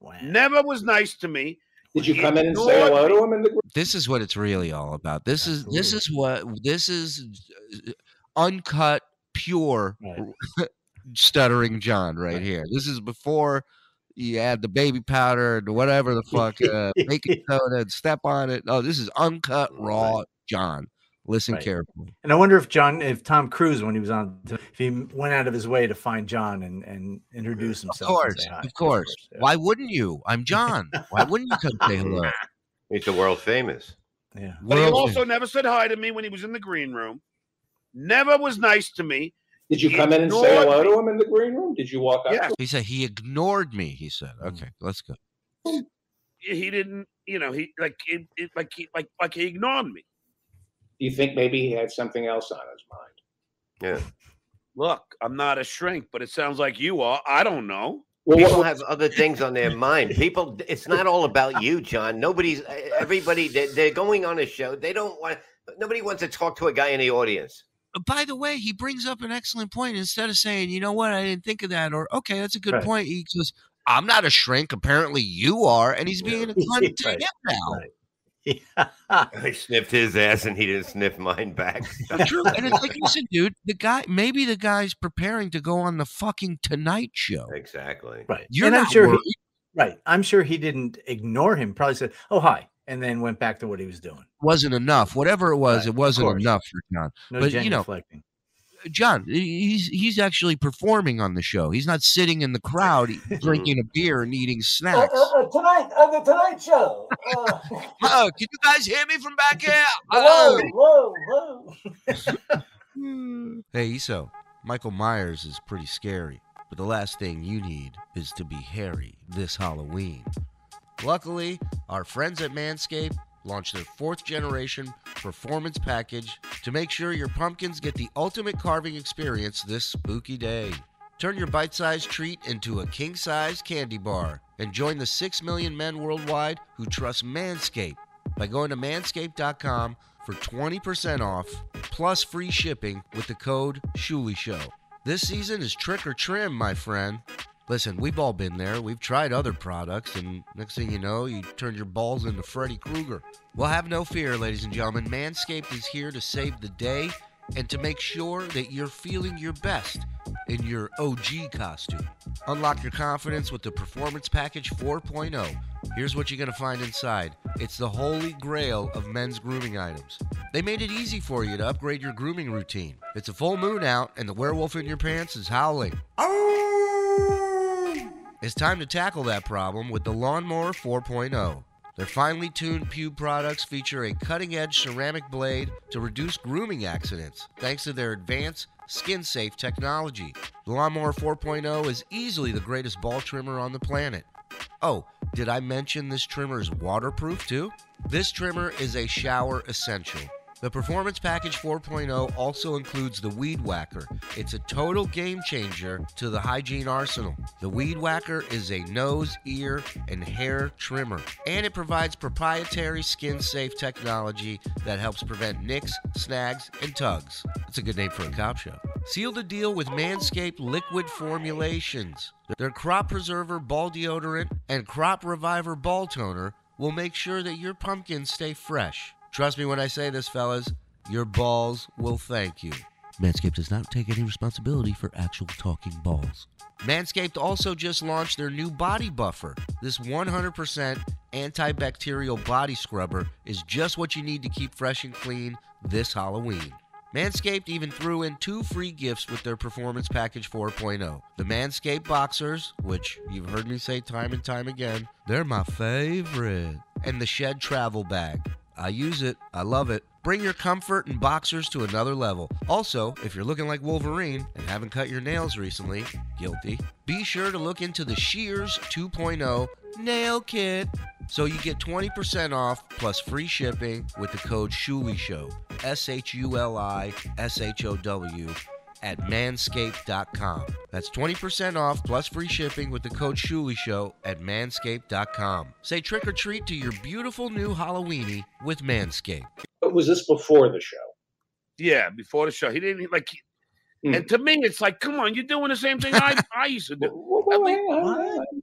Speaker 4: Wow.
Speaker 6: Never was nice to me.
Speaker 7: did you
Speaker 6: he
Speaker 7: come in and say
Speaker 6: ignored me.
Speaker 7: hello to him in the
Speaker 2: This is what it's really all about. This is this
Speaker 4: Absolutely.
Speaker 2: is what this is uh, uncut, pure
Speaker 4: Right.
Speaker 2: stuttering John right, here. This is before you add the baby powder and Oh, whatever the fuck, uh, baking soda and step on it. No, this is uncut, raw John. Listen
Speaker 4: Right.
Speaker 2: carefully.
Speaker 4: And I wonder if John, if Tom Cruise, when he was on, *laughs* if he went out of his way to find John and and introduce
Speaker 2: Of
Speaker 4: himself. and
Speaker 2: course,
Speaker 4: say hi.
Speaker 2: of course.
Speaker 4: yeah.
Speaker 2: Why wouldn't you? I'm John. Why wouldn't you come say hello?
Speaker 3: He's the world famous.
Speaker 4: Yeah. *laughs*
Speaker 6: But he
Speaker 2: World-
Speaker 6: also never said hi to me when he was in the green room. Never was nice to me.
Speaker 7: Did you come in and say
Speaker 6: Ignored
Speaker 7: hello
Speaker 6: me.
Speaker 7: to him in the green room? Did you walk up?
Speaker 6: Yeah.
Speaker 7: to him?
Speaker 2: he said he ignored me. He said,
Speaker 4: Mm.
Speaker 2: "Okay, let's go."
Speaker 6: He didn't, you know, he like it, it, like he like like he ignored me.
Speaker 7: Do you think maybe he had something else on his mind?
Speaker 6: Look, I'm not a shrink, but it sounds like you are. I don't know.
Speaker 7: Well,
Speaker 3: People
Speaker 7: what-
Speaker 3: have other things on their mind. People, it's not all about you, John. Nobody's, e, everybody, they're, they're going on a show. They don't want, nobody wants to talk to a guy in the *laughs* audience.
Speaker 2: Uh, By the way, he brings up an excellent point. Instead of saying, "You know what? I didn't think of that," or "Okay, that's a good
Speaker 4: Right.
Speaker 2: point," he goes, "I'm not a shrink. Apparently, you are," and he's
Speaker 4: Yeah.
Speaker 2: being a cunt to
Speaker 4: *laughs* Right.
Speaker 2: him now.
Speaker 4: Right. Yeah.
Speaker 3: I sniffed his ass and he didn't sniff mine *laughs* back.
Speaker 2: True. And it's
Speaker 4: *laughs*
Speaker 2: like, listen, dude, the guy, maybe the guy's preparing to go on the fucking Tonight Show.
Speaker 3: exactly.
Speaker 4: Right.
Speaker 2: You're
Speaker 4: and
Speaker 2: not
Speaker 4: I'm sure
Speaker 2: worried.
Speaker 4: he, right. I'm sure he didn't ignore him. Probably said, "Oh, hi." And then went back to what he was doing.
Speaker 2: wasn't enough. Whatever it was,
Speaker 4: Right,
Speaker 2: it
Speaker 4: of
Speaker 2: wasn't
Speaker 4: course.
Speaker 2: enough for John.
Speaker 4: No
Speaker 2: But, you know,
Speaker 4: genuflecting.
Speaker 2: John, he's he's actually performing on the show. He's not sitting in the crowd
Speaker 4: *laughs*
Speaker 2: e- drinking a beer and
Speaker 4: Oh,
Speaker 2: eating snacks.
Speaker 9: tonight on the Tonight Show. Uh,
Speaker 2: Oh, can you guys hear me from back here?
Speaker 9: hello,
Speaker 2: Hello.
Speaker 9: hello, hello.
Speaker 2: Hey, Iso, Michael Myers is pretty scary, but the last thing you need is to be hairy this Halloween. Luckily, our friends at Manscaped launched their fourth generation performance package to make sure your pumpkins get the ultimate carving experience this spooky day. Turn your bite sized treat into a king sized candy bar and join the 6 million men worldwide who trust Manscaped by going to manscaped.com for 20% off plus free shipping with the code ShuliShow. This season is trick or trim, my friend. Listen, we've all been there. We've tried other products, and next thing you know, you turn your balls into Freddy Krueger. Well, have no fear, ladies and gentlemen. Manscaped is here to save the day and to make sure that you're feeling your best in your OG costume. Unlock your confidence with the Performance Package 4.0. Here's what you're going to find inside it's the holy grail of men's grooming items. They made it easy for you to upgrade your grooming routine. It's a full moon out, and the werewolf in your pants is howling. It's time to tackle that problem with the Lawnmower 4.0. Their finely tuned pube products feature a cutting edge ceramic blade to reduce grooming accidents thanks to their advanced skin safe technology. The Lawnmower 4.0 is easily the greatest ball trimmer on the planet. Oh, did I mention this trimmer is waterproof too? This trimmer is a shower essential. The Performance Package 4.0 also includes the Weed Whacker. It's a total game changer to the hygiene arsenal. The Weed Whacker is a nose, ear, and hair trimmer, and it provides proprietary skin safe technology that helps prevent nicks, snags, and tugs. That's a good name for a cop show. Seal the deal with Manscaped Liquid Formulations. Their Crop Preserver Ball Deodorant and Crop Reviver Ball Toner will make sure that your pumpkins stay fresh. Trust me when I say this, fellas, your balls will thank you. Manscaped does not take any responsibility for actual talking balls. Manscaped also just launched their new body buffer. This 100% antibacterial body scrubber is just what you need to keep fresh and clean this Halloween. Manscaped even threw in two free gifts with their Performance Package 4.0. The Manscaped Boxers, which you've heard me say time and time again, they're my favorite. And the Shed Travel Bag. I use it, I love it. Bring your comfort and boxers to another level. Also, if you're looking like Wolverine and haven't cut your nails recently, guilty, be sure to look into the Shears 2.0 Nail Kit. So you get 20% off plus free shipping with the code SHULISHOW, S H U L I S H O W, at manscaped.com. That's 20% off plus free shipping with the code SHULISHOW at manscaped.com. Say trick or treat to your beautiful new Halloweeny with Manscaped.
Speaker 7: But was this before the show?
Speaker 6: Yeah, before the show, he didn't like. he-
Speaker 7: Hmm.
Speaker 6: And to me, it's like, come on, you're doing the same thing I, I used to
Speaker 7: *laughs*
Speaker 6: do.
Speaker 7: Well, well,
Speaker 6: mean,
Speaker 7: hang on, hang on.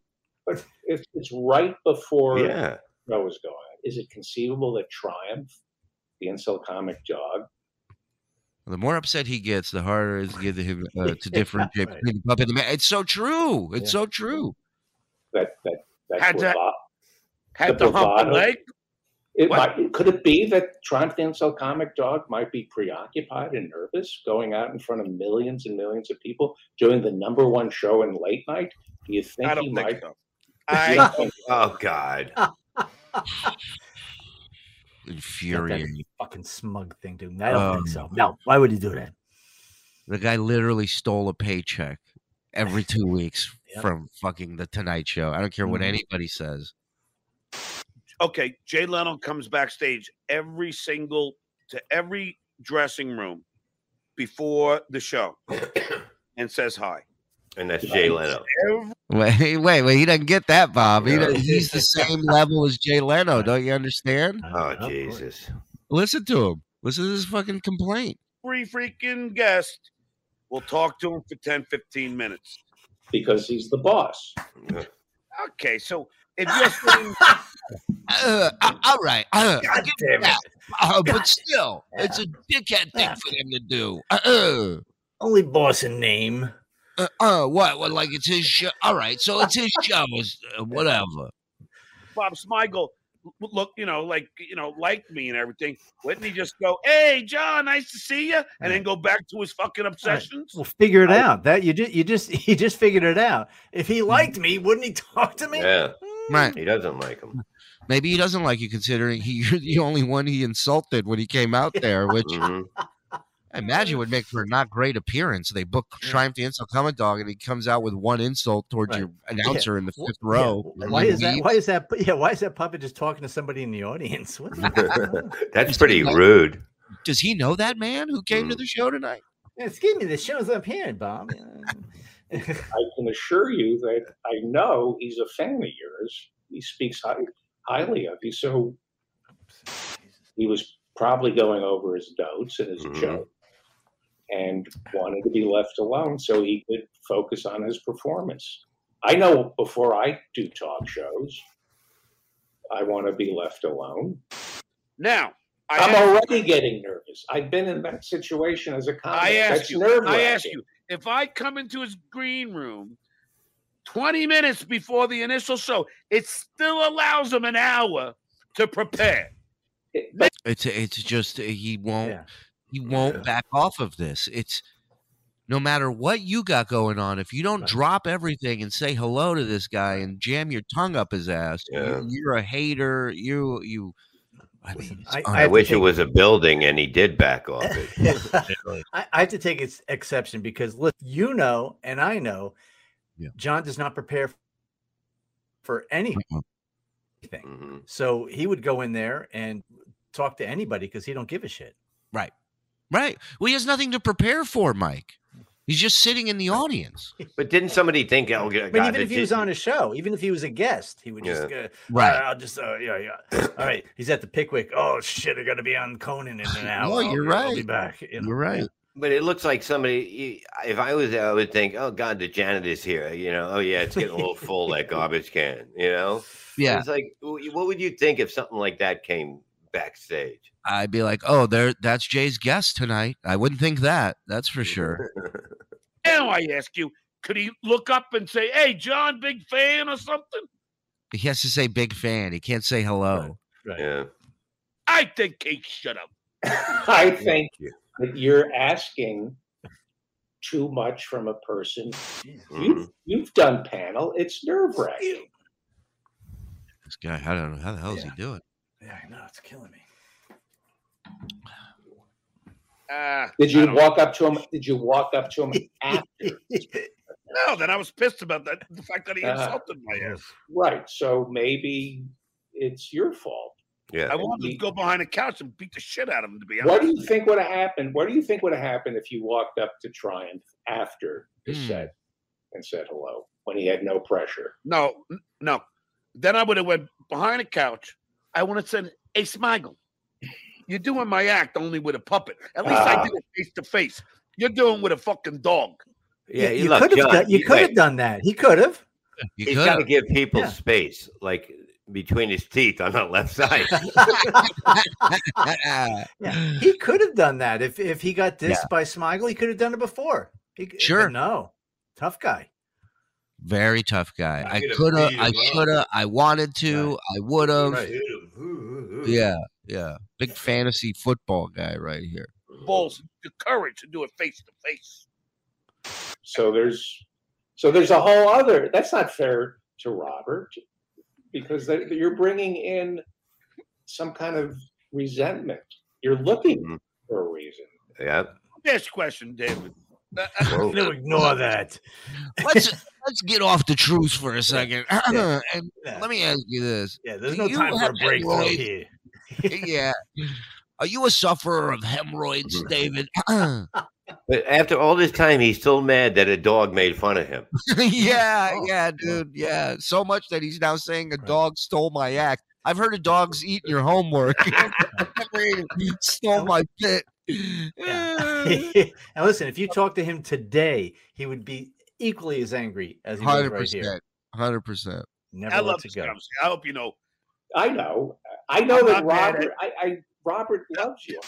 Speaker 7: But it's, it's right before
Speaker 3: Yeah.
Speaker 7: the show is going. Is it conceivable that Triumph, the incel comic dog,
Speaker 2: The more upset he gets, the harder it is to get him uh, to *laughs* differentiate
Speaker 4: Right.
Speaker 2: between the puppet and the man. It's so true. It's
Speaker 4: Yeah.
Speaker 2: so true.
Speaker 7: that that that's
Speaker 6: Had
Speaker 7: what
Speaker 6: that-
Speaker 7: Bob,
Speaker 6: Had the hump
Speaker 7: bravado.
Speaker 6: leg.
Speaker 7: It
Speaker 3: What?
Speaker 7: might, could it be that trying to sell comic dog might be preoccupied and nervous, going out in front of millions and millions of people, doing the number one show in late night? Do you think
Speaker 6: I
Speaker 7: he
Speaker 6: don't think
Speaker 7: might? *laughs*
Speaker 6: so.
Speaker 7: Yeah.
Speaker 6: I
Speaker 3: Oh God.
Speaker 2: Infuriating.
Speaker 4: Fucking smug thing, dude. I don't think
Speaker 2: Um,
Speaker 4: so. No, why would he do that?
Speaker 2: The guy literally stole a paycheck every two *laughs* weeks
Speaker 4: Yep.
Speaker 2: from fucking the Tonight Show. I don't care what
Speaker 4: Mhm.
Speaker 2: anybody says.
Speaker 6: okay. Jay Leno comes backstage every single to every dressing room before the show and says hi.
Speaker 3: And that's Jay Leno.
Speaker 6: Every,
Speaker 2: Wait, *laughs* wait, wait. He doesn't get that, Bob. He
Speaker 3: Yeah.
Speaker 2: doesn't- he's the same level as Jay *laughs* Leno. Don't you understand?
Speaker 3: Oh
Speaker 4: Of course.
Speaker 3: Jesus.
Speaker 2: Listen to him. Listen to this fucking complaint.
Speaker 6: every freaking guest will talk to him for 10, 15 minutes.
Speaker 7: Because he's the boss.
Speaker 6: Okay, so if you're saying
Speaker 2: Uh, uh, all right. Uh,
Speaker 4: God damn it.
Speaker 2: that. uh, but still, it's a dickhead thing for them to do. Uh,
Speaker 4: Only boss in name.
Speaker 2: uh, uh, uh, what? What? Like it's his show? All right. So it's *laughs* his show. It's, uh, whatever.
Speaker 6: Bob Smigel w- look, you know, like you know, liked me and everything, wouldn't he just go, "Hey, John, nice to see you," and then go back to his fucking obsessions?
Speaker 4: Well, figure it out. That you just you just *laughs* he just figured it out. If he liked me, wouldn't he talk to me?
Speaker 3: Yeah.
Speaker 2: Right.
Speaker 3: He doesn't like *laughs* him.
Speaker 2: Maybe he doesn't like you, considering he, *laughs* you're the only one he insulted when he came out there, which *laughs*
Speaker 3: Mhm.
Speaker 2: I imagine would make for a not great appearance. They book Triumph the Insult Common Dog, and he comes out with one insult towards
Speaker 4: Right.
Speaker 2: your announcer in the
Speaker 4: Wh-
Speaker 2: fifth
Speaker 4: yeah,
Speaker 2: row.
Speaker 4: wh-
Speaker 2: with
Speaker 4: Why
Speaker 2: one
Speaker 4: is that?
Speaker 2: knee.
Speaker 4: Why is that? Yeah, why is that puppet just talking to somebody in the audience? What
Speaker 2: *laughs*
Speaker 4: the
Speaker 3: *laughs* That's pretty rude.
Speaker 2: Does he know that man who came to the show tonight?
Speaker 4: Yeah, Excuse me, the show's up here, Bob. *laughs*
Speaker 7: I can assure you that I know he's a fan of yours. He speaks high, highly of you. So he was probably going over his notes and his
Speaker 3: Mhm.
Speaker 7: joke and wanted to be left alone so he could focus on his performance. I know before I do talk shows, I want to be left alone.
Speaker 6: Now, I
Speaker 7: I'm
Speaker 6: ask-
Speaker 7: already getting nervous. I've been in that situation as a comic.
Speaker 6: I ask
Speaker 7: That's
Speaker 6: you, I
Speaker 7: nerve-wracking.
Speaker 6: ask you, if I come into his green room 20 minutes before the initial show, it still allows him an hour to prepare.
Speaker 7: It-
Speaker 2: It's it's just uh, he won't
Speaker 4: Yeah.
Speaker 2: he won't back off of this. It's no matter what you got going on, if you don't
Speaker 4: Right.
Speaker 2: drop everything and say hello to this guy and jam your tongue up his ass,
Speaker 3: Yeah.
Speaker 2: you, you're a hater. You you. I
Speaker 4: Listen,
Speaker 2: mean, it's
Speaker 4: I-
Speaker 2: un-
Speaker 4: I
Speaker 3: I,
Speaker 4: have to
Speaker 3: wish it
Speaker 4: take-
Speaker 3: was a building and he did back *laughs* off it.
Speaker 4: *laughs* I, I have to take ex- exception because look, you know, and I know,
Speaker 2: Yeah.
Speaker 4: John does not prepare for anything.
Speaker 2: Uh-uh.
Speaker 3: Mhm.
Speaker 4: So he would go in there and talk to anybody because he don't give a shit.
Speaker 2: *laughs* right. Well, he has nothing to prepare for, Mike. He's just sitting in the
Speaker 4: *laughs*
Speaker 2: audience.
Speaker 3: But didn't somebody think, oh,
Speaker 4: I mean, even if he was on a show, even if he was a guest, he would just go,
Speaker 2: Right.
Speaker 4: "Uh, I'll just, uh, yeah, yeah. All right, he's at the Pickwick. Oh shit, I got to be on Conan in *laughs* an hour.
Speaker 2: No,
Speaker 4: I'll
Speaker 2: you're
Speaker 4: be- I'll be
Speaker 2: right.
Speaker 4: back. you know.
Speaker 2: You're right.
Speaker 3: But it looks like somebody. If I was there, I would think, "Oh God, the janitor's here." You know, oh yeah, it's getting a little full
Speaker 4: *laughs*
Speaker 3: that garbage can. You know,
Speaker 2: Yeah.
Speaker 3: It's like, w- what would you think if something like that came backstage?
Speaker 2: I'd be like, oh, there, that's Jay's guest tonight. I wouldn't think that. That's for sure.
Speaker 3: *laughs*
Speaker 6: Now I ask you, could he look up and say, "Hey, John, big fan" or something?
Speaker 2: He has to say big fan. He can't say hello.
Speaker 4: Right.
Speaker 3: yeah.
Speaker 6: I think he should have.
Speaker 7: *laughs* I think that you're asking too much from a person.
Speaker 3: Mhm.
Speaker 6: Mm-hmm.
Speaker 7: You've, you've done panel. It's nerve wracking.
Speaker 2: This guy, I don't know how the hell is he doing.
Speaker 4: Yeah, I know it's killing me. *laughs*
Speaker 6: Ah,
Speaker 7: Did
Speaker 6: I
Speaker 7: you
Speaker 6: don't
Speaker 7: walk up to him? Did you walk up
Speaker 6: *laughs*
Speaker 7: to him after?
Speaker 6: No, then I was pissed about that. The fact that he
Speaker 7: Ah.
Speaker 6: insulted my ass.
Speaker 7: Right. So maybe it's your fault.
Speaker 3: yeah.
Speaker 6: I wanted to go behind the couch and beat the shit out of him. To be honest,
Speaker 7: What do you think would have happened? What do you think would have happened if you walked up to Triumph after the
Speaker 2: Hmm.
Speaker 7: set and said hello when he had no pressure?
Speaker 6: No, n- no. Then I would have went behind the couch. I would have said, "Hey, Smigel, you're doing my act only with a puppet. At least
Speaker 7: Ah.
Speaker 6: I did it face to face. You're doing with a fucking dog."
Speaker 3: yeah,
Speaker 4: you,
Speaker 3: you love
Speaker 4: could have
Speaker 3: John.
Speaker 4: done, you
Speaker 3: He-
Speaker 4: could
Speaker 3: wait,
Speaker 4: have done that. He could have.
Speaker 2: You
Speaker 3: He's
Speaker 2: could.
Speaker 3: got to give people
Speaker 4: Yeah.
Speaker 3: space, like between his teeth on the left
Speaker 4: *laughs*
Speaker 3: side.
Speaker 4: Yeah, he could have done that if if he got dissed by Smigel. He could have done it before. He, c- but
Speaker 2: Sure.
Speaker 4: no, tough guy.
Speaker 2: Very tough guy.
Speaker 3: I
Speaker 2: I
Speaker 3: could've
Speaker 2: could have.
Speaker 3: beat
Speaker 2: I
Speaker 3: him up.
Speaker 2: should have. I wanted to. I would have.
Speaker 4: Right. *laughs*
Speaker 2: Yeah, yeah. Big fantasy football guy right here.
Speaker 6: balls, the courage to do it face to face.
Speaker 7: So there's so there's a whole other. That's not fair to Robert because that, you're bringing in some kind of resentment. You're looking
Speaker 6: Mm-hmm.
Speaker 7: for a reason.
Speaker 3: Mm-hmm. Yeah.
Speaker 6: This question, David. Uh,
Speaker 3: Whoa.
Speaker 4: No, ignore that. *laughs*
Speaker 2: Let's let's get off the truth for a second.
Speaker 4: Yeah.
Speaker 2: *laughs* and
Speaker 4: Yeah.
Speaker 2: let me ask you
Speaker 4: *laughs*
Speaker 2: this:
Speaker 4: Yeah, there's
Speaker 2: Do
Speaker 4: no
Speaker 2: you
Speaker 4: time for
Speaker 2: have
Speaker 4: a breakthrough
Speaker 2: hemorrhoids?
Speaker 4: here.
Speaker 2: Yeah, are you a sufferer of hemorrhoids,
Speaker 4: Mm-hmm.
Speaker 3: Mhm.
Speaker 2: David?
Speaker 3: But after all this time, he's still mad that a dog made fun of him.
Speaker 2: yeah, yeah, dude. Yeah. So much that he's now saying a dog stole my act. I've heard of dogs eating your homework. *laughs* stole my bit. *laughs* Eh,
Speaker 4: *laughs* and listen, if you talk to him today, he would be equally as angry as he was
Speaker 2: Hundred
Speaker 4: right here.
Speaker 2: percent. Hundred percent.
Speaker 6: I
Speaker 4: Never
Speaker 6: love
Speaker 4: let it
Speaker 6: this
Speaker 4: go.
Speaker 6: conversation. I hope you know.
Speaker 7: I know. I know that
Speaker 6: not mad at-
Speaker 7: Robert. I, I Robert loves you.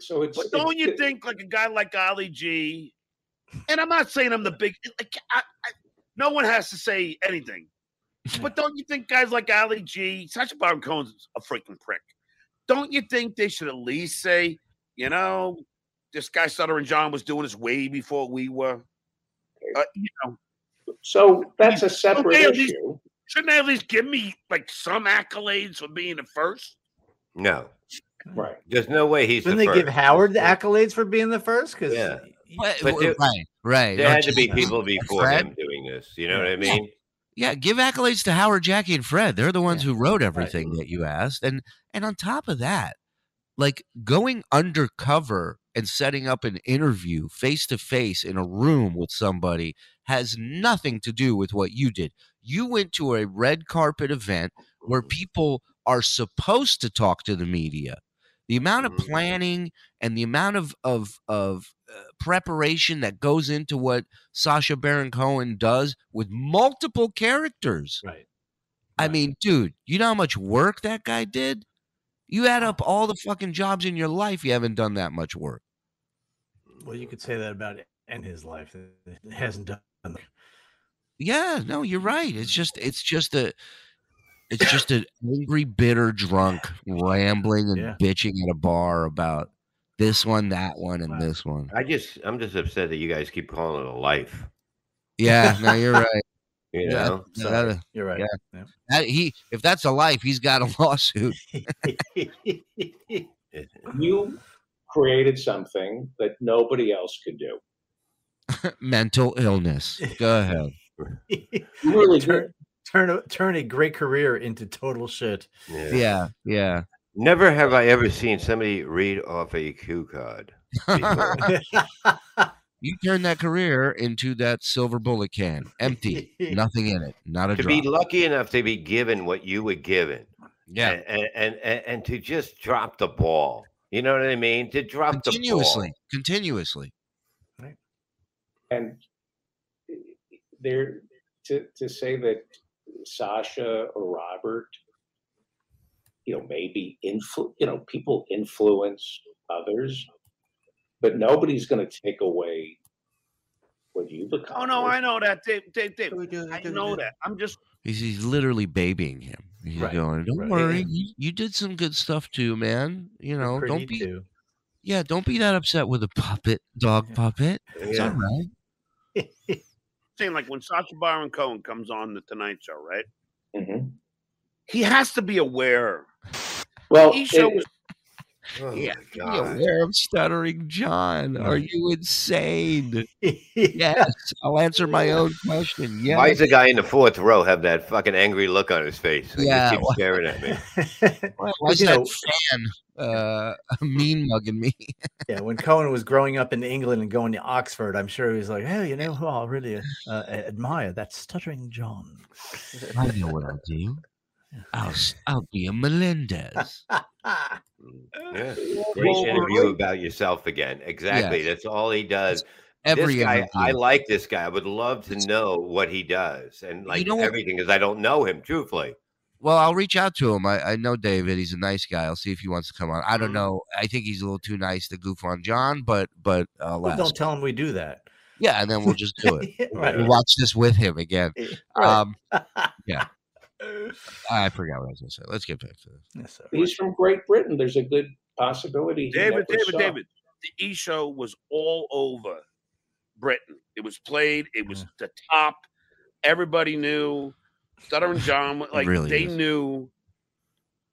Speaker 7: So it's.
Speaker 6: But don't you
Speaker 7: it's-
Speaker 6: think like a guy like Ali G, and I'm not saying I'm the big. Like, I, I, no one has to say anything. But don't you think guys like Ali G, Sacha Baron Cohen's a freaking prick? Don't you think they should at least say, you know, this guy Sutter and John was doing this way before we were? Uh, you know,
Speaker 7: So that's a separate
Speaker 6: Okay, at least-
Speaker 7: issue.
Speaker 6: shouldn't they at least give me like some accolades for being the first?
Speaker 3: No,
Speaker 7: Right.
Speaker 3: there's no way he's.
Speaker 4: Didn't
Speaker 3: the
Speaker 4: they
Speaker 3: first.
Speaker 4: give Howard the accolades for being the first? Because
Speaker 3: Yeah.
Speaker 2: But,
Speaker 3: But
Speaker 2: w-
Speaker 3: there-
Speaker 2: right, right.
Speaker 3: There
Speaker 2: Don't
Speaker 3: had to
Speaker 2: you
Speaker 3: be
Speaker 2: think-
Speaker 3: people before
Speaker 2: Fred?
Speaker 3: him doing this. You know what I
Speaker 2: Yeah.
Speaker 3: mean?
Speaker 2: Yeah, give accolades to Howard, Jackie, and Fred. They're the ones who wrote everything that you asked. And and on top of that, like going undercover and setting up an interview face to face in a room with somebody has nothing to do with what you did. You went to a red carpet event where people are supposed to talk to the media. The amount of
Speaker 3: Mhm.
Speaker 2: planning and the amount of of of uh, preparation that goes into what Sasha Baron Cohen does with multiple characters.
Speaker 4: Right.
Speaker 2: I
Speaker 4: Right.
Speaker 2: mean, dude, you know how much work that guy did? You add up all the fucking jobs in your life, you haven't done that much work.
Speaker 4: Well, you could say that about it and his life. It hasn't done. that.
Speaker 2: Yeah, no, you're right. It's just it's just a it's just an angry, bitter drunk rambling and
Speaker 4: Yeah.
Speaker 2: bitching at a bar about this one, that one, and
Speaker 4: Wow.
Speaker 2: this
Speaker 4: *laughs*
Speaker 2: one.
Speaker 3: I just, I'm just upset that you guys keep calling it a life.
Speaker 2: Yeah, no, you're right.
Speaker 3: You
Speaker 2: Yeah,
Speaker 3: know,
Speaker 2: that-
Speaker 4: sorry.
Speaker 2: that-
Speaker 4: You're right.
Speaker 2: that- he if that's a life, he's got a *laughs* lawsuit.
Speaker 7: You created something that nobody else could do.
Speaker 2: Mental illness. Go ahead.
Speaker 4: *laughs*
Speaker 7: You really did.
Speaker 4: turn, turn a turn a great career into total shit.
Speaker 3: yeah.
Speaker 2: Yeah, yeah.
Speaker 3: Never have I ever seen somebody read off a cue card. before.
Speaker 2: You turn that career into that silver bullet can,
Speaker 4: *laughs*
Speaker 2: empty, nothing in it, not a
Speaker 3: *laughs* to
Speaker 2: drop.
Speaker 3: be lucky enough to be given what you were given,
Speaker 2: yeah,
Speaker 3: and, and and and to just drop the ball. You know what I mean? To drop the
Speaker 2: continuously, continuously.
Speaker 7: and there to to say that Sasha or Robert, you know, maybe influ you know, people influence others, but nobody's going to take away what you've accomplished.
Speaker 6: Oh no, I know that, Dave. Dave, Dave. I know that. I'm just
Speaker 2: He's, he's literally babying him. He's
Speaker 4: Right,
Speaker 2: going, "Don't
Speaker 4: right.
Speaker 2: worry, you, you did some good stuff too, man. You know, don't be,
Speaker 4: Too.
Speaker 2: yeah, don't be that upset with a puppet, dog
Speaker 4: Yeah.
Speaker 2: puppet.
Speaker 3: ball.
Speaker 2: It's all right.
Speaker 6: saying like when Sacha Baron Cohen comes on the Tonight Show, right?
Speaker 7: Mhm.
Speaker 6: He has to be aware.
Speaker 7: Well,
Speaker 6: He show
Speaker 7: it-
Speaker 6: was
Speaker 3: Oh,
Speaker 2: Yeah,
Speaker 3: my
Speaker 2: Be
Speaker 3: God.
Speaker 2: aware of stuttering John. Are you insane? *laughs*
Speaker 4: *laughs* yeah.
Speaker 2: Yes, I'll answer my own question.
Speaker 3: Why
Speaker 2: Yes,
Speaker 3: does the guy in the fourth row have that fucking angry look on his face? He
Speaker 2: Yeah,
Speaker 3: just keeps
Speaker 2: well-
Speaker 3: staring
Speaker 2: *laughs*
Speaker 3: at me.
Speaker 2: why
Speaker 4: But,
Speaker 2: is
Speaker 4: you
Speaker 2: that
Speaker 4: know-
Speaker 2: fan uh, *laughs* mean mugging me?
Speaker 4: yeah, when Cohen was growing up in England and going to Oxford, I'm sure he was like, "Hey, you know who I really uh, uh, admire? That stuttering John."
Speaker 2: I know what I'll do. I'll
Speaker 4: *laughs*
Speaker 2: s- I'll be a Melendez.
Speaker 4: Ah,
Speaker 3: Mm. Yeah. Great interview about yourself again. Exactly. That's all he does.
Speaker 2: Every
Speaker 3: this guy, I
Speaker 2: interview.
Speaker 3: like this guy. I would love to
Speaker 2: It's-
Speaker 3: know what he does and like
Speaker 2: know what-
Speaker 3: everything because I don't know him truthfully.
Speaker 2: well, I'll reach out to him. I, I know David. He's a nice guy. I'll see if he wants to come on. I
Speaker 4: Mm-hmm.
Speaker 2: don't know. I think he's a little too nice to goof on John, but but uh, I'll
Speaker 4: well,
Speaker 2: ask.
Speaker 4: don't tell him we do that. *laughs*
Speaker 2: Yeah, and then we'll just do it.
Speaker 4: right.
Speaker 2: We'll watch this with him again.
Speaker 4: *laughs* right.
Speaker 2: Um, yeah. I forgot what I was going to say. Let's get back to this.
Speaker 4: Yes, sir.
Speaker 7: He's from Great Britain. There's a good possibility. he
Speaker 6: David,
Speaker 7: never
Speaker 6: David,
Speaker 7: saw.
Speaker 6: David. The E show was all over Britain. It was played. It was the top. Everybody knew. Stutter and John, were- like
Speaker 2: really
Speaker 6: they
Speaker 2: is.
Speaker 6: knew.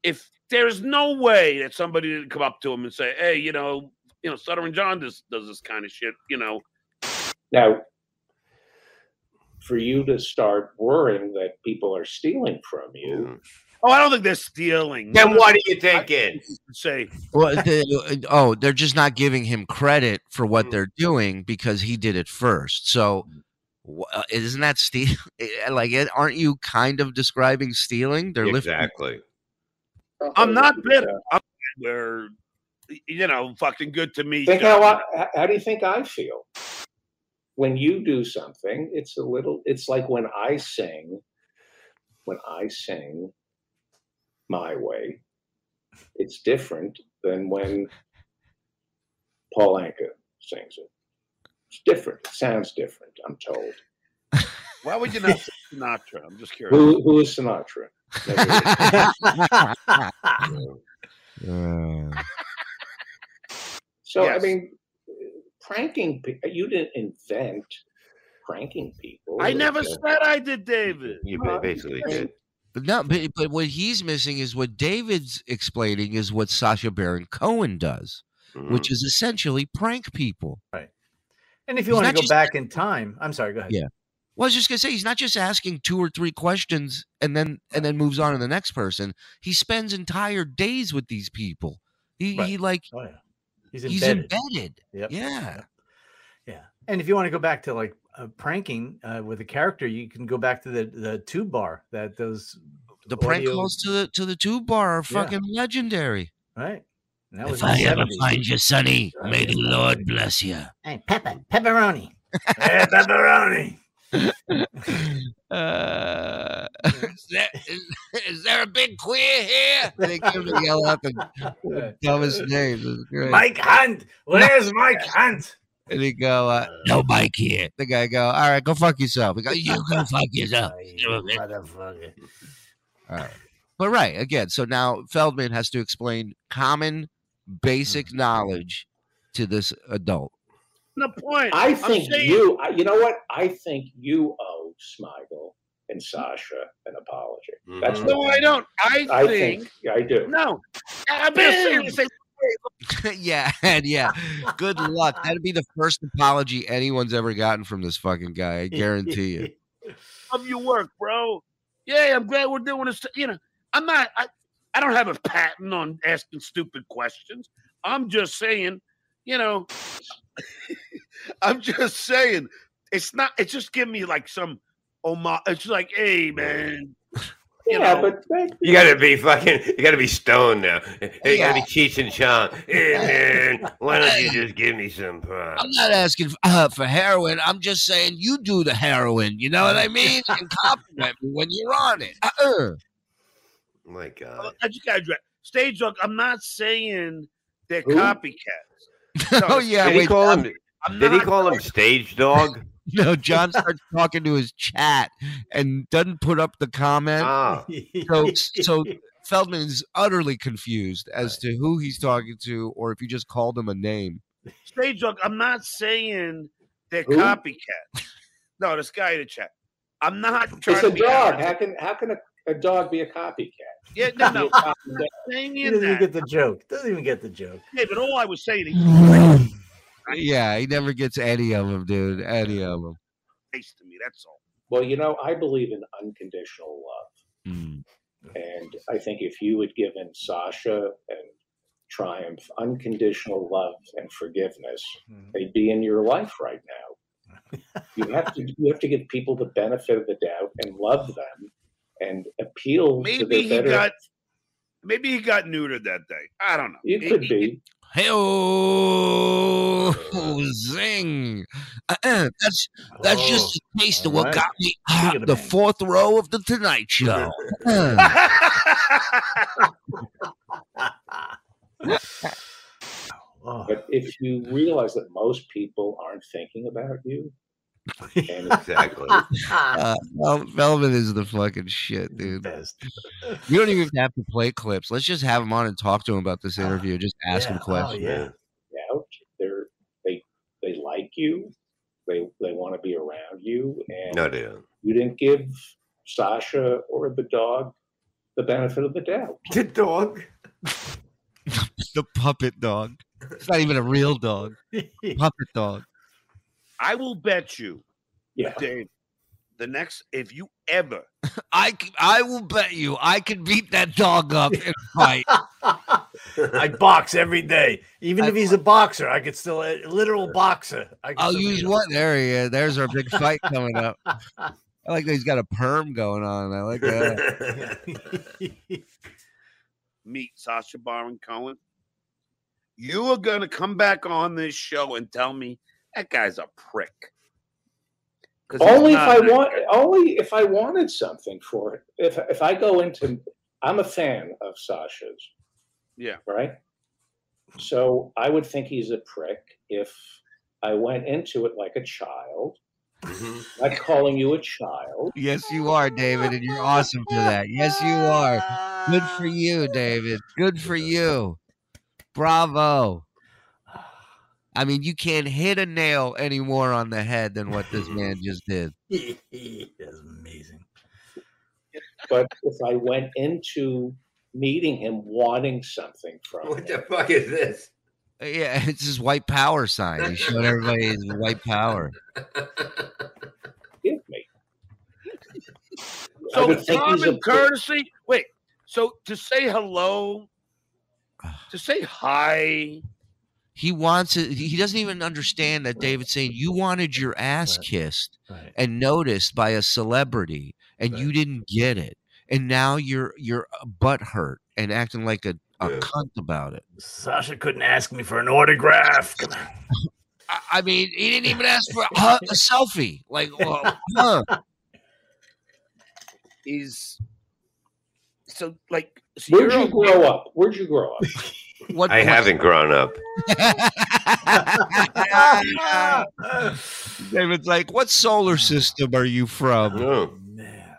Speaker 6: If there's no way that somebody didn't come up to him and say, "Hey, you know, you know, Stutter and John does does this kind of shit," you know,
Speaker 7: Now, for you to start worrying that people are stealing from
Speaker 3: Mm.
Speaker 7: you,
Speaker 6: oh, I don't think they're stealing.
Speaker 3: Then
Speaker 6: None of
Speaker 3: what are
Speaker 6: them
Speaker 3: you thinking?
Speaker 6: Say
Speaker 2: Well, the, oh, they're just not giving him credit for what they're doing because he did it first. So, wh- uh, isn't that *laughs* steal? Like, it- aren't you kind of describing stealing? They're lifting.
Speaker 3: Exactly.
Speaker 6: I'm not bitter. I'm we're you know fucking good to me.
Speaker 7: Think
Speaker 6: John.
Speaker 7: how, I, h- how do you think I feel when you do something? It's a little. It's like when I sing. When I sing my way, it's different than when Paul Anka sings it. It's different. It sounds different. I'm told.
Speaker 6: Why would you not say Sinatra? I'm just curious.
Speaker 7: Who who is Sinatra? Never-
Speaker 2: *laughs*
Speaker 6: *laughs*
Speaker 2: Uh,
Speaker 7: So
Speaker 6: Yes.
Speaker 7: I mean, pranking. pe- You didn't invent pranking people.
Speaker 6: I never
Speaker 7: It's, uh,
Speaker 6: said I did, David.
Speaker 3: You
Speaker 7: Well,
Speaker 3: basically
Speaker 7: I mean,
Speaker 3: did.
Speaker 2: but no, but, eh, but what he's missing is what David's explaining is what Sasha Baron Cohen does,
Speaker 3: Mhm.
Speaker 2: which is essentially prank people.
Speaker 4: And if
Speaker 2: He's
Speaker 4: you want to
Speaker 2: not
Speaker 4: go
Speaker 2: just-
Speaker 4: back in time, I'm sorry, go ahead.
Speaker 2: Yeah. Well, I was just gonna say he's not just asking two or three questions and then and then moves on to the next person. He spends entire days with these people. He,
Speaker 4: Right.
Speaker 2: he like
Speaker 4: Oh yeah. He's
Speaker 2: he's
Speaker 4: embedded.
Speaker 2: embedded.
Speaker 4: Yep.
Speaker 2: Yeah.
Speaker 4: Yeah. And if you want to go back to like uh, pranking uh, with a character, you can go back to the the tube bar that those
Speaker 2: The prank
Speaker 4: audio-
Speaker 2: calls to the to the tube bar are
Speaker 4: Yeah.
Speaker 2: fucking legendary.
Speaker 4: right. And that was
Speaker 2: If
Speaker 4: in the
Speaker 2: I ever
Speaker 4: 70s.
Speaker 2: find you, Sonny,
Speaker 4: Right.
Speaker 2: may the Lord bless
Speaker 4: *laughs*
Speaker 2: you.
Speaker 9: Hey, Pepper, pepperoni.
Speaker 4: Hey, pepperoni.
Speaker 2: Uh, is, there, is, is there a big queer here? They give him yell out the dumbest names.
Speaker 4: *laughs*
Speaker 2: It's great.
Speaker 4: Mike Hunt, where's Mike Hunt?
Speaker 2: And he go, uh, no bike here. The guy go, all right, go fuck yourself. He go, you go fuck yourself.
Speaker 9: Oh, you
Speaker 2: Yeah, man.
Speaker 9: motherfucker.
Speaker 2: But right, again, so now Feldman has to explain common basic knowledge to this adult. *laughs*
Speaker 6: The point.
Speaker 7: I
Speaker 6: I'm
Speaker 7: think
Speaker 6: saying-
Speaker 7: you. I, you know what? I think you owe Smigel and Sasha an apology. That's
Speaker 3: Mhm.
Speaker 6: No,
Speaker 7: what
Speaker 6: I don't. I,
Speaker 7: I
Speaker 6: think,
Speaker 7: think. I do.
Speaker 6: no. I've been saying this.
Speaker 2: yeah, and yeah. Good luck. That'd be the first apology anyone's ever gotten from this fucking guy. I guarantee
Speaker 4: *laughs*
Speaker 2: you.
Speaker 6: Love your work, bro. Yeah, I'm glad we're doing this. You know, I'm not. I, I don't have a patent on asking stupid questions. I'm just saying. You know, *laughs* I'm just saying. It's not. It's just giving me like some. Oh my! It's like, hey man, you
Speaker 7: yeah,
Speaker 6: know.
Speaker 7: but that,
Speaker 3: You gotta be fucking. You gotta be stoned now. Hey, you gotta
Speaker 2: Yeah.
Speaker 3: be Cheech and Chong. Hey man, why don't you just give me some prom?
Speaker 2: I'm not asking uh, for heroin. I'm just saying you do the heroin. You know what I mean? And compliment me when you're on it. Uh-uh.
Speaker 3: My
Speaker 6: Uh,
Speaker 3: God.
Speaker 6: I just gotta dra- stage drug. I'm not saying they're
Speaker 7: Who?
Speaker 6: copycats. No,
Speaker 2: oh
Speaker 6: it's-
Speaker 2: yeah,
Speaker 3: Did he
Speaker 2: wait.
Speaker 3: call him?
Speaker 6: I'm
Speaker 3: Did he
Speaker 6: not-
Speaker 3: call him
Speaker 2: *laughs*
Speaker 3: stage dog?
Speaker 2: No, John starts talking to his chat and doesn't put up the comment.
Speaker 3: Ah,
Speaker 4: Uh,
Speaker 2: So,
Speaker 4: *laughs*
Speaker 2: so Feldman is utterly confused as to who he's talking to, or if you just called him a name.
Speaker 6: stage drug. I'm not saying they're
Speaker 7: Who?
Speaker 6: copycats. No, this guy in the chat. I'm not trying
Speaker 7: it's a
Speaker 6: to be out-
Speaker 7: dog. How can how can a, a dog be a copycat?
Speaker 6: Yeah, no,
Speaker 7: Be a
Speaker 6: no.
Speaker 7: copycat.
Speaker 6: saying
Speaker 4: He doesn't even
Speaker 6: that.
Speaker 4: get the joke. Doesn't even get the joke.
Speaker 6: yeah, but all I was saying is
Speaker 2: Yeah, he never gets any of them, dude. Any of them.
Speaker 6: nice to me. That's all.
Speaker 7: Well, you know, I believe in unconditional love,
Speaker 2: Hmm.
Speaker 7: and I think if you had given Sasha and Triumph unconditional love and forgiveness, they'd be in your life right now. You have to you have to give people the benefit of the doubt and love them and appeal to
Speaker 6: Maybe
Speaker 7: their
Speaker 6: he
Speaker 7: better.
Speaker 6: got. Maybe he got neutered that day. I don't know.
Speaker 7: it
Speaker 6: He-
Speaker 7: could
Speaker 6: he- *laughs*
Speaker 7: be.
Speaker 2: Hey, oh, zing. Uh-uh, that's *laughs* that's just a taste of what
Speaker 4: alright.
Speaker 2: got me ah,
Speaker 4: Speaking of
Speaker 2: the
Speaker 4: bang.
Speaker 2: fourth row of the
Speaker 4: *laughs*
Speaker 2: Tonight Show. Uh,
Speaker 4: Oh, Oh.
Speaker 2: *laughs*
Speaker 7: But if you realize that most people aren't thinking about you,
Speaker 2: *laughs*
Speaker 7: And
Speaker 3: Exactly.
Speaker 2: Uh, Vel- Velvet is the fucking shit, dude. You don't even Ah, have to, have to play clips. Let's just have him on and talk to him about this interview. Just ask him
Speaker 4: Yeah, oh,
Speaker 2: questions.
Speaker 4: yeah.
Speaker 7: out. They're they they like you. They they want to be around you. And
Speaker 3: No, they don't.
Speaker 7: you didn't give Sasha or the dog the benefit of the doubt.
Speaker 2: *laughs*
Speaker 4: The dog.
Speaker 2: The puppet dog. It's not even a real *laughs* dog. Puppet dog.
Speaker 6: I will bet you,
Speaker 7: Yeah.
Speaker 6: Dave, the next if you ever
Speaker 2: I c- I will bet you I can beat that dog up and *laughs* fight.
Speaker 4: I box every day. Even
Speaker 2: I
Speaker 4: if he's a boxer, I could still a literal boxer. I could
Speaker 2: I'll
Speaker 4: still
Speaker 2: use
Speaker 4: beat him. *laughs*
Speaker 2: one area. There's our big fight coming *laughs* up. I like that he's got a perm going on. I like that.
Speaker 6: meet Sasha Baron Cohen, you are going to come back on this show and tell me that guy's a prick. 'Cause he's
Speaker 7: Only if
Speaker 6: not
Speaker 7: I
Speaker 6: that
Speaker 7: want.
Speaker 6: good.
Speaker 7: Only if I wanted something for it. If if I go into, I'm a fan of Sasha's.
Speaker 6: Yeah.
Speaker 7: Right. So I would think he's a prick if I went into it like a child.
Speaker 3: Mhm.
Speaker 7: Not calling you a child.
Speaker 2: Yes, you are, David, and you're awesome for that. Yes, you are. Good for you, David. Good for you. Bravo. I mean, you can't hit a nail any more on the head than what this man just did.
Speaker 4: *laughs* That's amazing.
Speaker 7: But if I went into meeting him wanting something from
Speaker 3: What
Speaker 7: him,
Speaker 3: the fuck is this?
Speaker 2: Yeah, *laughs* it's his white power sign. He showed everybody his white power.
Speaker 7: give me. I
Speaker 6: So
Speaker 7: would think he's a
Speaker 6: common
Speaker 7: prick.
Speaker 6: courtesy. Wait. So to say hello, to say hi.
Speaker 2: He wants it. He doesn't even understand that David's saying you wanted your ass
Speaker 4: Right.
Speaker 2: kissed.
Speaker 4: Right.
Speaker 2: and noticed by a celebrity and you didn't get it and now you're you're butt hurt and acting like a, a
Speaker 3: Yeah.
Speaker 2: cunt about it
Speaker 4: Sasha couldn't ask me for an autograph. Come on.
Speaker 2: i, I mean he didn't even ask for a, hu- a selfie like *laughs* well, huh.
Speaker 6: Is so like. So
Speaker 7: Where'd
Speaker 6: you're
Speaker 7: you
Speaker 6: okay-
Speaker 7: grow up? Where'd you grow up?
Speaker 2: what *laughs*
Speaker 3: I haven't grown up.
Speaker 2: Ah!
Speaker 4: *laughs*
Speaker 2: david's like what solar system are you from
Speaker 3: No.
Speaker 4: Oh, Man.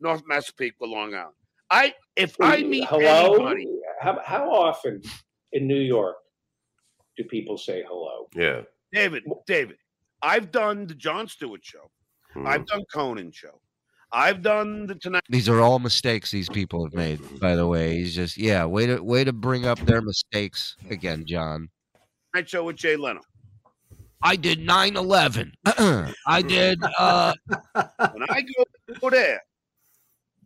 Speaker 6: North Massapequa, Long Island. I if I meet
Speaker 7: hello.
Speaker 6: anybody,
Speaker 7: How, how often in New York do people say hello?
Speaker 3: Yeah.
Speaker 6: David, David, I've done the John Stewart show. I've done Conan show. I've done the Tonight.
Speaker 2: these are all mistakes these people have made by the way he's just yeah way to way to bring up their mistakes again john
Speaker 6: Tonight Show with Jay Leno.
Speaker 2: I did 9 11. I did. Uh,
Speaker 6: When I go, go there,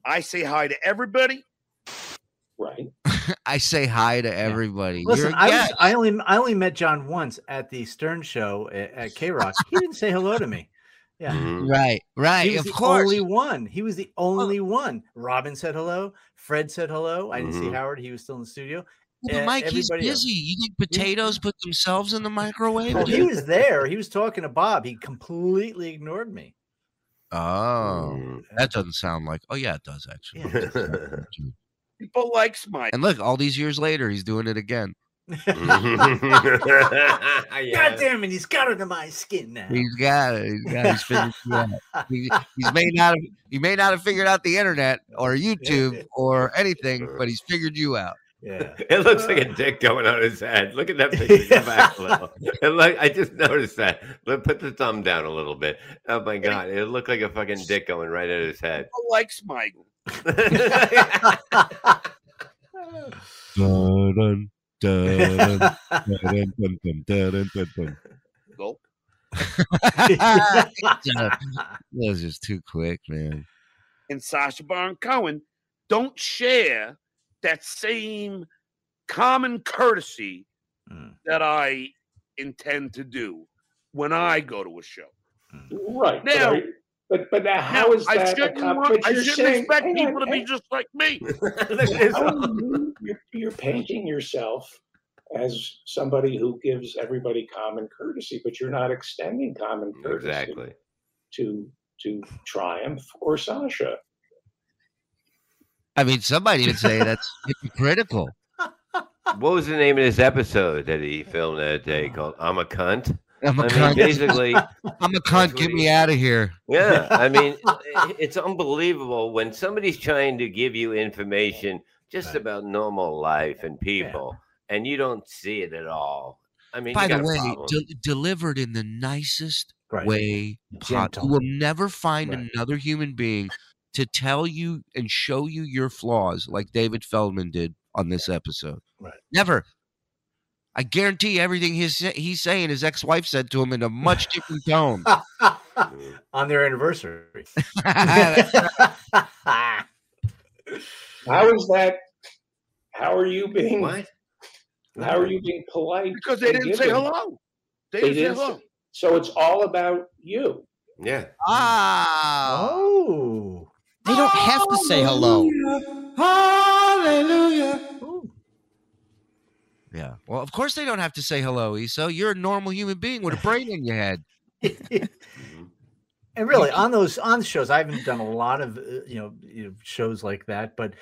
Speaker 6: I say hi to everybody.
Speaker 7: Right?
Speaker 2: I say hi to everybody.
Speaker 4: Listen,
Speaker 2: You're a
Speaker 4: I, was,
Speaker 2: guest.
Speaker 4: I only I only met John once at the Stern Show at,
Speaker 2: *laughs*
Speaker 4: at K Rock. He didn't say hello to me. Yeah,
Speaker 2: Mm.
Speaker 3: Mhm.
Speaker 2: right, right.
Speaker 4: Mm. he
Speaker 2: of
Speaker 4: was the
Speaker 2: course.
Speaker 4: only one. He was the only one. Robin said hello. Fred said hello. I didn't see
Speaker 2: Mm-hmm.
Speaker 3: Mhm.
Speaker 4: Howard. He was still in the studio.
Speaker 2: Well, but
Speaker 4: uh,
Speaker 2: Mike, he's
Speaker 4: everybody else.
Speaker 2: busy. You think potatoes put themselves in the microwave?
Speaker 4: Well, Oh, he was there. He was talking to Bob. He completely ignored me.
Speaker 2: Oh, that doesn't sound like. Oh, yeah, it does actually.
Speaker 4: Yeah.
Speaker 6: People likes my
Speaker 2: And look, all these years later, he's doing it again. Mm-hmm.
Speaker 4: *laughs*
Speaker 3: Mm-hmm. *laughs*
Speaker 4: God
Speaker 3: yeah.
Speaker 4: damn it! He's got under my skin now.
Speaker 2: He's got it. He's got it. He's figured it out.
Speaker 4: *laughs*
Speaker 2: He, he's may not have, he may not have figured out the internet or
Speaker 4: *laughs*
Speaker 2: YouTube or anything, but he's figured you out. *laughs*
Speaker 4: yeah. *laughs*
Speaker 3: It looks like a dick going on his head. Look at that picture. Go back a little. It look, I just noticed that. Look, put the thumb down a little bit. Oh my god, it looked like a fucking dick going right at his head. *laughs*
Speaker 6: people likes my
Speaker 2: *laughs* Dun, dun, dun.
Speaker 6: gulp.
Speaker 2: that was just too quick, man.
Speaker 6: And Sasha Baron Cohen don't share that same common courtesy
Speaker 4: Mm.
Speaker 6: that I intend to do when I go to a show.
Speaker 7: Right.
Speaker 6: Now-
Speaker 7: but, are you- but but now,
Speaker 6: Now,
Speaker 7: how is
Speaker 6: I
Speaker 7: that?
Speaker 6: shouldn't,
Speaker 7: accom-
Speaker 6: want-
Speaker 7: but
Speaker 6: I
Speaker 7: you're
Speaker 6: shouldn't
Speaker 7: saying-
Speaker 6: expect
Speaker 7: hang on,
Speaker 6: people to be
Speaker 7: hang-
Speaker 6: just like
Speaker 7: *laughs*
Speaker 6: me.
Speaker 7: how are you- you're, you're painting yourself as somebody who gives everybody common courtesy, but you're not extending common
Speaker 3: *laughs*
Speaker 7: courtesy
Speaker 3: exactly.
Speaker 7: to to Triumph or Sasha.
Speaker 2: I mean, somebody would say that's hypocritical.
Speaker 3: What was the name of this episode that he filmed that day called "I'm a Cunt"?
Speaker 2: I'm a
Speaker 3: I mean,
Speaker 2: cunt. *laughs*
Speaker 3: basically,
Speaker 2: I'm a
Speaker 3: that's
Speaker 2: cunt.
Speaker 3: what
Speaker 2: Get
Speaker 3: he-
Speaker 2: me out of here.
Speaker 3: Yeah, I mean, i- it's unbelievable when somebody's trying to give you information just
Speaker 4: Right.
Speaker 3: about normal life and people, and you don't see it at all. I mean,
Speaker 2: By
Speaker 3: you
Speaker 2: the
Speaker 3: got a
Speaker 2: way,
Speaker 3: problem.
Speaker 2: de- delivered in the nicest
Speaker 4: Right.
Speaker 2: way possible. You will never find
Speaker 4: Right.
Speaker 2: another human being to tell you and show you your flaws like David Feldman did on this episode.
Speaker 4: Right.
Speaker 2: Never. I guarantee everything he's sa- he's saying his ex wife said to him in a much different *laughs* tone.
Speaker 4: on their anniversary. *laughs*
Speaker 7: How is that? How are you being?
Speaker 3: what?
Speaker 7: How are you being polite?
Speaker 6: because they
Speaker 7: and
Speaker 6: didn't say
Speaker 7: giving?
Speaker 6: hello. They,
Speaker 7: They
Speaker 6: didn't
Speaker 7: didn't
Speaker 6: say hello.
Speaker 7: say- So it's all about you.
Speaker 3: Yeah.
Speaker 5: Ah,
Speaker 4: oh.
Speaker 5: they don't have to say hello.
Speaker 4: Oh.
Speaker 2: yeah. Well, of course they don't have to say hello, Eso. You're a normal human being with a brain in your head.
Speaker 4: *laughs* and really on those on shows i haven't done a lot of uh, you know, you know shows like that but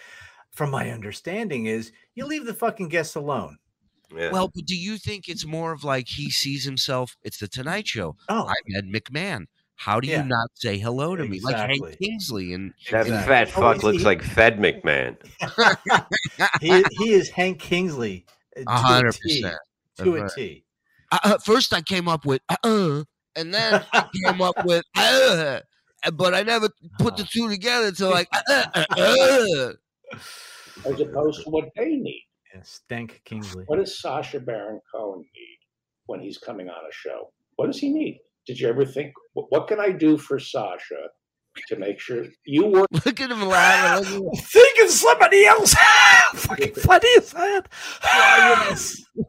Speaker 4: from my understanding is you leave the fucking guests alone
Speaker 3: *laughs* yeah.
Speaker 2: Well, but do you think it's more of like he sees himself? It's the Tonight Show.
Speaker 4: oh
Speaker 2: I'm Ed McMahon. How do
Speaker 4: Yeah.
Speaker 2: you not say hello to me? Like
Speaker 4: Exactly.
Speaker 2: Hank Kingsley and
Speaker 3: that
Speaker 4: exactly.
Speaker 3: fat
Speaker 4: Oh,
Speaker 3: fuck
Speaker 4: is
Speaker 3: looks
Speaker 4: he-
Speaker 3: like Fed McMahon.
Speaker 4: *laughs* he, he is hank kingsley uh,
Speaker 2: a
Speaker 4: to a
Speaker 2: hundred
Speaker 4: T,
Speaker 2: percent.
Speaker 4: to a
Speaker 2: Right.
Speaker 4: T.
Speaker 2: Uh, uh, first, I came up with uh, uh
Speaker 4: *laughs*
Speaker 2: and then I came up with uh, but I never put
Speaker 4: Uh-huh.
Speaker 2: the two together until
Speaker 4: *laughs*
Speaker 2: like uh, uh, uh, *laughs*
Speaker 7: as opposed to what they need.
Speaker 4: Yeah, stank kingsley
Speaker 7: What does Sasha Baron Cohen need when he's coming on a show? What does he need? Did you ever think, "Wh- what can I do for Sasha to make sure you work?
Speaker 2: uh. Look at him laughing. Look at him.
Speaker 4: thinking somebody else *laughs* fucking funny is that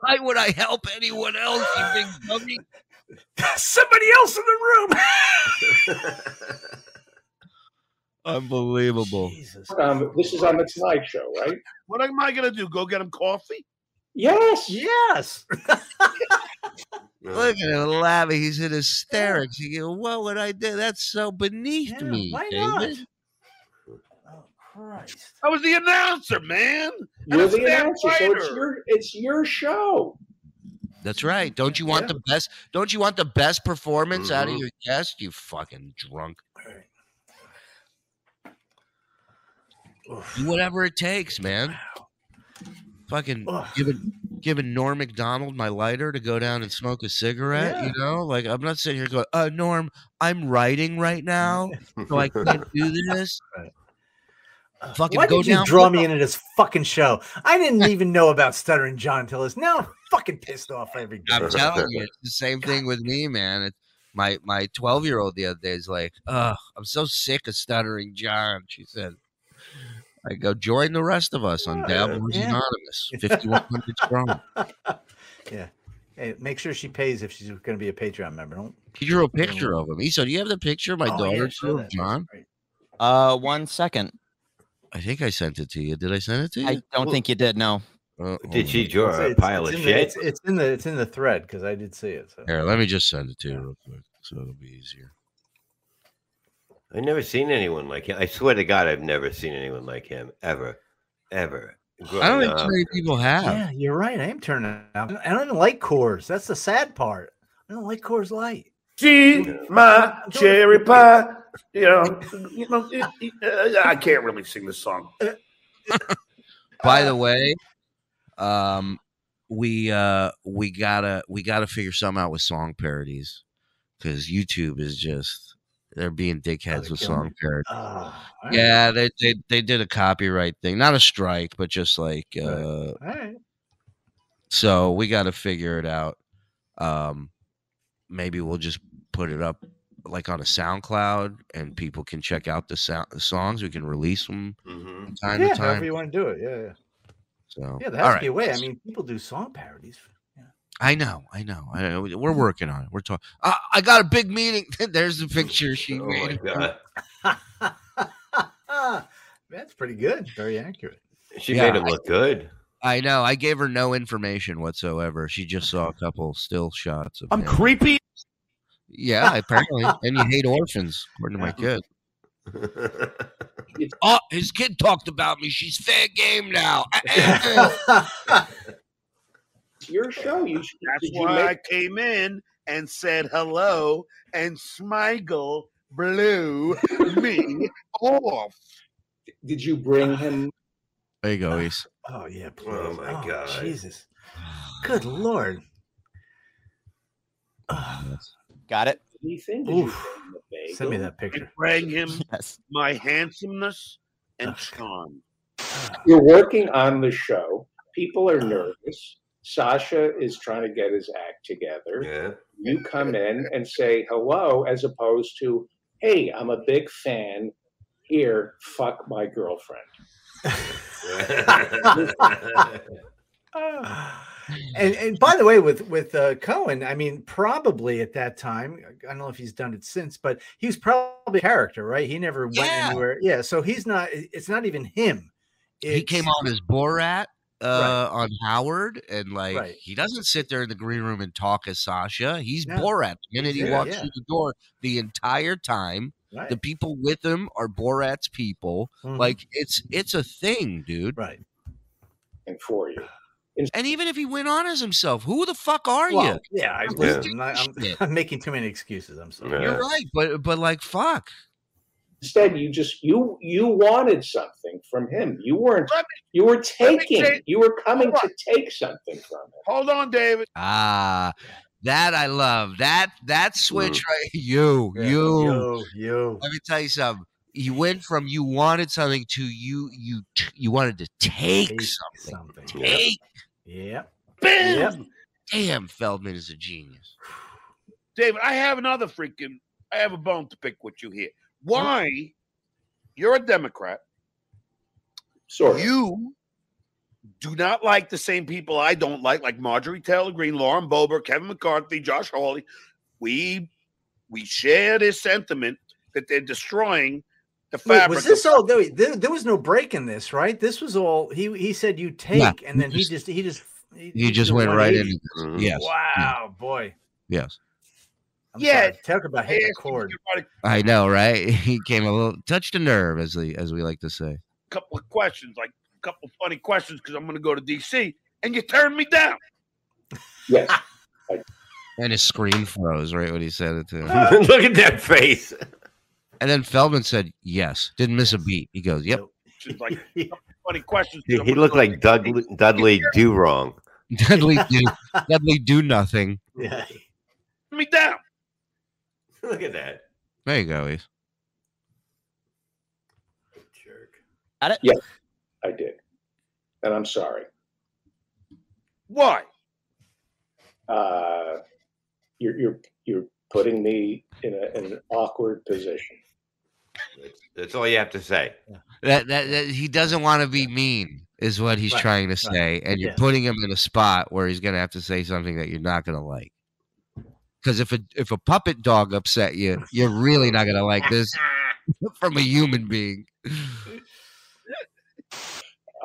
Speaker 2: Why would I help anyone else? You big dummy.
Speaker 4: *laughs* somebody else in the room
Speaker 2: Unbelievable.
Speaker 4: Jesus.
Speaker 7: Um, this is on the Tonight Show, right?
Speaker 6: What am I gonna do? Go get him coffee?
Speaker 7: Yes.
Speaker 4: yes
Speaker 2: Look at him laughing. He's in hysterics. He goes, "What would I do? That's so beneath
Speaker 4: Yeah,
Speaker 2: me."
Speaker 4: why not
Speaker 2: David.
Speaker 4: oh christ
Speaker 6: I was the announcer, man.
Speaker 7: You're the
Speaker 6: That's
Speaker 7: announcer, so it's
Speaker 6: right.
Speaker 7: your it's your show.
Speaker 2: That's right. Don't you want the best? Don't you want the best performance out of
Speaker 4: Mm-hmm.
Speaker 3: Mhm.
Speaker 2: your guest? You fucking drunk.
Speaker 4: All right.
Speaker 2: Do whatever it takes, man. Fucking
Speaker 4: Ugh.
Speaker 2: giving giving Norm Macdonald my lighter to go down and smoke a cigarette. You know, like I'm not sitting here going, "Uh, Norm, I'm writing right now, so I can't
Speaker 4: *laughs*
Speaker 2: do this." Fucking
Speaker 4: Why
Speaker 2: go
Speaker 4: did you
Speaker 2: down.
Speaker 4: draw me into this fucking show? I didn't even know about Stuttering John until this. Now I'm fucking pissed off every day.
Speaker 2: I'm telling you, it's the same thing with me, man. It's my my 12 year old the other day is like, "Ugh, I'm so sick of stuttering, John." She said. I go join the rest of us on
Speaker 4: Yeah,
Speaker 2: Dabblers
Speaker 4: yeah.
Speaker 2: Anonymous,
Speaker 4: *laughs*
Speaker 2: 5100 strong.
Speaker 4: yeah. Hey, make sure she pays if she's going to be a Patreon member. Don't
Speaker 2: He drew a picture of him. He said, "Do you have the picture of my
Speaker 4: Oh, yeah,
Speaker 2: daughter,
Speaker 4: show
Speaker 2: drew of
Speaker 4: that.
Speaker 2: John?"
Speaker 4: Right.
Speaker 5: Uh, one second.
Speaker 2: I think I sent it to you. Did I send it to you?
Speaker 5: I don't think you did. No.
Speaker 2: Uh, hold
Speaker 3: Did she
Speaker 2: on.
Speaker 3: draw
Speaker 4: It's-
Speaker 3: a
Speaker 4: it's-
Speaker 3: pile
Speaker 4: it's
Speaker 3: of
Speaker 4: in the-
Speaker 3: shit?
Speaker 4: it's, it's in the it's in the thread because I did see it. So.
Speaker 2: Here, let me just send it to you real quick, so it'll be easier.
Speaker 3: i never seen anyone like him. I swear to God, I've never seen anyone like him ever, ever.
Speaker 2: I don't
Speaker 3: growing
Speaker 2: think
Speaker 3: up.
Speaker 4: uh,
Speaker 2: too many people have.
Speaker 4: Yeah, you're right. I am turning out. I don't even like Coors. That's the sad part. I don't like Coors Light.
Speaker 6: She my
Speaker 4: cherry
Speaker 6: pie. You know, you know. uh, I can't really sing this song.
Speaker 4: Uh,
Speaker 2: By the way, um, we uh, we gotta we gotta figure something out with song parodies because YouTube is just they're being dickheads
Speaker 4: they're
Speaker 2: with song
Speaker 4: killing
Speaker 2: parodies. *sighs*
Speaker 4: Oh, all right.
Speaker 2: Yeah, they, they they did a copyright thing, not a strike, but just like
Speaker 4: Right.
Speaker 2: uh,
Speaker 4: All right.
Speaker 2: So we got to figure it out. Um, maybe we'll just put it up like on a SoundCloud, and people can check out the, sound, the songs. We can release them
Speaker 3: Mhm.
Speaker 2: from time
Speaker 4: Yeah,
Speaker 2: to
Speaker 4: however
Speaker 2: time.
Speaker 4: you want to do it. Yeah, yeah.
Speaker 2: So
Speaker 4: Yeah, there
Speaker 2: all
Speaker 4: has to
Speaker 2: right.
Speaker 4: be a way. I mean, people do song parodies. *laughs*
Speaker 2: I know, I know, I know. We're working on it. We're talking. I, I got a big meeting. *laughs* There's the picture she
Speaker 3: Oh my
Speaker 2: made.
Speaker 3: God.
Speaker 4: That's pretty good. Very accurate. *laughs*
Speaker 3: She
Speaker 2: Yeah,
Speaker 3: made him look good.
Speaker 2: *laughs* I know. I gave her no information whatsoever. She just saw a couple still shots of. him.
Speaker 6: creepy.
Speaker 2: *laughs* Yeah, apparently. and you hate orphans, according to my kid.
Speaker 7: It's-
Speaker 2: *laughs* Oh, his kid talked about me. She's fair game now. *laughs*
Speaker 4: Oh,
Speaker 7: It's your show. You should,
Speaker 6: That's
Speaker 7: did you
Speaker 6: why I
Speaker 7: make,
Speaker 6: came in
Speaker 10: and said hello, and Smigel
Speaker 7: *laughs*
Speaker 10: blew me off.
Speaker 7: Did you bring him?
Speaker 2: There you go, Ace.
Speaker 4: Oh yeah, please.
Speaker 3: Oh, my God.
Speaker 4: Jesus. Good lord. Ugh,
Speaker 5: Got it?
Speaker 7: Anything? Did
Speaker 4: Oof.
Speaker 7: you bring him a
Speaker 4: Send me
Speaker 7: bagel?
Speaker 4: that
Speaker 6: I
Speaker 4: picture.
Speaker 6: bring him
Speaker 5: *laughs* Yes.
Speaker 6: my handsomeness
Speaker 7: Ah.
Speaker 6: and charm.
Speaker 7: You're working on the show. People are nervous. Sasha is trying to get his act together.
Speaker 3: Yeah.
Speaker 7: You come in and say hello as opposed to, hey, I'm a big fan. Here, fuck my girlfriend.
Speaker 4: *sighs* and, and by the way, with with uh, Cohen, I mean, probably at that time, I don't know if he's done it since, but he was probably a character, right? He never went
Speaker 5: Yeah.
Speaker 4: anywhere. Yeah, so he's not. It's not even him.
Speaker 2: he came
Speaker 4: It's-
Speaker 2: on as Borat uh, on Howard, and like
Speaker 4: Right.
Speaker 2: he doesn't sit there in the green room and talk as Sasha. He's
Speaker 4: No.
Speaker 2: Borat. The minute he
Speaker 4: Yeah,
Speaker 2: walks
Speaker 4: yeah.
Speaker 2: through the door, the entire time,
Speaker 4: right?
Speaker 2: the people with him are Borat's people.
Speaker 4: Mhm.
Speaker 2: Like it's it's a thing, dude.
Speaker 4: Mm-hmm. right.
Speaker 7: And for you.
Speaker 2: And even if he went on as himself, who the fuck are
Speaker 4: Well,
Speaker 2: you?
Speaker 4: yeah, I,
Speaker 2: I'm
Speaker 4: listen,
Speaker 2: just
Speaker 4: I'm, not,
Speaker 2: *laughs*
Speaker 4: I'm,
Speaker 2: shit.
Speaker 4: *laughs* I'm making too many excuses. I'm sorry.
Speaker 3: Yeah.
Speaker 2: You're right, but but like fuck.
Speaker 7: Instead, you just you you wanted something from him. You weren't.
Speaker 6: Let
Speaker 7: You were
Speaker 6: let me
Speaker 7: taking.
Speaker 6: take-
Speaker 7: you were coming
Speaker 6: Hold
Speaker 7: to take something from him.
Speaker 6: Hold on, David.
Speaker 2: Ah, that I love. That that switch right. *laughs* You
Speaker 4: Yeah,
Speaker 2: you.
Speaker 4: yo,
Speaker 2: *laughs*
Speaker 4: yo.
Speaker 2: Let me tell you something. You went from you wanted something to you you t- you wanted to take,
Speaker 4: Take
Speaker 2: something.
Speaker 4: something.
Speaker 2: Take.
Speaker 4: Yeah.
Speaker 6: Bam!
Speaker 4: Yep.
Speaker 2: Damn, Feldman is a genius.
Speaker 6: David, I have another freaking. I have a bone to pick with you here. Why? You're a Democrat.
Speaker 7: Sort of.
Speaker 6: You do not like the same people I don't like, like Marjorie Taylor Greene, Lauren Boebert, Kevin McCarthy, Josh Hawley. We we share this sentiment that they're destroying the
Speaker 4: Wait,
Speaker 6: fabric.
Speaker 4: was
Speaker 6: of-
Speaker 4: this all there, there? there was no break in this, right? This was all he he said. You take, and then he
Speaker 2: just-
Speaker 4: just he just he,
Speaker 2: You
Speaker 4: he
Speaker 2: just
Speaker 4: did a
Speaker 2: went right
Speaker 4: 180.
Speaker 2: into this. Yes.
Speaker 4: Mm-hmm. Wow, Oh, boy.
Speaker 2: Yes.
Speaker 4: I'm
Speaker 6: Yeah.
Speaker 4: sorry. talk about hitting the
Speaker 6: Yes,
Speaker 4: cord.
Speaker 6: everybody,
Speaker 2: I know, right? *laughs* He came a little touched a nerve as the as we like to say.
Speaker 6: A couple of questions, like a couple of funny questions, because I'm going to go to DC, and you turned me down.
Speaker 7: Yes.
Speaker 2: And his screen froze, right? When he said it to
Speaker 4: *laughs*
Speaker 2: him.
Speaker 3: *laughs* Look at that face.
Speaker 2: And then Feldman said yes. Didn't miss a beat. He goes, Yep.
Speaker 6: She's
Speaker 2: *laughs*
Speaker 6: like funny questions.
Speaker 3: He,
Speaker 6: 'cause I'm
Speaker 3: he
Speaker 6: gonna
Speaker 3: looked
Speaker 6: go to
Speaker 3: like Dudley, Dudley Do Wrong.
Speaker 2: *laughs* Dudley
Speaker 4: *laughs*
Speaker 2: do Dudley do nothing.
Speaker 4: *laughs* yeah.
Speaker 6: Turn me down.
Speaker 3: Look at that.
Speaker 2: There you go. He's
Speaker 4: Jerk.
Speaker 7: I did. And I'm sorry.
Speaker 6: Why?
Speaker 7: Uh, you're you're you're putting me in, a, in an awkward position.
Speaker 3: That's, that's all you have to say. *laughs*
Speaker 2: that, that, that he doesn't want to be mean is what he's
Speaker 4: Right,
Speaker 2: trying to say and you're
Speaker 4: yeah.
Speaker 2: putting him in a spot where he's going to have to say something that you're not going to like because if a if a puppet dog upset you you're really not going to like
Speaker 4: *laughs*
Speaker 2: this *laughs* from a human being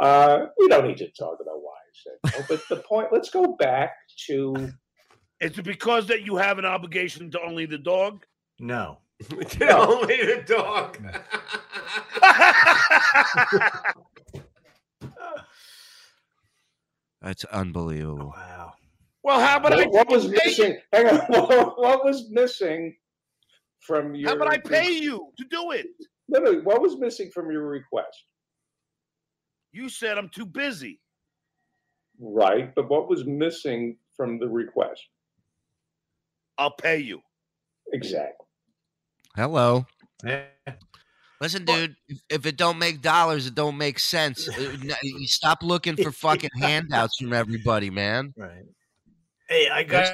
Speaker 7: Uh, we don't need to talk about why I said no, but the point. Let's go back to
Speaker 6: Is it because that you have an obligation to only the dog?
Speaker 4: No.
Speaker 3: Only the dog.
Speaker 2: that's unbelievable
Speaker 4: Wow.
Speaker 6: well, how about I?
Speaker 7: what, what was
Speaker 6: pay you?
Speaker 7: missing. Hang on, *laughs* what, what was missing from your?
Speaker 6: How about I pay you to do it?
Speaker 7: No, no. What was missing from your request?
Speaker 6: You said I'm too busy.
Speaker 7: Right, but what was missing from the request?
Speaker 6: I'll pay you.
Speaker 7: Exactly.
Speaker 2: hello
Speaker 4: Yeah.
Speaker 2: listen dude if- if it don't make dollars it don't make sense Uh, n- you stop looking for fucking handouts from everybody man
Speaker 4: Right. Hey, I got.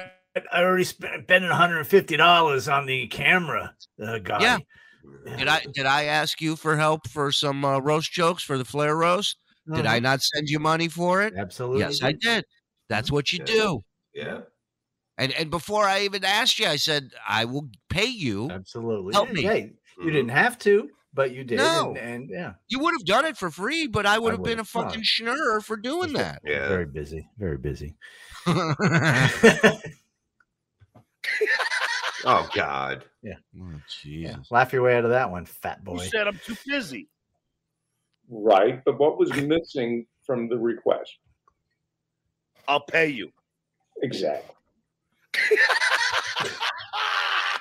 Speaker 4: I already spent, spent $150 on the camera uh, guy.
Speaker 2: Yeah. did i did i ask you for help for some uh, roast jokes for the flare roast Did I not send you money for it?
Speaker 4: Uh-huh. Mm-hmm. Absolutely.
Speaker 2: Yes, I did. That's what you
Speaker 3: Yeah.
Speaker 2: do.
Speaker 3: *laughs* Yeah.
Speaker 2: And and before I even asked you, I said I will pay you.
Speaker 4: Absolutely.
Speaker 2: Help
Speaker 4: Yeah,
Speaker 2: me.
Speaker 4: yeah, You didn't have to, but you did.
Speaker 2: No.
Speaker 4: And, and yeah.
Speaker 2: You would have done it for free, but I would have been a
Speaker 4: would've. No.
Speaker 2: fucking schnurrer for doing that.
Speaker 3: Mm. Yeah.
Speaker 4: Very busy.
Speaker 2: *laughs*
Speaker 4: Very busy.
Speaker 2: oh
Speaker 3: Oh God.
Speaker 4: Yeah,
Speaker 2: Jesus.
Speaker 4: Laugh your way out of that one, fat boy.
Speaker 6: You said I'm too busy.
Speaker 7: Right, but what was missing from the request?
Speaker 6: I'll pay you.
Speaker 7: Exactly.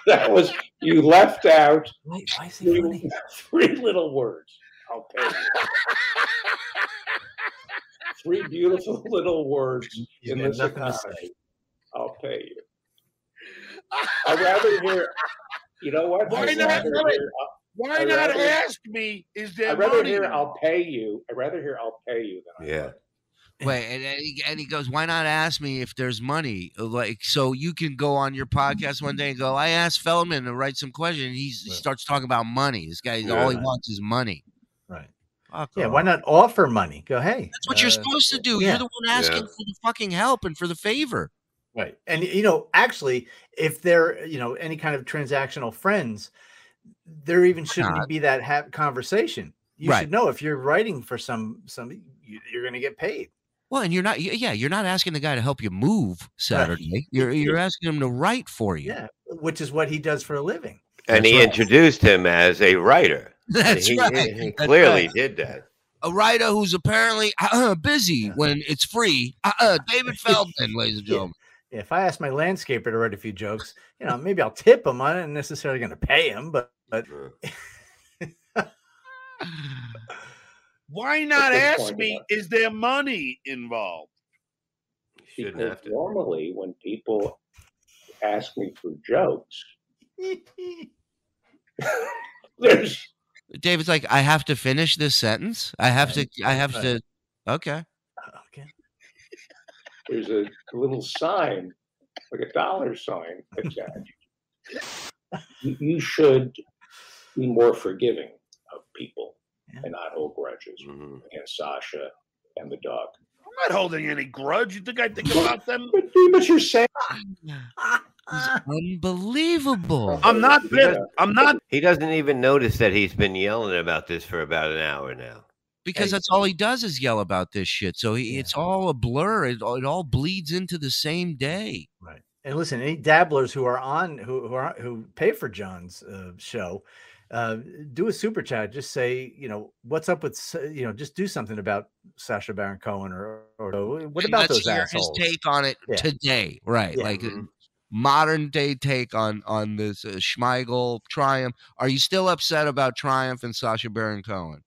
Speaker 7: That was you left out
Speaker 4: Wait, why is
Speaker 7: three, three little words. I'll pay you. three beautiful little words in
Speaker 4: got
Speaker 7: this
Speaker 4: nothing to say.
Speaker 7: economy. I'll pay you. I'd rather hear. You know what?
Speaker 10: Why
Speaker 7: I'd
Speaker 10: not
Speaker 7: rather
Speaker 10: let it?
Speaker 7: hear- uh,
Speaker 10: Why
Speaker 7: I'd
Speaker 10: not
Speaker 7: rather-
Speaker 10: ask me? Is there
Speaker 7: I'd rather
Speaker 10: money?
Speaker 7: hear I'll pay you. I'd rather hear I'll pay you than
Speaker 3: Yeah.
Speaker 2: Wait, and, and, he, and he goes, "Why not ask me if there's money? Uh, Like, so you can go on your podcast one day and go, I asked Feldman to write some questions. He's, He
Speaker 4: Right.
Speaker 2: starts talking about money. This guy, all he
Speaker 4: Right.
Speaker 2: wants is money.
Speaker 4: Right.
Speaker 2: Fuck
Speaker 4: Yeah,
Speaker 2: off.
Speaker 4: why not offer money? Go, hey.
Speaker 2: That's what you're
Speaker 4: uh,
Speaker 2: supposed to do.
Speaker 4: yeah.
Speaker 2: You're the one asking
Speaker 3: Yeah.
Speaker 2: for the fucking help and for the favor.
Speaker 4: Right. And you know, actually, if they're, you know, any kind of transactional friends, there even shouldn't
Speaker 2: not?
Speaker 4: be that ha- conversation. You
Speaker 2: Right.
Speaker 4: should know if you're writing for some some you, you're going to get paid.
Speaker 2: Well, and you're not. y- Yeah, you're not asking the guy to help you move Saturday. You're you're asking him to write for you.
Speaker 4: Yeah, which is what he does for a living.
Speaker 3: And
Speaker 2: That's
Speaker 3: he
Speaker 2: right.
Speaker 3: introduced him as a writer.
Speaker 2: *laughs*
Speaker 3: And
Speaker 2: That's
Speaker 3: he,
Speaker 2: right.
Speaker 3: he- he
Speaker 2: That's
Speaker 3: clearly
Speaker 2: right.
Speaker 3: did that.
Speaker 2: a writer who's apparently *clears throat* uh, busy when it's free. Uh, uh, David Feldman, ladies and
Speaker 4: *laughs* Yeah.
Speaker 2: gentlemen.
Speaker 4: If I ask my landscaper to write a few jokes, you know, maybe I'll tip him. I'm not necessarily going to pay him, but but *laughs*
Speaker 3: Mm.
Speaker 10: Why not
Speaker 7: good
Speaker 10: ask
Speaker 7: point,
Speaker 10: me?
Speaker 7: Mark.
Speaker 10: Is there money involved?
Speaker 7: you.
Speaker 3: Shouldn't
Speaker 7: Because
Speaker 3: have to.
Speaker 7: normally when people ask me for jokes, there's
Speaker 2: David's like, I have to finish this sentence. I have to. I have to. Okay.
Speaker 4: okay.
Speaker 7: there's a little sign, like a dollar sign that's at you. You should be more forgiving of people and not hold grudges
Speaker 3: Mhm.
Speaker 7: against Sasha and the dog.
Speaker 10: I'm not holding any grudge. You think I think about them?
Speaker 7: But, but you're saying
Speaker 2: *laughs* Unbelievable.
Speaker 10: *laughs* I'm not pissed. I'm not.
Speaker 3: He doesn't even notice that he's been yelling about this for about an hour now. *laughs*
Speaker 2: Because that's all he does is yell about this shit. So he, it's all a blur. It, all- it all bleeds into the same day.
Speaker 4: Right. And listen, any dabblers who are on who who are who pay for John's uh, show, uh, do a super chat. Just say, you know, what's up with Sa- you know, just do something about Sasha Baron Cohen or or, or what
Speaker 2: And
Speaker 4: about
Speaker 2: let's
Speaker 4: those
Speaker 2: hear
Speaker 4: assholes?
Speaker 2: His take on it
Speaker 4: Yeah.
Speaker 2: today, right?
Speaker 4: Yeah.
Speaker 2: Like. uh,
Speaker 3: Mhm.
Speaker 2: Modern day take on on this uh, Schmeigel Triumph. Are you still upset about Triumph and Sasha Baron Cohen?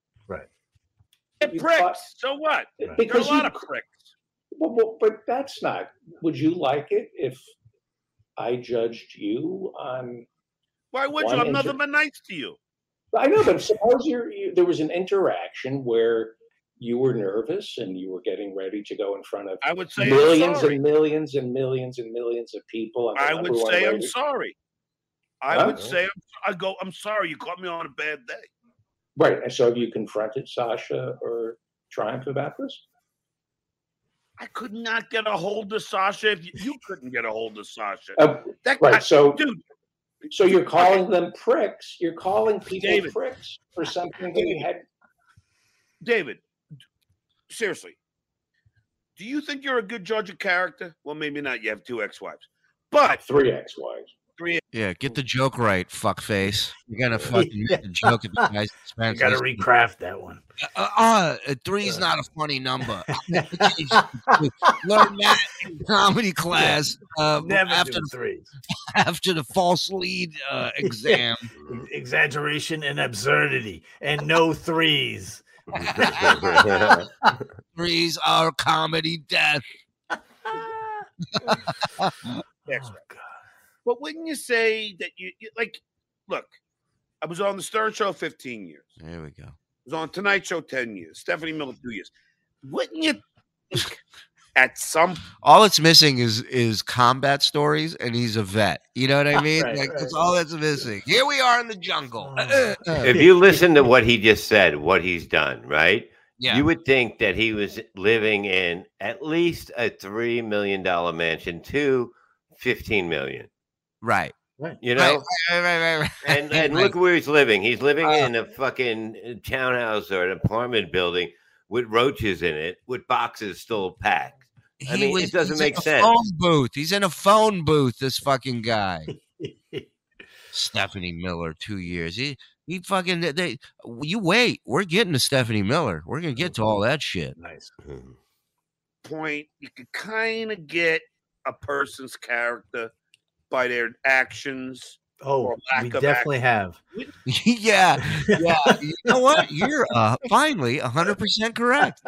Speaker 10: They're
Speaker 7: You thought-
Speaker 10: pricks. So what?
Speaker 4: Right.
Speaker 10: There are a
Speaker 7: because you,
Speaker 10: lot of pricks.
Speaker 7: well, well, but that's not. Would you like it if I judged you on?
Speaker 10: Why would
Speaker 7: One
Speaker 10: you? I've
Speaker 7: inter-
Speaker 10: never been nice to you.
Speaker 7: I know, but suppose you're, you there was an interaction where you were nervous and you were getting ready to go in front of
Speaker 10: I would say I'm
Speaker 7: millions
Speaker 10: sorry.
Speaker 7: and millions and millions and millions of people. and
Speaker 10: I
Speaker 7: the
Speaker 10: would
Speaker 7: number one
Speaker 10: say I'm
Speaker 7: rated-
Speaker 10: sorry. I
Speaker 7: Huh?
Speaker 10: would say I'm, I go. I'm sorry. You caught me on a bad day.
Speaker 7: Right. And so have you confronted Sasha or Triumph about this?
Speaker 10: I could not get a hold of Sasha. If you, you couldn't get a hold of Sasha,
Speaker 7: Uh,
Speaker 10: that guy,
Speaker 7: right. So,
Speaker 10: dude.
Speaker 7: so you're calling them pricks. You're calling people
Speaker 10: David.
Speaker 7: pricks for something that you had.
Speaker 10: David, d- seriously, do you think you're a good judge of character? Well, maybe not. You have two ex-wives, but
Speaker 7: Three ex wives.
Speaker 2: Yeah, get the joke right, fuckface. You *laughs* gotta fucking make the joke *laughs* at the guy's
Speaker 4: You
Speaker 2: expense.
Speaker 4: got to
Speaker 2: Listen,
Speaker 4: recraft that one.
Speaker 2: Uh, uh, uh, three's not a funny *laughs* number. Learn that in comedy class uh,
Speaker 4: Never
Speaker 2: after
Speaker 4: do
Speaker 2: the,
Speaker 4: threes.
Speaker 2: after the false lead *laughs* uh, exam.
Speaker 4: Ex- E, Exaggeration and absurdity, and no threes.
Speaker 2: Threes are comedy death.
Speaker 10: That's
Speaker 4: Oh, God.
Speaker 10: but wouldn't you say that you, you like? Look, I was on the Stern Show 15 years. I
Speaker 2: There we go.
Speaker 10: was on Tonight Show 10 years. Stephanie Miller two years. Wouldn't you think at some
Speaker 2: All it's missing is is combat stories, and he's a vet. You know what *laughs* I mean?
Speaker 4: Right,
Speaker 2: like
Speaker 4: right.
Speaker 2: that's all that's missing. Here we are in the jungle.
Speaker 4: Oh.
Speaker 3: If you listen to what he just said, what he's done, right?
Speaker 2: *laughs* yeah.
Speaker 3: You would think that he was living in at least a three million dollar mansion to fifteen million.
Speaker 2: right.
Speaker 3: You
Speaker 2: Right,
Speaker 3: know,
Speaker 2: right. Right. Right. *laughs* Right.
Speaker 3: and and
Speaker 2: Right.
Speaker 3: look where he's living. He's living
Speaker 2: Uh,
Speaker 3: in a fucking uh, townhouse or an apartment building with roaches in it, with boxes still packed. I mean, it doesn't
Speaker 2: he's
Speaker 3: make
Speaker 2: in a
Speaker 3: sense.
Speaker 2: Phone booth. He's in a phone booth. This fucking guy,
Speaker 4: *laughs*
Speaker 2: Stephanie Miller, two years. He he fucking they- they. You wait. We're getting to Stephanie Miller. We're gonna get to all that shit. *laughs*
Speaker 4: nice.
Speaker 10: point you could kind of get a person's character by their actions.
Speaker 4: Oh, we definitely have.
Speaker 2: yeah, yeah. You know what? You're uh, finally 100 percent correct.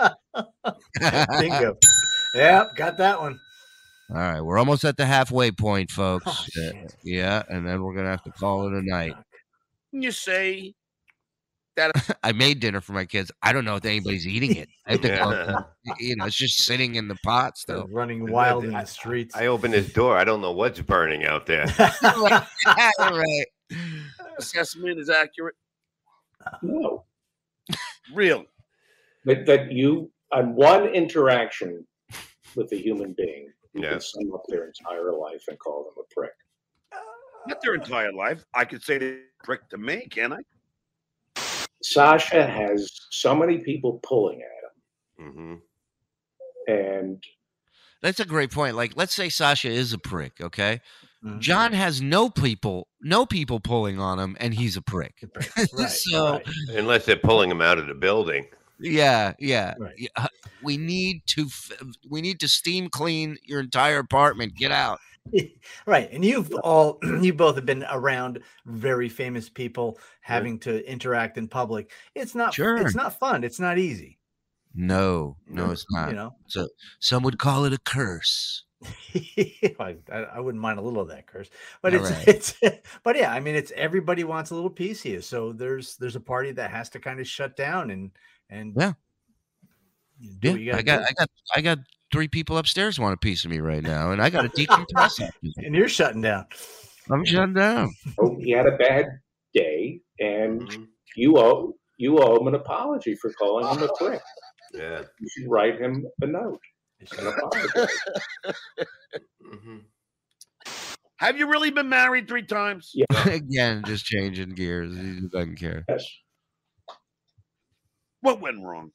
Speaker 4: Bingo.
Speaker 2: *laughs*
Speaker 4: Yep, got that one.
Speaker 2: All right, we're almost at the halfway point, folks. Uh, yeah, and then we're gonna have to call it a night. *laughs*
Speaker 10: Can you say
Speaker 2: I made dinner for my kids. I don't know if anybody's eating it. I have to call it- you know, it's just sitting in the pot still.
Speaker 4: *laughs*
Speaker 2: *laughs*
Speaker 4: running
Speaker 3: wild
Speaker 4: in the streets.
Speaker 3: I opened this door. I don't know what's burning out there.
Speaker 2: *laughs* All right.
Speaker 10: assessment is accurate?
Speaker 7: No.
Speaker 10: Real.
Speaker 7: That, that you, on one interaction with a human being, you can sum up their entire life and call them a prick.
Speaker 10: Not their entire life. I could say the prick to me, can I?
Speaker 7: Sasha has so many people pulling at
Speaker 3: him.
Speaker 7: And
Speaker 2: That's a great point. Like, let's say Sasha is a prick, okay? John
Speaker 4: Mm-hmm.
Speaker 2: has no people, no people pulling on him, and he's a
Speaker 4: *laughs*
Speaker 2: prick. *laughs* so,
Speaker 3: Unless they're pulling them out of the building.
Speaker 2: yeah, yeah, yeah. We need to, f- we need to steam clean your entire apartment. Get out.
Speaker 4: Right. And you've all, *clears throat* you both have been around very famous people having to interact in public. It's not,
Speaker 2: Sure.
Speaker 4: it's not fun. It's not easy.
Speaker 2: No, no, it's
Speaker 4: You
Speaker 2: not.
Speaker 4: know. *laughs*
Speaker 2: so some would call it a curse.
Speaker 4: I, I I wouldn't mind a little of that curse, but
Speaker 2: All
Speaker 4: it's,
Speaker 2: right.
Speaker 4: it's, *laughs* but yeah, I mean, it's everybody wants a little piece here. So there's, there's a party that has to kind of shut down and, and
Speaker 2: Yeah.
Speaker 4: do
Speaker 2: Yeah,
Speaker 4: what Oh, you gotta
Speaker 2: I got,
Speaker 4: do.
Speaker 2: I got, I got three people upstairs want a piece of me right now, and I got to
Speaker 4: *laughs*
Speaker 2: decompress.
Speaker 4: and you're shutting down.
Speaker 2: I'm shutting down.
Speaker 7: oh, he had a bad day, and
Speaker 4: Mm-hmm.
Speaker 7: you owe you owe him an apology for calling him
Speaker 10: *laughs*
Speaker 7: a prick.
Speaker 3: Yeah.
Speaker 7: You should write him a note. and apologize.
Speaker 4: Mm-hmm.
Speaker 10: Have you really been married three times?
Speaker 2: *laughs* Again, just changing gears. He just doesn't
Speaker 4: *laughs*
Speaker 2: care.
Speaker 10: What went wrong?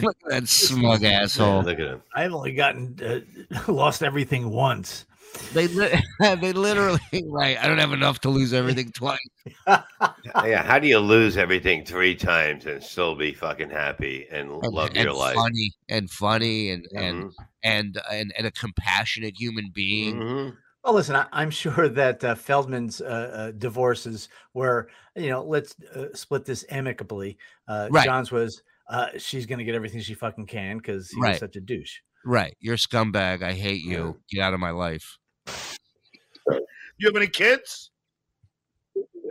Speaker 2: Look at that smug asshole.
Speaker 3: Look at him.
Speaker 4: I've only gotten uh, *laughs* lost everything once. *laughs*
Speaker 2: They li- *laughs* they literally right. I don't have enough to lose everything twice.
Speaker 3: Yeah. How do you lose everything three times and still be fucking happy and l-
Speaker 2: And,
Speaker 3: *laughs* love
Speaker 2: and
Speaker 3: your life? Mm-hmm.
Speaker 2: funny and funny and
Speaker 4: Mm-hmm.
Speaker 2: and and and and a compassionate human being.
Speaker 3: Mm-hmm.
Speaker 4: Well, listen, I, I'm sure that uh, Feldman's uh, uh, divorces were, you know, let's uh, split this amicably. Uh,
Speaker 2: Right.
Speaker 4: John's was, uh, she's going to get everything she fucking can because he
Speaker 2: Right.
Speaker 4: was such a douche.
Speaker 3: Mm-hmm.
Speaker 2: Right, you're a scumbag. I hate you. Get out of my life.
Speaker 10: You have any kids?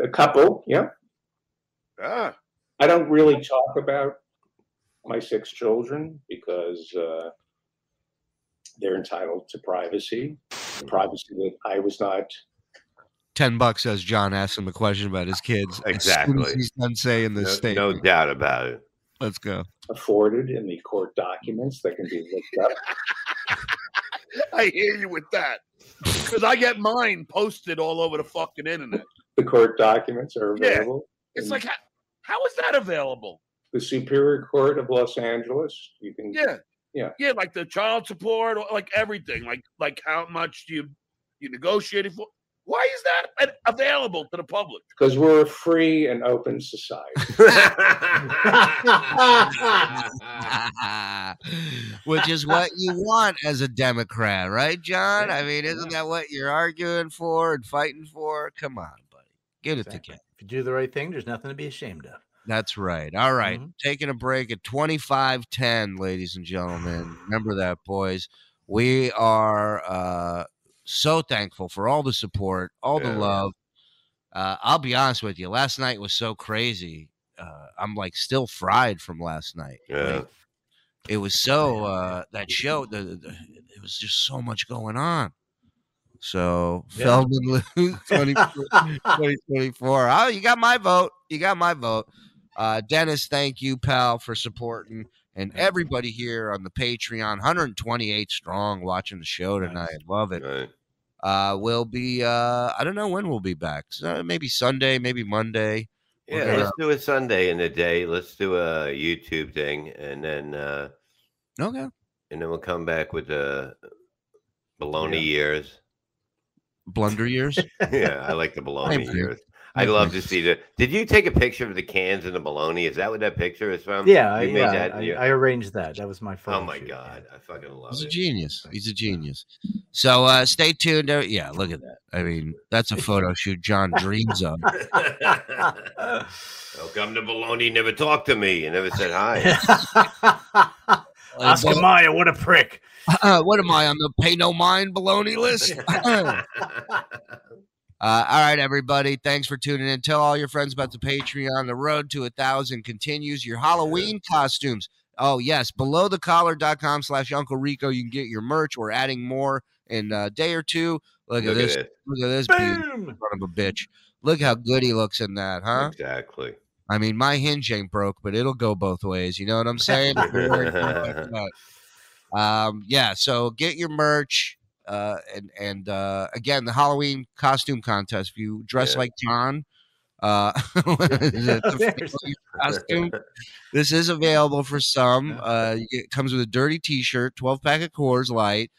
Speaker 7: a couple, yeah.
Speaker 10: Ah, *laughs*
Speaker 7: I don't really talk about my six children because uh, they're entitled to privacy, privacy that I was not.
Speaker 2: Ten bucks says John asked him a question about his kids. as soon as
Speaker 3: Exactly.
Speaker 2: he's done saying
Speaker 3: No,
Speaker 2: this statement.
Speaker 3: no doubt about it.
Speaker 2: Let's
Speaker 3: *laughs*
Speaker 2: go.
Speaker 7: Afforded in the court documents that can be looked up.
Speaker 10: I hear you with that. Because I get mine posted all over the fucking internet.
Speaker 7: The court documents are
Speaker 10: Yeah.
Speaker 7: available.
Speaker 10: It's
Speaker 7: in
Speaker 10: like, how, how is that available?
Speaker 7: the Superior Court of Los Angeles. You can
Speaker 10: Yeah.
Speaker 7: yeah.
Speaker 10: Yeah, like the child support, or like everything. Like, like how much you you negotiated for? Why is that an- available to the public?
Speaker 7: because we're a free and open society.
Speaker 2: Which is what you want as a Democrat, right, John? I mean, isn't that what you're arguing for and fighting for? Come on, buddy. Get it together.
Speaker 4: If you do the right thing, there's nothing to be ashamed of.
Speaker 2: That's right. All right.
Speaker 3: Mm-hmm.
Speaker 2: Taking a break at 2510, ladies and
Speaker 3: *sighs*
Speaker 2: gentlemen. Remember that, boys. We are uh, so thankful for all the support, all
Speaker 3: Yeah.
Speaker 2: the love. Uh, I'll be honest with you. Last night was so crazy. Uh, I'm like still fried from last night.
Speaker 3: Yeah.
Speaker 2: Like, it was so uh, that show. The, the, it was just so much going on. So
Speaker 1: Yeah.
Speaker 2: Feldman *laughs* lose
Speaker 4: *laughs*
Speaker 2: 2024. Oh, you got my vote. You got my vote. Uh, Dennis, thank you, pal, for supporting. And everybody here on the Patreon, 128 strong, watching the show tonight. Love it. Uh, we'll be, uh, I don't know when we'll be back. So maybe Sunday, maybe Monday. We're
Speaker 3: Yeah,
Speaker 2: gonna-
Speaker 3: let's do a Sunday in the day. Let's do a YouTube thing, and then uh
Speaker 2: okay,
Speaker 3: and then we'll come back with the baloney years.
Speaker 4: *laughs*
Speaker 2: Blunder years. *laughs*
Speaker 3: yeah, I like the baloney
Speaker 2: Thank you.
Speaker 3: years. I love to see the. Did you take a picture of the cans and the bologna? Is that what that picture is from?
Speaker 4: Yeah, I,
Speaker 3: you made
Speaker 4: yeah,
Speaker 3: that.
Speaker 4: I,
Speaker 3: yeah.
Speaker 4: I arranged that. That was my phone.
Speaker 3: oh my
Speaker 4: *laughs*
Speaker 3: god, I fucking love
Speaker 2: He's a
Speaker 3: it.
Speaker 2: genius. He's a genius. So uh, stay tuned. Uh, Yeah, look at that. I mean, that's a photo shoot *laughs* John dreams of.
Speaker 4: Oh,
Speaker 3: *laughs* Welcome to bologna. Never talked to me. and never
Speaker 2: *laughs*
Speaker 3: said *laughs* hi.
Speaker 4: Oscar Mayer, what a prick.
Speaker 2: Uh, what am I on the pay no mind baloney *laughs* list? uh, all right, everybody. Thanks for tuning in. Tell all your friends about the Patreon. The road to a thousand continues. Your Halloween costumes. Oh, yes. Below the collar.com slash Uncle Rico. You can get your merch. We're adding more in a day or two. Look, at
Speaker 3: Look at
Speaker 2: this.
Speaker 3: it.
Speaker 2: Look at this. beauty
Speaker 4: Boom.
Speaker 2: Son of a bitch. Look how good he looks in that, huh?
Speaker 3: exactly.
Speaker 2: I mean, my hinge ain't broke, but it'll go both ways. You know what I'm saying? um, yeah. So get your merch, uh, and and uh, again, the Halloween costume contest. If you dress
Speaker 3: Yeah.
Speaker 2: like John, uh, *laughs* the
Speaker 4: There's-
Speaker 3: *laughs*
Speaker 2: costume, this is available for some. Uh, you get- it comes with a dirty T-shirt, 12 pack of Coors Light.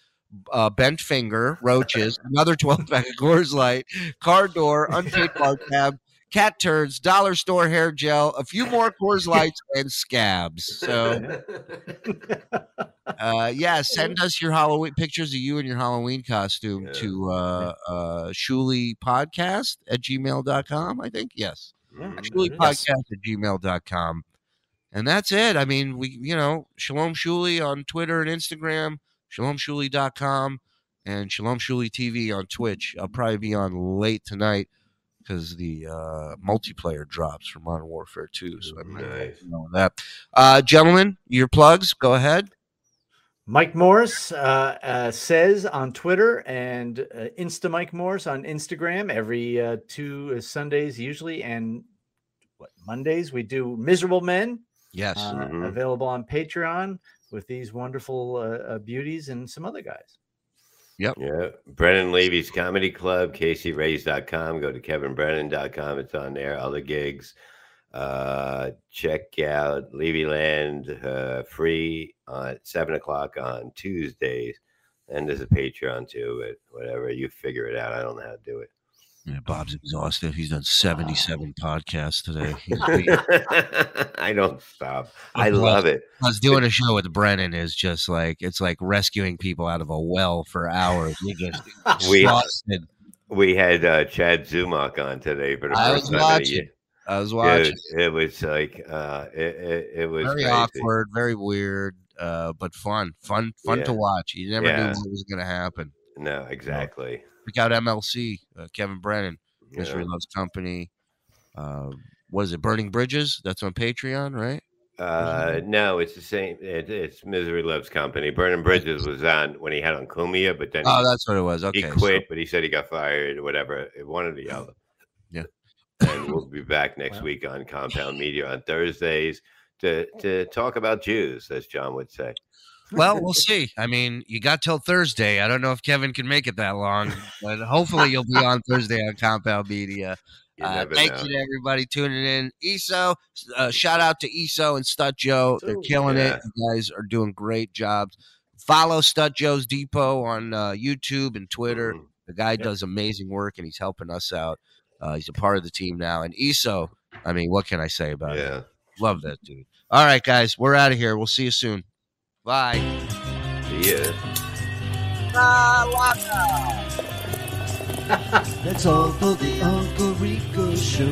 Speaker 2: Uh, bent finger,
Speaker 3: *laughs*
Speaker 2: roaches, another 12 pack of Coors Light, car door, unpaid bar tab, cat turds, dollar store hair gel, a few more
Speaker 3: *laughs*
Speaker 2: Coors Lights, and scabs. So,
Speaker 4: *laughs*
Speaker 2: uh, yeah, send us your Halloween pictures of you in your Halloween costume
Speaker 3: Yeah.
Speaker 2: to uh, uh, podcast at gmail.com, I think. Yes.
Speaker 3: Mm-hmm.
Speaker 2: Shuli podcast at gmail.com. And that's it. I mean, we, you know, Shalom Shuli on Twitter and Instagram, shalomshuli.com, and Shalom Shuli TV on Twitch. I'll probably be on late tonight because the uh, multiplayer drops for Modern Warfare 2. So I might
Speaker 3: Nice.
Speaker 2: know that. Uh, gentlemen, your plugs, go ahead.
Speaker 4: Mike Morris uh, uh, says on Twitter and uh, Insta Mike Morris on Instagram every uh, two Sundays usually and what Mondays we do Miserable Men
Speaker 2: Yes.
Speaker 4: uh,
Speaker 3: Mhm.
Speaker 4: available on Patreon with these wonderful uh, uh, beauties and some other guys.
Speaker 3: Yeah. Brennan Levy's Comedy Club, CaseyRays.com. Go to KevinBrennan.com. It's on there. Other gigs. Uh, check out Levyland uh, free on at 7 o'clock on Tuesdays. And there's a Patreon too, but whatever. You figure it out. I don't know how to do it.
Speaker 2: Yeah, Bob's exhausted. He's done 77 podcasts today. He's beat.
Speaker 3: *laughs* I don't stop. I
Speaker 2: Well,
Speaker 3: love it.
Speaker 2: Plus, doing a show with Brennan is just like it's like rescuing people out of a well for hours. You're just
Speaker 3: *laughs* We-
Speaker 2: exhausted.
Speaker 3: We had uh, Chad Zumach on today for the
Speaker 2: I was
Speaker 3: first time in a
Speaker 2: watching.
Speaker 3: year.
Speaker 2: I was
Speaker 3: Dude,
Speaker 2: watching.
Speaker 3: It, was like uh, it, it, it was
Speaker 2: Very
Speaker 3: crazy.
Speaker 2: awkward, very weird, uh, but fun, fun, fun
Speaker 3: Yeah.
Speaker 2: to watch. You never
Speaker 3: Yeah.
Speaker 2: knew what was going to happen.
Speaker 3: No, exactly.
Speaker 2: Check out MLC, uh, Kevin Brennan, Mystery
Speaker 3: Yeah.
Speaker 2: Loves Company. Uh, what is it? Burning Bridges. That's on Patreon, right?
Speaker 3: Uh, no, it's the same. It, it's Misery Loves Company. Vernon Bridges was on when he had on Kumia, but then
Speaker 2: Oh, that's what it was.
Speaker 3: he,
Speaker 2: Okay,
Speaker 3: he
Speaker 2: so-
Speaker 3: quit. *laughs* but he said he got fired or whatever. It- One or the other.
Speaker 2: Yeah.
Speaker 3: And we'll
Speaker 2: *coughs*
Speaker 3: be back next
Speaker 4: Wow.
Speaker 3: week on Compound Media on Thursdays to to talk about Jews, as John would say.
Speaker 2: Well, we'll see. I mean, you got till Thursday. I don't know if Kevin can make it that long, but hopefully you'll be on Thursday on Compound Media.
Speaker 3: You
Speaker 2: Uh,
Speaker 3: never
Speaker 2: thank
Speaker 3: know.
Speaker 2: you to everybody tuning in. ESO, uh, shout out to ESO and Stud Joe. They're
Speaker 4: Ooh,
Speaker 2: killing
Speaker 3: yeah.
Speaker 2: it. You guys are doing great jobs. Follow Stud Joe's Depot on uh, YouTube and Twitter.
Speaker 3: Mhm.
Speaker 2: The guy does amazing work and he's helping us out. Uh, he's a part of the team now. And ESO, I mean, what can I say about it?
Speaker 3: Mm-hmm. Yeah.
Speaker 2: Love that dude. All right, guys, we're out of here. We'll see you soon. Bye.
Speaker 3: Yeah.
Speaker 1: That's all for the Uncle Rico show.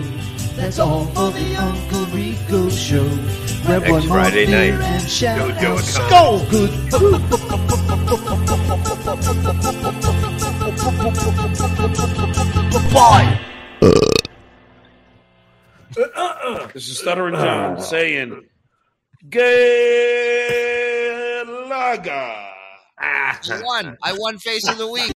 Speaker 1: That's all for the Uncle Rico show. Grab
Speaker 3: Next
Speaker 1: one more
Speaker 3: Friday
Speaker 1: beer
Speaker 3: night,
Speaker 1: and shout
Speaker 3: go do a
Speaker 1: out
Speaker 3: concert.
Speaker 1: Skull Good. Goodbye.
Speaker 6: This is Stuttering John saying, "Galaga."
Speaker 2: I won. I won face of the week.